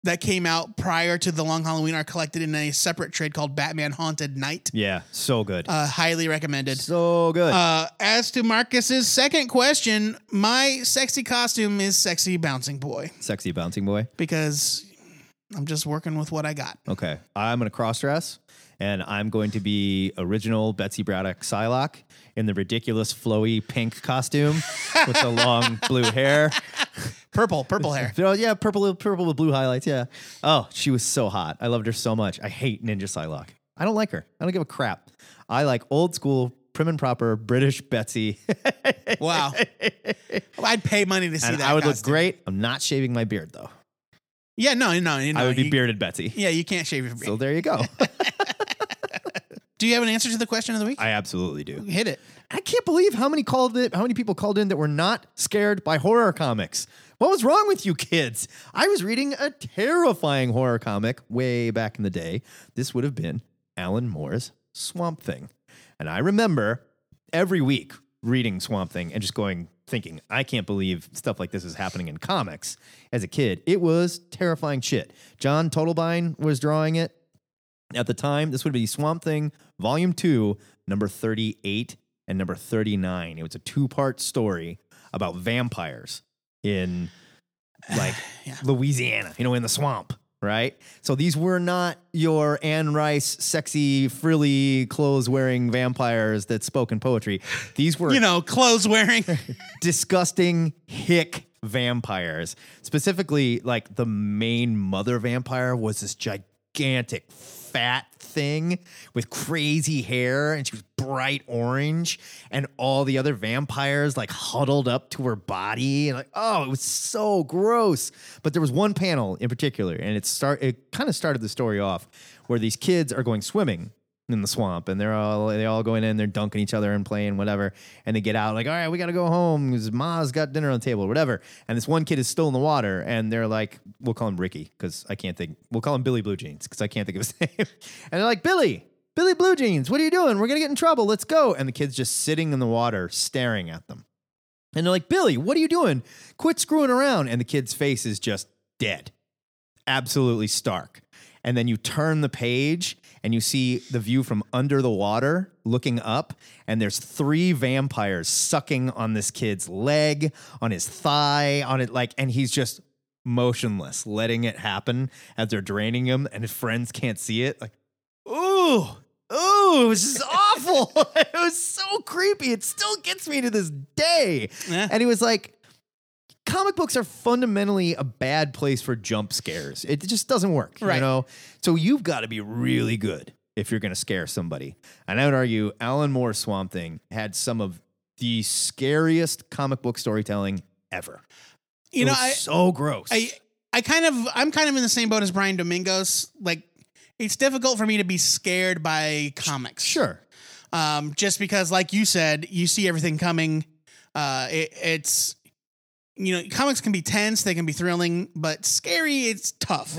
Speaker 4: that came out prior to the Long Halloween are collected in a separate trade called Batman Haunted Night.
Speaker 3: Yeah, so good.
Speaker 4: Uh, highly recommended.
Speaker 3: So good.
Speaker 4: Uh, as to Marcus's second question, my sexy costume is sexy bouncing boy
Speaker 3: Sexy bouncing boy.
Speaker 4: because I'm just working with what I got.
Speaker 3: Okay. I'm going to cross dress and I'm going to be original Betsy Braddock Psylocke in the ridiculous flowy pink costume with the long blue hair.
Speaker 4: Purple, purple hair.
Speaker 3: Oh, yeah, purple, purple with blue highlights. Yeah. Oh, she was so hot. I loved her so much. I hate Ninja Psylocke. I don't like her. I don't give a crap. I like old school, prim and proper British Betsy.
Speaker 4: Wow. I'd pay money to see
Speaker 3: And
Speaker 4: that.
Speaker 3: I would look
Speaker 4: costume.
Speaker 3: great. I'm not shaving my beard though.
Speaker 4: Yeah, no, no, no.
Speaker 3: I would be
Speaker 4: you-
Speaker 3: bearded Betsy.
Speaker 4: Yeah, you can't shave your beard.
Speaker 3: So there you go.
Speaker 4: Do you have an answer to the question of the week?
Speaker 3: I absolutely do.
Speaker 4: Hit it.
Speaker 3: I can't believe how many called it, how many people called in that were not scared by horror comics. What was wrong with you kids? I was reading a terrifying horror comic way back in the day. This would have been Alan Moore's Swamp Thing. And I remember every week reading Swamp Thing and just going thinking, I can't believe stuff like this is happening in comics as a kid. It was terrifying shit. John Totlebine was drawing it at the time, this would be Swamp Thing Volume 2, number 38 and number 39. It was a two part story about vampires in like Louisiana, you know, in the swamp, right? So these were not your Anne Rice, sexy, frilly, clothes wearing vampires that spoke in poetry. These were,
Speaker 4: You know, clothes wearing.
Speaker 3: disgusting hick vampires. Specifically, like the main mother vampire was this gigantic fat thing with crazy hair and she was bright orange and all the other vampires like huddled up to her body and like oh it was so gross but there was one panel in particular and it start it kind of started the story off where these kids are going swimming in the swamp and they're all they all going in they're dunking each other and playing whatever and they get out like all right we gotta go home because ma's got dinner on the table or whatever and this one kid is still in the water and they're like we'll call him ricky because i can't think we'll call him billy blue jeans because i can't think of his name and they're like billy billy blue jeans what are you doing we're gonna get in trouble let's go and the kid's just sitting in the water staring at them and they're like billy what are you doing quit screwing around and the kid's face is just dead absolutely stark. And then you turn the page and you see the view from under the water looking up, and there's three vampires sucking on this kid's leg, on his thigh, on it, like, and he's just motionless, letting it happen as they're draining him, and his friends can't see it. Like, ooh, ooh, it was just awful. it was so creepy. It still gets me to this day. And he was like, comic books are fundamentally a bad place for jump scares. It just doesn't work,
Speaker 5: Right.
Speaker 3: you know? So you've got to be really good if you're going to scare somebody. And I would argue Alan Moore's Swamp Thing had some of the scariest comic book storytelling ever.
Speaker 4: You
Speaker 3: It
Speaker 4: know,
Speaker 3: was
Speaker 4: I-
Speaker 3: so gross.
Speaker 4: I I kind of I'm kind of in the same boat as Brian Domingos. Like it's difficult for me to be scared by comics.
Speaker 3: Sure.
Speaker 4: Um, just because, like you said, you see everything coming. Uh, it, it's you know, comics can be tense, they can be thrilling, but scary, it's tough.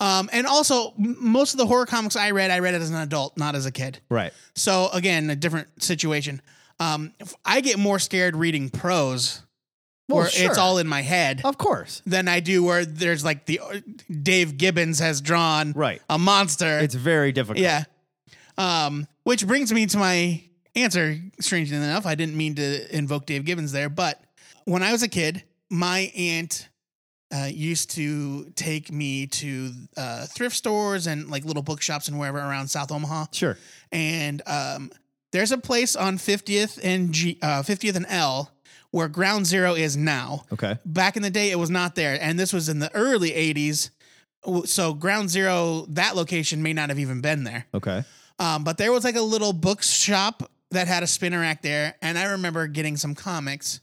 Speaker 4: Um, and also, m- most of the horror comics I read, I read it as an adult, not as a kid.
Speaker 3: right.
Speaker 4: So again, a different situation. Um, if I get more scared reading prose,
Speaker 3: Well,
Speaker 4: where
Speaker 3: sure.
Speaker 4: it's all in my head,
Speaker 3: of course,
Speaker 4: than I do where there's like the uh, Dave Gibbons has drawn
Speaker 3: right
Speaker 4: a monster.
Speaker 3: It's very difficult.
Speaker 4: Yeah. Um, which brings me to my answer. Strangely enough, I didn't mean to invoke Dave Gibbons there, but when I was a kid, my aunt uh, used to take me to uh, thrift stores and like little bookshops and wherever around South Omaha.
Speaker 3: Sure.
Speaker 4: And um, there's a place on 50th and G, uh, 50th and L where Ground Zero is now
Speaker 3: Okay.
Speaker 4: back in the day it was not there and this was in the early 80s W- so ground zero that location may not have even been there
Speaker 3: Okay.
Speaker 4: um, but there was like a little bookshop that had a spinner rack there and i remember getting some comics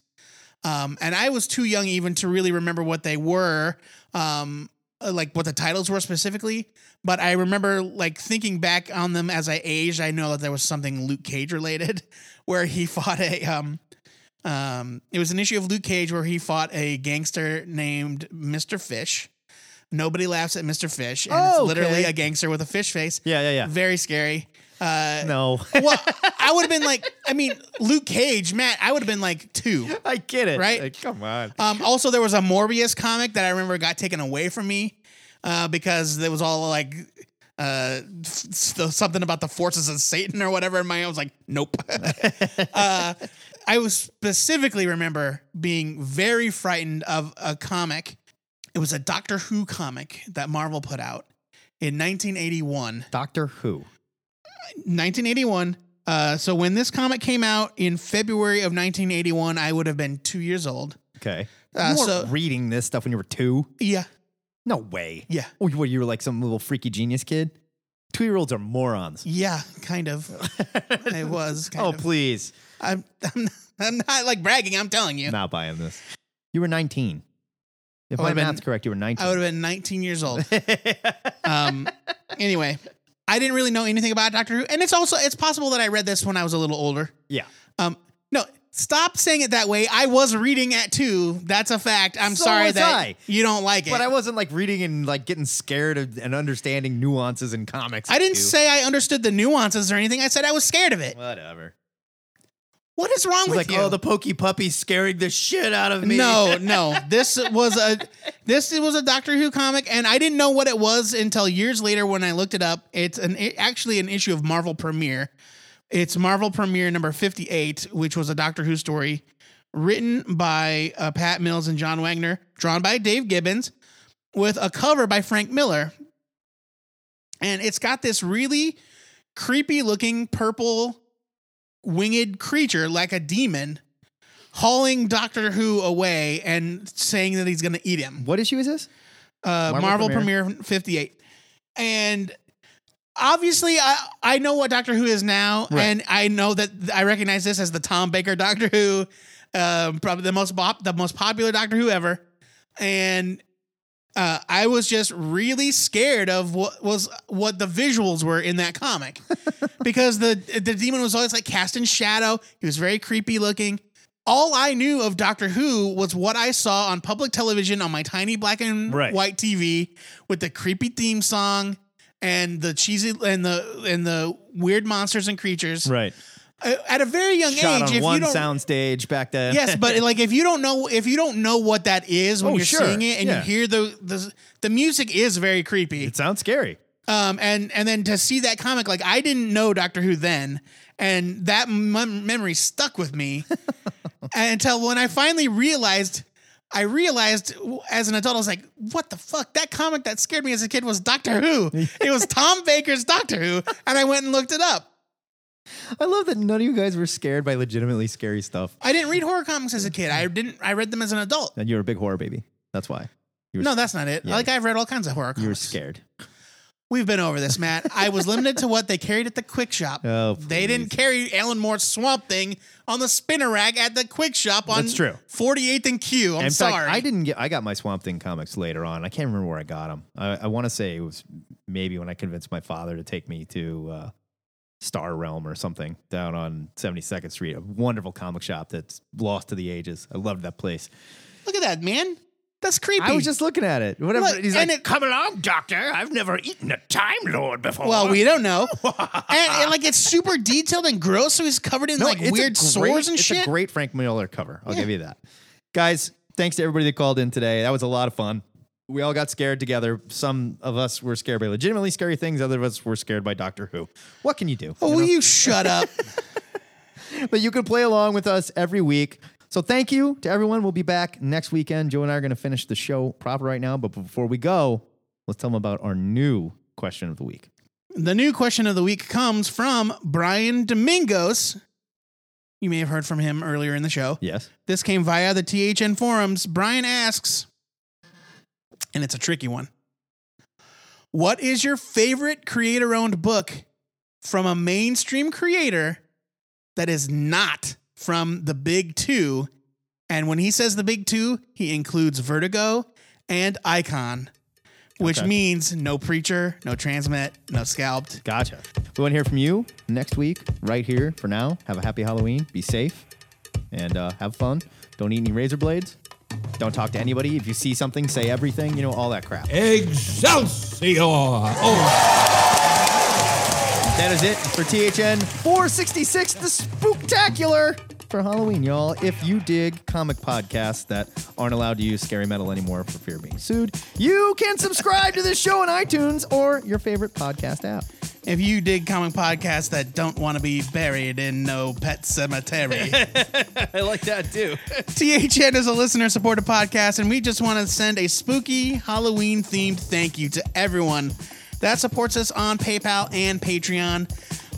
Speaker 4: um, and i was too young even to really remember what they were um, uh, like what the titles were specifically but i remember like thinking back on them as i aged i know that there was something luke cage related where he fought a um, um, it was an issue of Luke Cage where he fought a gangster named Mr. Fish. Nobody laughs at Mr. Fish, and
Speaker 3: Oh,
Speaker 4: it's literally
Speaker 3: okay.
Speaker 4: a gangster with a fish face.
Speaker 3: Yeah, yeah, yeah.
Speaker 4: Very scary. Uh,
Speaker 3: No.
Speaker 4: well, I would have been like, I mean, Luke Cage, Matt. I would have been like two.
Speaker 3: I get it.
Speaker 4: right?
Speaker 3: Like, come on.
Speaker 4: Um, also, there was a Morbius comic that I remember got taken away from me uh, because there was all like uh, f- something about the forces of Satan or whatever. And my I was like, nope. uh, I was specifically remember being very frightened of a comic It was a Doctor Who comic that Marvel put out in 1981.
Speaker 3: Doctor Who.
Speaker 4: 1981. Uh, so when this comic came out in February of 1981, I would have been two years old.
Speaker 3: Okay.
Speaker 4: Uh,
Speaker 3: you weren't
Speaker 4: so-
Speaker 3: reading this stuff when you were two?
Speaker 4: Yeah.
Speaker 3: No way.
Speaker 4: Yeah.
Speaker 3: What, you were like some little freaky genius kid? Two year olds are morons.
Speaker 4: Yeah, kind of. it was. Kind
Speaker 3: oh,
Speaker 4: of.
Speaker 3: please.
Speaker 4: I'm, I'm, not, I'm not like bragging. I'm telling you.
Speaker 3: Not buying this. You were 19. If my
Speaker 4: Oh, I would've been-
Speaker 3: math's correct, you were 19.
Speaker 4: I would have been 19 years old. um, anyway, I didn't really know anything about Doctor Who, and it's also it's possible that I read this when I was a little older.
Speaker 3: Yeah.
Speaker 4: Um, no, stop saying it that way. I was reading at two. That's a fact. I'm
Speaker 3: So
Speaker 4: sorry
Speaker 3: was
Speaker 4: that
Speaker 3: I.
Speaker 4: you don't like it.
Speaker 3: But I wasn't like reading and like getting scared of, and understanding nuances in comics.
Speaker 4: I didn't
Speaker 3: too.
Speaker 4: say I understood the nuances or anything. I said I was scared of it.
Speaker 3: Whatever.
Speaker 4: What is wrong
Speaker 3: It
Speaker 4: with
Speaker 3: was like,
Speaker 4: you?
Speaker 3: oh, the pokey puppy's scaring the shit out of me.
Speaker 4: No, no. This was a this was a Doctor Who comic, and I didn't know what it was until years later when I looked it up. It's an it, actually an issue of Marvel Premiere. It's Marvel Premiere number fifty eight, which was a Doctor Who story written by uh, Pat Mills and John Wagner, drawn by Dave Gibbons, with a cover by Frank Miller. And it's got this really creepy looking purple winged creature like a demon hauling Doctor Who away and saying that he's going to eat him.
Speaker 3: What issue is this?
Speaker 4: Uh,
Speaker 3: Marvel
Speaker 4: Marvel,
Speaker 3: Premiere.
Speaker 4: Premiere. 58. And obviously, I, I know what Doctor Who is now,
Speaker 3: Right.
Speaker 4: and I know that I recognize this as the Tom Baker Doctor Who, um, probably the most bop, the most popular Doctor Who ever. And uh, I was just really scared of what was what the visuals were in that comic because the the demon was always like cast in shadow. He was very creepy looking. All I knew of Doctor Who was what I saw on public television on my tiny black and
Speaker 3: Right.
Speaker 4: white TV with the creepy theme song and the cheesy and the and the weird monsters and creatures.
Speaker 3: Right.
Speaker 4: Uh, At a very young
Speaker 3: Shot
Speaker 4: age,
Speaker 3: on
Speaker 4: if
Speaker 3: one
Speaker 4: you don't
Speaker 3: soundstage back then.
Speaker 4: yes, but like if you don't know if you don't know what that is when
Speaker 3: Oh,
Speaker 4: you're
Speaker 3: sure.
Speaker 4: seeing it and
Speaker 3: Yeah.
Speaker 4: you hear the, the the music is very creepy. It
Speaker 3: sounds scary.
Speaker 4: Um, and and then to see that comic, like I didn't know Doctor Who then, and that mem- memory stuck with me until when I finally realized. I realized w- as an adult, I was like, "What the fuck? That comic that scared me as a kid was Doctor Who. it was Tom Baker's Doctor Who." And I went and looked it up.
Speaker 3: I love that none of you guys were scared by legitimately scary stuff.
Speaker 4: I didn't read horror comics as a kid. I didn't. I read them as an adult.
Speaker 3: And you're a big horror baby. That's why. You were
Speaker 4: No, that's not it.
Speaker 3: Yeah.
Speaker 4: Like I've read all kinds of horror.
Speaker 3: you were scared.
Speaker 4: We've been over this, Matt. I was limited to what they carried at the Quick Shop.
Speaker 3: Oh,
Speaker 4: They didn't carry Alan Moore's Swamp Thing on the spinner rack at the Quick Shop on
Speaker 3: That's true.
Speaker 4: 48th and Q. I'm
Speaker 3: In fact,
Speaker 4: sorry.
Speaker 3: I didn't get. I got my Swamp Thing comics later on. I can't remember where I got them. I, I want to say it was maybe when I convinced my father to take me to uh, Star Realm or something down on 72nd Street, a wonderful comic shop that's lost to the ages. I loved that place.
Speaker 4: Look at that, man. That's creepy.
Speaker 3: I was just looking at it. Whatever.
Speaker 4: Look,
Speaker 3: he's
Speaker 4: and
Speaker 3: like,
Speaker 4: it-
Speaker 3: "Come along, Doctor. I've never eaten a Time Lord before."
Speaker 4: Well, we don't know. and, and, like it's super detailed and gross, so he's covered in
Speaker 3: No,
Speaker 4: like
Speaker 3: it's a
Speaker 4: weird
Speaker 3: great-
Speaker 4: sores and
Speaker 3: it's
Speaker 4: shit.
Speaker 3: a great Frank Miller cover. I'll
Speaker 4: Yeah.
Speaker 3: give you that. Guys, thanks to everybody that called in today. That was a lot of fun. We all got scared together. Some of us were scared by legitimately scary things. Other of us were scared by Doctor Who. What can you do?
Speaker 4: oh, will you shut up?
Speaker 3: but you can play along with us every week. So thank you to everyone. We'll be back next weekend. Joe and I are going to finish the show proper right now. But before we go, let's tell them about our new question of the week.
Speaker 4: The new question of the week comes from Brian Domingos. You may have heard from him earlier in the show.
Speaker 3: Yes.
Speaker 4: This came via the THN forums. Brian asks, and it's a tricky one What is your favorite creator owned book from a mainstream creator that is not from the big two? And when he says the big two, he includes Vertigo and Icon, which
Speaker 3: Okay.
Speaker 4: means no Preacher, no Transmet, no Scalped.
Speaker 3: Gotcha. We want to hear from you next week, right here. For now, have a happy Halloween. Be safe and uh, have fun. Don't eat any razor blades. Don't talk to anybody. If you see something, say everything. You know all that crap.
Speaker 5: Excelsior! Oh,
Speaker 3: That is it for THN 466, the spooktacular for Halloween, y'all. If you dig comic podcasts that aren't allowed to use scary metal anymore for fear of being sued, you can subscribe to this show on iTunes or your favorite podcast app.
Speaker 4: If you dig comic podcasts that don't want to be buried in no pet cemetery.
Speaker 3: I like that too.
Speaker 4: THN is a listener supported podcast, and we just want to send a spooky Halloween themed thank you to everyone that supports us on PayPal and Patreon.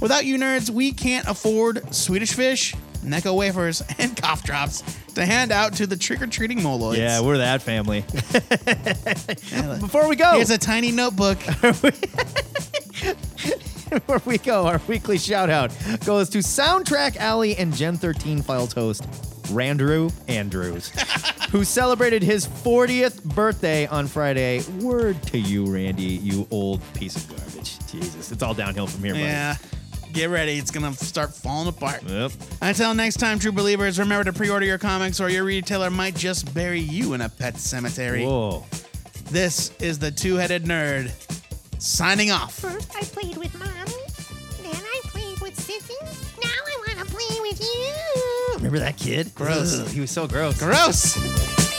Speaker 4: Without you nerds, we can't afford Swedish fish, Necco wafers, and cough drops to hand out to the trick or treating moloids.
Speaker 3: Yeah, we're that family.
Speaker 4: Before we go, here's a tiny notebook.
Speaker 3: Where we go, our weekly shout out goes to Soundtrack Alley and Gen 13 Files host Randrew Andrews, who celebrated his 40th birthday on Friday. Word to you, Randy, you old piece of garbage. Jesus, it's all downhill from here, buddy.
Speaker 4: Yeah. Get ready. It's going to start falling apart.
Speaker 3: Yep.
Speaker 4: Until next time, true believers, remember to pre order your comics or your retailer might just bury you in a pet cemetery.
Speaker 3: Whoa.
Speaker 4: This is the two headed nerd signing off.
Speaker 17: First, I played with mommy. Then I played with sissy. Now I want to play with you.
Speaker 3: Remember that kid?
Speaker 4: Gross.
Speaker 3: Ugh, he was so gross.
Speaker 4: Gross.